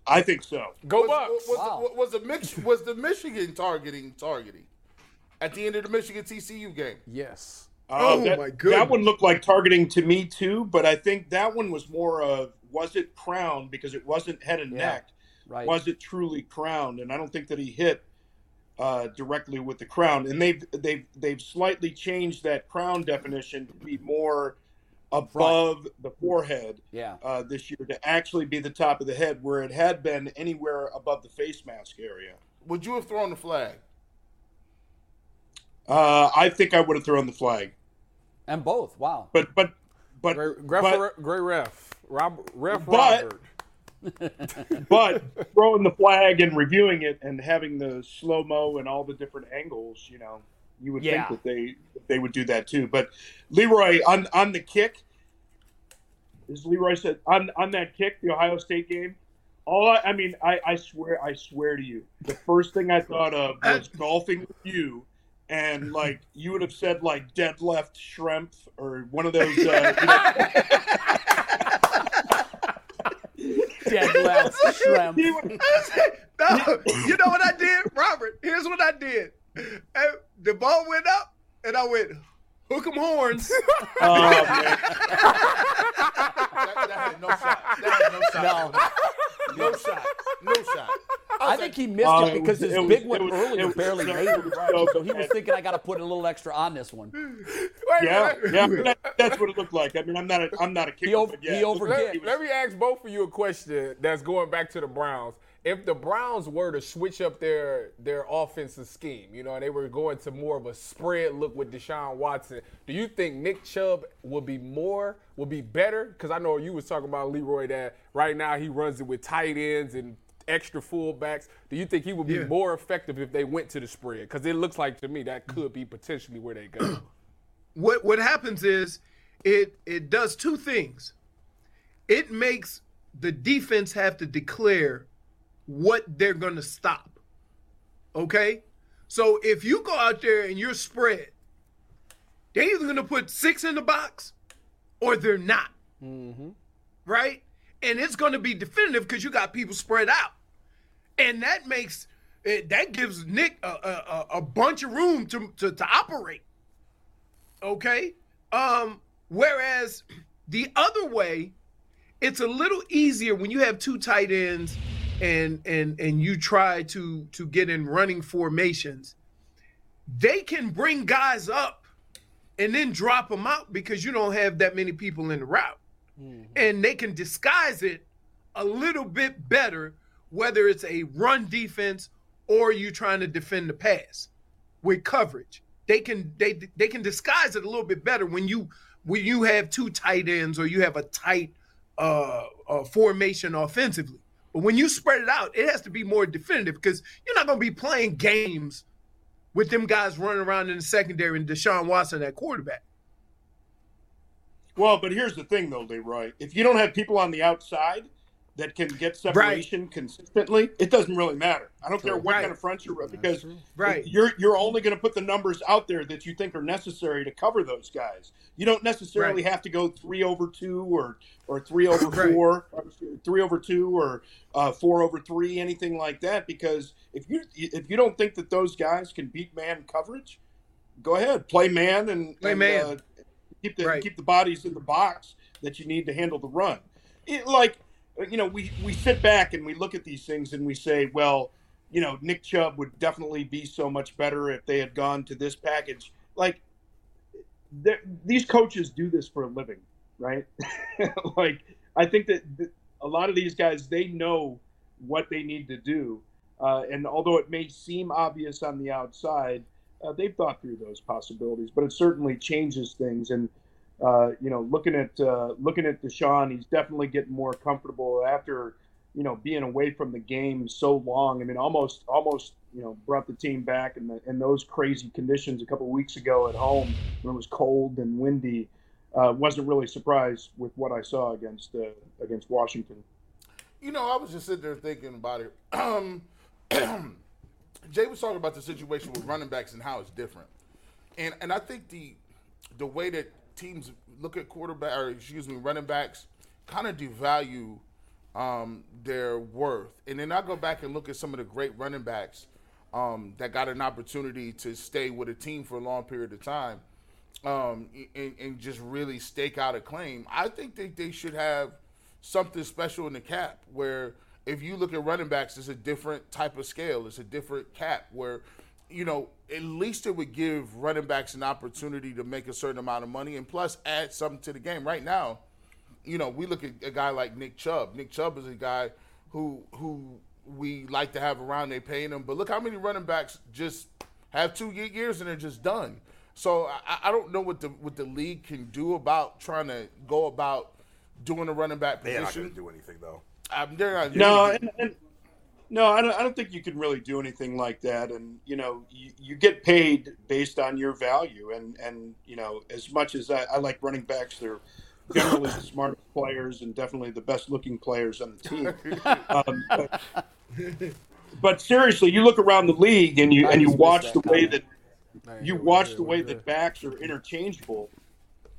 [SPEAKER 7] I think so.
[SPEAKER 2] Go
[SPEAKER 6] was,
[SPEAKER 2] Bucks.
[SPEAKER 6] was,
[SPEAKER 3] Wow.
[SPEAKER 6] was, the mix, was the Michigan targeting targeting at the end of the Michigan TCU game?
[SPEAKER 2] yes.
[SPEAKER 7] Uh,
[SPEAKER 8] Oh,
[SPEAKER 7] that,
[SPEAKER 8] my goodness.
[SPEAKER 7] That one looked like targeting to me too, but I think that one was more of was it crowned because it wasn't head and neck.
[SPEAKER 3] right.
[SPEAKER 7] Was it truly crowned? And I don't think that he hit
[SPEAKER 4] uh, directly with the crown, and they've they've they've slightly changed that crown definition to be more above the forehead
[SPEAKER 3] Yeah.
[SPEAKER 4] uh, this year to actually be the top of the head, where it had been anywhere above the face mask area.
[SPEAKER 6] Would you have thrown the
[SPEAKER 8] [LAUGHS]
[SPEAKER 6] flag?
[SPEAKER 4] Uh, I think I would have thrown the flag,
[SPEAKER 3] And both.
[SPEAKER 4] [LAUGHS]
[SPEAKER 3] Wow.
[SPEAKER 4] but but but
[SPEAKER 2] Great,
[SPEAKER 4] but,
[SPEAKER 2] great, great ref. Rob, ref
[SPEAKER 4] But-
[SPEAKER 2] Robert.
[SPEAKER 4] but throwing the flag and reviewing it and having the slow mo and all the different angles, you know, you would
[SPEAKER 9] Yeah.
[SPEAKER 4] think that they they would do that too. But Leroy on on the kick, as Leroy said, on on that kick, the Ohio State game. All I, I mean, I, I swear, I swear to you, the first thing I thought of was golfing with you, and like you would have said like dead left shrimp or one of those. Uh, you know,
[SPEAKER 3] Dead left shrimp.
[SPEAKER 4] he would-
[SPEAKER 8] no, you know what I did, Robert? Here's what I did. Uh, the ball went up, and I went, hook 'em horns.
[SPEAKER 4] oh, man.
[SPEAKER 6] That, that had no shot. That had no shot. No, shot. No shot.
[SPEAKER 3] I think he missed
[SPEAKER 4] Uh,
[SPEAKER 3] it because his
[SPEAKER 4] it was-
[SPEAKER 3] big
[SPEAKER 4] it
[SPEAKER 3] one
[SPEAKER 4] was-
[SPEAKER 3] earlier
[SPEAKER 4] it was
[SPEAKER 3] barely
[SPEAKER 4] so-
[SPEAKER 3] made
[SPEAKER 4] it
[SPEAKER 3] it.
[SPEAKER 4] was so
[SPEAKER 3] So he was
[SPEAKER 4] bad.
[SPEAKER 3] thinking, I got to put a little extra on this one.
[SPEAKER 2] Wait,
[SPEAKER 4] Yeah,
[SPEAKER 2] wait,
[SPEAKER 4] yeah, that- that's what it looked like. I mean, I'm not a, I'm not a kicker.
[SPEAKER 3] He over-
[SPEAKER 4] but yeah,
[SPEAKER 3] he
[SPEAKER 4] it looked
[SPEAKER 3] over-
[SPEAKER 4] like
[SPEAKER 2] Let,
[SPEAKER 4] he was-
[SPEAKER 2] let me ask both of you a question that's going back to the Browns. If the Browns were to switch up their their offensive scheme, you know, and they were going to more of a spread look with Deshaun Watson, do you think Nick Chubb would be more would be better? Because I know you was talking about Leroy that right now he runs it with tight ends and extra fullbacks. Do you think he would be
[SPEAKER 8] Yeah.
[SPEAKER 2] more effective if they went to the spread? Because it looks like to me that could be potentially where
[SPEAKER 4] [COUGHS]
[SPEAKER 2] they go.
[SPEAKER 8] what what happens is it it does two things. It makes the defense have to declare what they're going to stop. Okay? So if you go out there and you're spread, they're either going to put 6 in the box or they're not. Right? And it's going to be definitive cuz you got people spread out. And that makes it, that gives Nick a, a, a- a bunch of room to, to, to operate okay? Um, whereas the other way, it's a little easier when you have two tight ends and and and you try to to get in running formations. They can bring guys up and then drop them out because you don't have that many people in the route. And they can disguise it a little bit better whether it's a run defense or you trying to defend the pass with coverage. They can they they can disguise it a little bit better when you when you have two tight ends or you have a tight uh, uh, formation offensively. But when you spread it out, it has to be more definitive because you're not going to be playing games with them guys running around in the secondary and Deshaun Watson at quarterback.
[SPEAKER 4] well, but here's the thing, though, Leroy. If you don't have people on the outside that can get separation consistently, it doesn't really matter. I don't care what
[SPEAKER 8] Right.
[SPEAKER 4] kind of front you're because
[SPEAKER 8] Right.
[SPEAKER 4] you're you're only going to put the numbers out there that you think are necessary to cover those guys. You don't necessarily
[SPEAKER 8] Right.
[SPEAKER 4] have to go three over two or or three over
[SPEAKER 8] Right.
[SPEAKER 4] four, or three over two or uh, four over three, anything like that. Because if you if you don't think that those guys can beat man coverage, go ahead play man and
[SPEAKER 8] Play
[SPEAKER 4] and,
[SPEAKER 8] man.
[SPEAKER 4] Uh, keep the
[SPEAKER 8] Right.
[SPEAKER 4] keep the bodies in the box that you need to handle the run. It, like you know, we we sit back and we look at these things and we say, well, you know, Nick Chubb would definitely be so much better if they had gone to this package. Like they're- these coaches do this for a living, right? [LAUGHS] like I think that th- a lot of these guys they know what they need to do, uh, and although it may seem obvious on the outside, uh, they've thought through those possibilities. But it certainly changes things, and uh, you know, looking at uh, looking at Deshaun, he's definitely getting more comfortable after you know being away from the game so long. I mean, almost almost you know brought the team back in, the, in those crazy conditions a couple weeks ago at home when it was cold and windy. Uh, wasn't really surprised with what I saw against uh, against Washington.
[SPEAKER 6] You know, I was just sitting there thinking about it. [CLEARS THROAT] Um, Jay was talking about the situation with running backs and how it's different, and and I think the the way that teams look at quarterback or excuse me running backs kind of devalue um, their worth, and then I go back and look at some of the great running backs um, that got an opportunity to stay with a team for a long period of time um, and, and just really stake out a claim. I think that they should have something special in the cap where If you look at running backs, it's a different type of scale. It's a different cap where, you know, at least it would give running backs an opportunity to make a certain amount of money and plus add something to the game. Right now, you know, we look at a guy like Nick Chubb. Nick Chubb is a guy who who we like to have around. They paying him, but look how many running backs just have two ye- years and they're just done. So I, I don't know what the what the league can do about trying to go about doing a running back
[SPEAKER 4] They're not
[SPEAKER 6] position.
[SPEAKER 4] going to do anything though.
[SPEAKER 6] Um, they're not
[SPEAKER 7] No,
[SPEAKER 6] doing-
[SPEAKER 7] and, and no, I don't, I don't think you can really do anything like that. And you know, you, you get paid based on your value, and and you know, as much as I, I like running backs, they're generally the smartest players and definitely the best looking players on the team. Um, but, but seriously, you look around the league and you
[SPEAKER 3] I
[SPEAKER 7] and you
[SPEAKER 3] just missed
[SPEAKER 7] watch
[SPEAKER 3] that
[SPEAKER 7] the way
[SPEAKER 3] comment.
[SPEAKER 7] that
[SPEAKER 2] Man,
[SPEAKER 7] you
[SPEAKER 2] what
[SPEAKER 7] watch
[SPEAKER 2] good,
[SPEAKER 7] the
[SPEAKER 2] what
[SPEAKER 7] way
[SPEAKER 2] good.
[SPEAKER 7] that backs are interchangeable.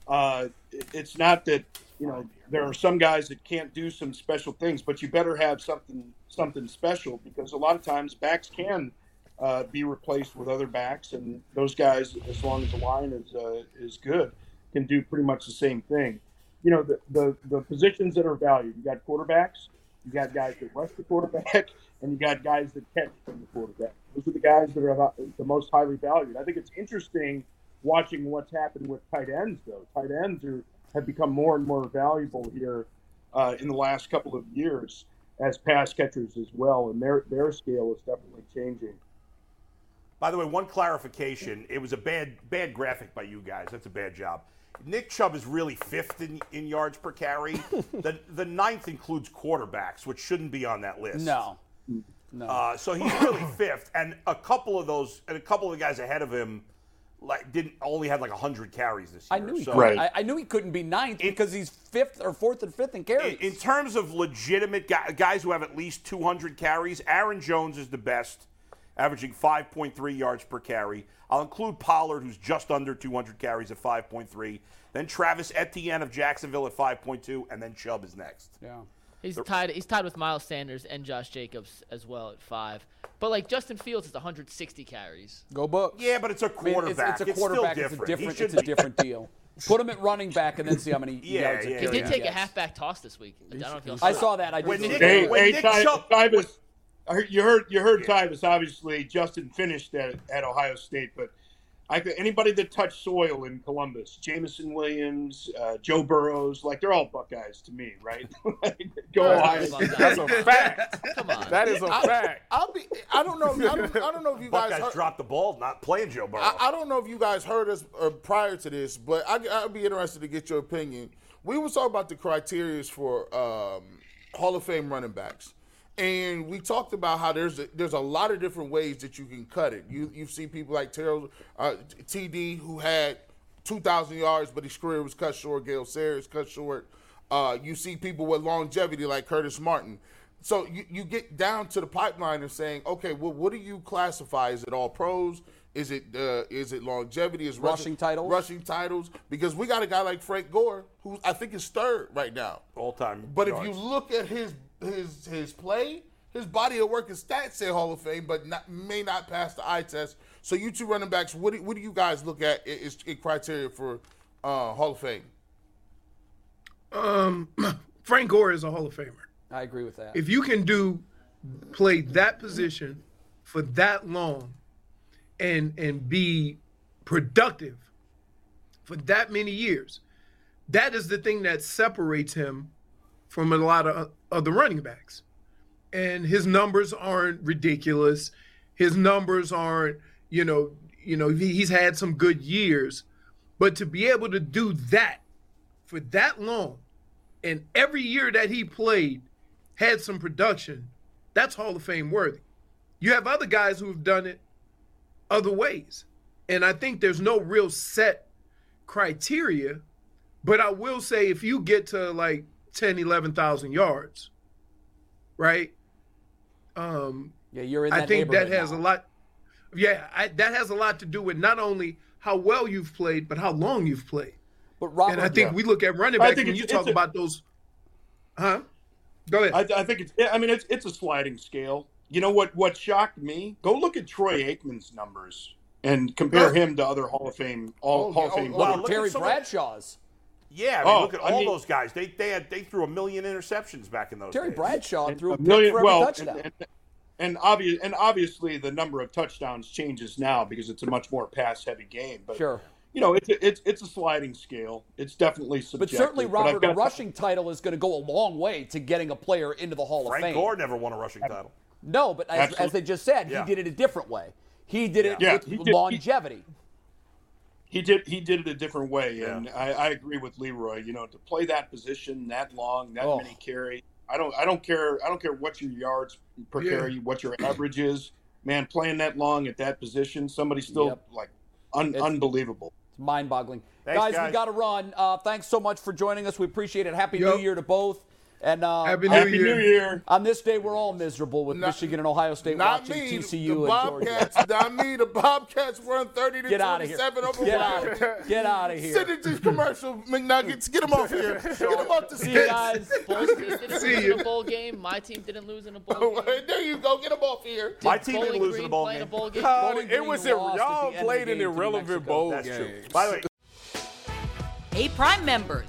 [SPEAKER 7] Uh, it- it's not that you know there are some guys that can't do some special things, but you better have something something special because a lot of times backs can uh, be replaced with other backs, and those guys, as long as the line is uh, is good, can do pretty much the same thing. You know the, the the positions that are valued. You got quarterbacks, you got guys that rush the quarterback, [LAUGHS] and you got guys that catch from the quarterback. Those are the guys that are the most highly valued. I think it's interesting watching what's happened with tight ends, though. Tight ends are, have become more and more valuable here uh, in the last couple of years as pass catchers as well, and their their scale is definitely changing.
[SPEAKER 4] By the way, one clarification. It was a bad bad graphic by you guys. That's a bad job. Nick Chubb is really fifth in, in yards per
[SPEAKER 3] [LAUGHS]
[SPEAKER 4] carry. the the ninth includes quarterbacks, which shouldn't be on that list.
[SPEAKER 3] No. No.
[SPEAKER 4] Uh, so he's
[SPEAKER 3] [COUGHS]
[SPEAKER 4] really fifth, and a couple of those, and a couple of the guys ahead of him, like didn't only had like hundred carries this
[SPEAKER 3] I
[SPEAKER 4] year.
[SPEAKER 3] knew he
[SPEAKER 4] so
[SPEAKER 3] couldn't. I, I knew he couldn't be ninth because he's fifth or fourth and fifth in
[SPEAKER 4] in,
[SPEAKER 3] carries.
[SPEAKER 4] in terms of legitimate gu guys who have at least 200 carries, Aaron Jones is the best, averaging 5.3 yards per carry. I'll include Pollard, who's just under 200 carries at 5.3. Then Travis Etienne of Jacksonville at 5.2, and then Chubb is next.
[SPEAKER 3] yeah.
[SPEAKER 5] He's tied. He's tied with Miles Sanders and Josh Jacobs as well at five. But like Justin Fields is 160 carries.
[SPEAKER 2] Go Bucks.
[SPEAKER 4] Yeah, but it's a
[SPEAKER 3] I mean, it's-
[SPEAKER 4] quarterback.
[SPEAKER 3] It's, a quarterback.
[SPEAKER 4] still
[SPEAKER 3] It's,
[SPEAKER 4] different.
[SPEAKER 3] a
[SPEAKER 4] He
[SPEAKER 3] different.
[SPEAKER 4] should
[SPEAKER 3] It's a
[SPEAKER 4] be- [LAUGHS]
[SPEAKER 3] different deal. Put him at running back and then see how many
[SPEAKER 4] Yeah,
[SPEAKER 3] yards.
[SPEAKER 4] yeah,
[SPEAKER 5] He did
[SPEAKER 4] yeah.
[SPEAKER 5] take a
[SPEAKER 3] gets.
[SPEAKER 5] halfback toss this week. I don't know if you
[SPEAKER 3] I saw that. I did.
[SPEAKER 4] When
[SPEAKER 3] see
[SPEAKER 4] Nick-
[SPEAKER 3] that.
[SPEAKER 7] Hey,
[SPEAKER 4] when
[SPEAKER 7] hey,
[SPEAKER 4] Nick
[SPEAKER 7] Ty-
[SPEAKER 4] Chubb-
[SPEAKER 7] Tyvus, I heard, you heard you heard Tyvus. Obviously, Justin finished at, at Ohio State, but I could, anybody that touched soil in Columbus, Jamison Williams, uh, Joe Burrows, like they're all Buckeyes to me, right? Like, Go Ohio State.
[SPEAKER 2] That's a fact.
[SPEAKER 5] Come on.
[SPEAKER 2] That is a fact.
[SPEAKER 6] I'll be. I don't know. I don't, I don't know if you guys.
[SPEAKER 4] Buckeyes
[SPEAKER 6] heard-
[SPEAKER 4] dropped the ball, not playing Joe Burrow.
[SPEAKER 6] I, I don't know if you guys heard us uh, prior to this, but I, I'd be interested to get your opinion. We were talking about the criterias for um, Hall of Fame running backs, and we talked about how there's a, there's a lot of different ways that you can cut it. You you see people like Terrell uh, TD who had 2,000 yards, but his career was cut short. Gail Sayers cut short. Uh, you see people with longevity like Curtis Martin. So you, you get down to the pipeline of saying, okay, well, what do you classify? Is it all pros? Is it uh, is it longevity? Is
[SPEAKER 3] Rushing titles?
[SPEAKER 6] Rushing titles? Because we got a guy like Frank Gore, who I think is third right now.
[SPEAKER 4] All time.
[SPEAKER 6] But if
[SPEAKER 4] yards.
[SPEAKER 6] you look at his his his play, his body of work and stats say Hall of Fame, but not, may not pass the eye test. So you two running backs, what do, what do you guys look at i- is in criteria for uh, Hall of Fame?
[SPEAKER 8] Um, [CLEARS THROAT] Frank Gore is a Hall of Famer.
[SPEAKER 3] I agree with that.
[SPEAKER 8] if you can do play that position for that long and and be productive for that many years that is the thing that separates him from a lot of other running backs and his numbers aren't ridiculous his numbers aren't you know you know he- he's had some good years but to be able to do that for that long and every year that he played had some production, that's Hall of Fame worthy. You have other guys who have done it other ways. And I think there's no real set criteria. But I will say if you get to like 10, 11,000 yards, right? Um,
[SPEAKER 3] yeah, you're in. That
[SPEAKER 8] I think that
[SPEAKER 3] neighborhood
[SPEAKER 8] has
[SPEAKER 3] now.
[SPEAKER 8] a lot. Yeah, I, that has a lot to do with not only how well you've played, but how long you've played.
[SPEAKER 3] But Robert,
[SPEAKER 8] And I think we look at running
[SPEAKER 7] I
[SPEAKER 8] backs
[SPEAKER 7] think
[SPEAKER 8] when
[SPEAKER 7] it's-
[SPEAKER 8] you talk
[SPEAKER 7] it's a-
[SPEAKER 8] about those. Huh? Go ahead.
[SPEAKER 7] I, I think it's. I mean, it's it's a sliding scale. You know what? What shocked me? Go look at Troy Aikman's numbers and compare him to other Hall of Fame all
[SPEAKER 6] Oh,
[SPEAKER 7] Hall
[SPEAKER 6] yeah,
[SPEAKER 7] of
[SPEAKER 6] oh,
[SPEAKER 7] Fame.
[SPEAKER 6] oh,
[SPEAKER 4] Wow,
[SPEAKER 7] players.
[SPEAKER 4] look at
[SPEAKER 3] Terry
[SPEAKER 4] some of-
[SPEAKER 3] Bradshaw's.
[SPEAKER 4] Yeah, I mean,
[SPEAKER 7] Oh,
[SPEAKER 4] look at
[SPEAKER 7] I
[SPEAKER 4] all
[SPEAKER 7] mean-
[SPEAKER 4] those guys. They they had they threw a million interceptions back in those
[SPEAKER 3] Terry
[SPEAKER 4] days.
[SPEAKER 3] Bradshaw threw a
[SPEAKER 7] a
[SPEAKER 3] pick
[SPEAKER 7] million.
[SPEAKER 3] for every
[SPEAKER 7] Well,
[SPEAKER 3] touchdown.
[SPEAKER 7] and, and, and obvious, and obviously the number of touchdowns changes now because it's a much more pass-heavy game. But
[SPEAKER 3] Sure.
[SPEAKER 7] you know, it's a, it's it's a sliding scale. It's definitely
[SPEAKER 3] but
[SPEAKER 7] subjective.
[SPEAKER 3] certainly,
[SPEAKER 7] I've
[SPEAKER 3] Robert, a
[SPEAKER 7] got-
[SPEAKER 3] rushing title is going to go a long way to getting a player into the Hall of
[SPEAKER 4] Frank
[SPEAKER 3] Fame.
[SPEAKER 4] Gore never won a rushing title.
[SPEAKER 3] No, but as,
[SPEAKER 7] Absolutely.
[SPEAKER 3] as they just said,
[SPEAKER 4] Yeah.
[SPEAKER 3] he did it a different way. He did it
[SPEAKER 7] Yeah.
[SPEAKER 3] with
[SPEAKER 7] He did- he-
[SPEAKER 3] longevity.
[SPEAKER 7] He did he did it a different way, and I, I agree with Leroy. You know, to play that position that long, that
[SPEAKER 3] Oh.
[SPEAKER 7] many carry. I don't I don't care I don't care what your yards per
[SPEAKER 8] Yeah.
[SPEAKER 7] carry, what your average is. Man, playing that long at that position, somebody's still
[SPEAKER 3] Yep.
[SPEAKER 7] like un,
[SPEAKER 3] It's-
[SPEAKER 7] unbelievable.
[SPEAKER 3] It's mind boggling.
[SPEAKER 4] Thanks,
[SPEAKER 3] Guys, we
[SPEAKER 4] guys.
[SPEAKER 3] got to run. Uh, thanks so much for joining us. We appreciate it. Happy
[SPEAKER 8] Yep.
[SPEAKER 3] New Year to both. And uh,
[SPEAKER 8] Happy New
[SPEAKER 7] Happy
[SPEAKER 8] Year.
[SPEAKER 7] New Year.
[SPEAKER 3] on this day, we're all miserable with
[SPEAKER 6] Not-
[SPEAKER 3] Michigan and Ohio State
[SPEAKER 6] Not
[SPEAKER 3] watching
[SPEAKER 6] me.
[SPEAKER 3] TCU
[SPEAKER 6] the
[SPEAKER 3] and Georgia.
[SPEAKER 6] Bobcats. not
[SPEAKER 3] [LAUGHS]
[SPEAKER 6] me. The Bobcats run 30 to
[SPEAKER 3] Get out of here.
[SPEAKER 6] 27 over
[SPEAKER 3] Get out
[SPEAKER 6] Wyoming.
[SPEAKER 3] of here. Get out of
[SPEAKER 6] Send
[SPEAKER 3] here.
[SPEAKER 6] it to commercial McNuggets. Get them off
[SPEAKER 3] [LAUGHS]
[SPEAKER 6] here. [LAUGHS] Get them off the
[SPEAKER 3] See you
[SPEAKER 6] sticks.
[SPEAKER 3] guys.
[SPEAKER 5] Boys
[SPEAKER 4] [LAUGHS]
[SPEAKER 5] team didn't
[SPEAKER 8] See
[SPEAKER 5] lose
[SPEAKER 8] you.
[SPEAKER 5] in a bowl game. My team didn't lose in a bowl game.
[SPEAKER 6] there you go. Get them off here.
[SPEAKER 4] My team
[SPEAKER 5] Bowling
[SPEAKER 4] didn't lose in
[SPEAKER 5] Green
[SPEAKER 4] a bowl
[SPEAKER 5] playing
[SPEAKER 4] game. [LAUGHS]
[SPEAKER 5] a bowl game.
[SPEAKER 3] Bowling
[SPEAKER 2] it
[SPEAKER 3] Green
[SPEAKER 2] was ir-
[SPEAKER 3] lost at the
[SPEAKER 2] y'all
[SPEAKER 3] end of the
[SPEAKER 2] played
[SPEAKER 3] game
[SPEAKER 2] an
[SPEAKER 3] to
[SPEAKER 2] irrelevant
[SPEAKER 3] Mexico.
[SPEAKER 2] bowl
[SPEAKER 4] That's
[SPEAKER 2] game.
[SPEAKER 4] true. By the way,
[SPEAKER 10] Hey, Prime members,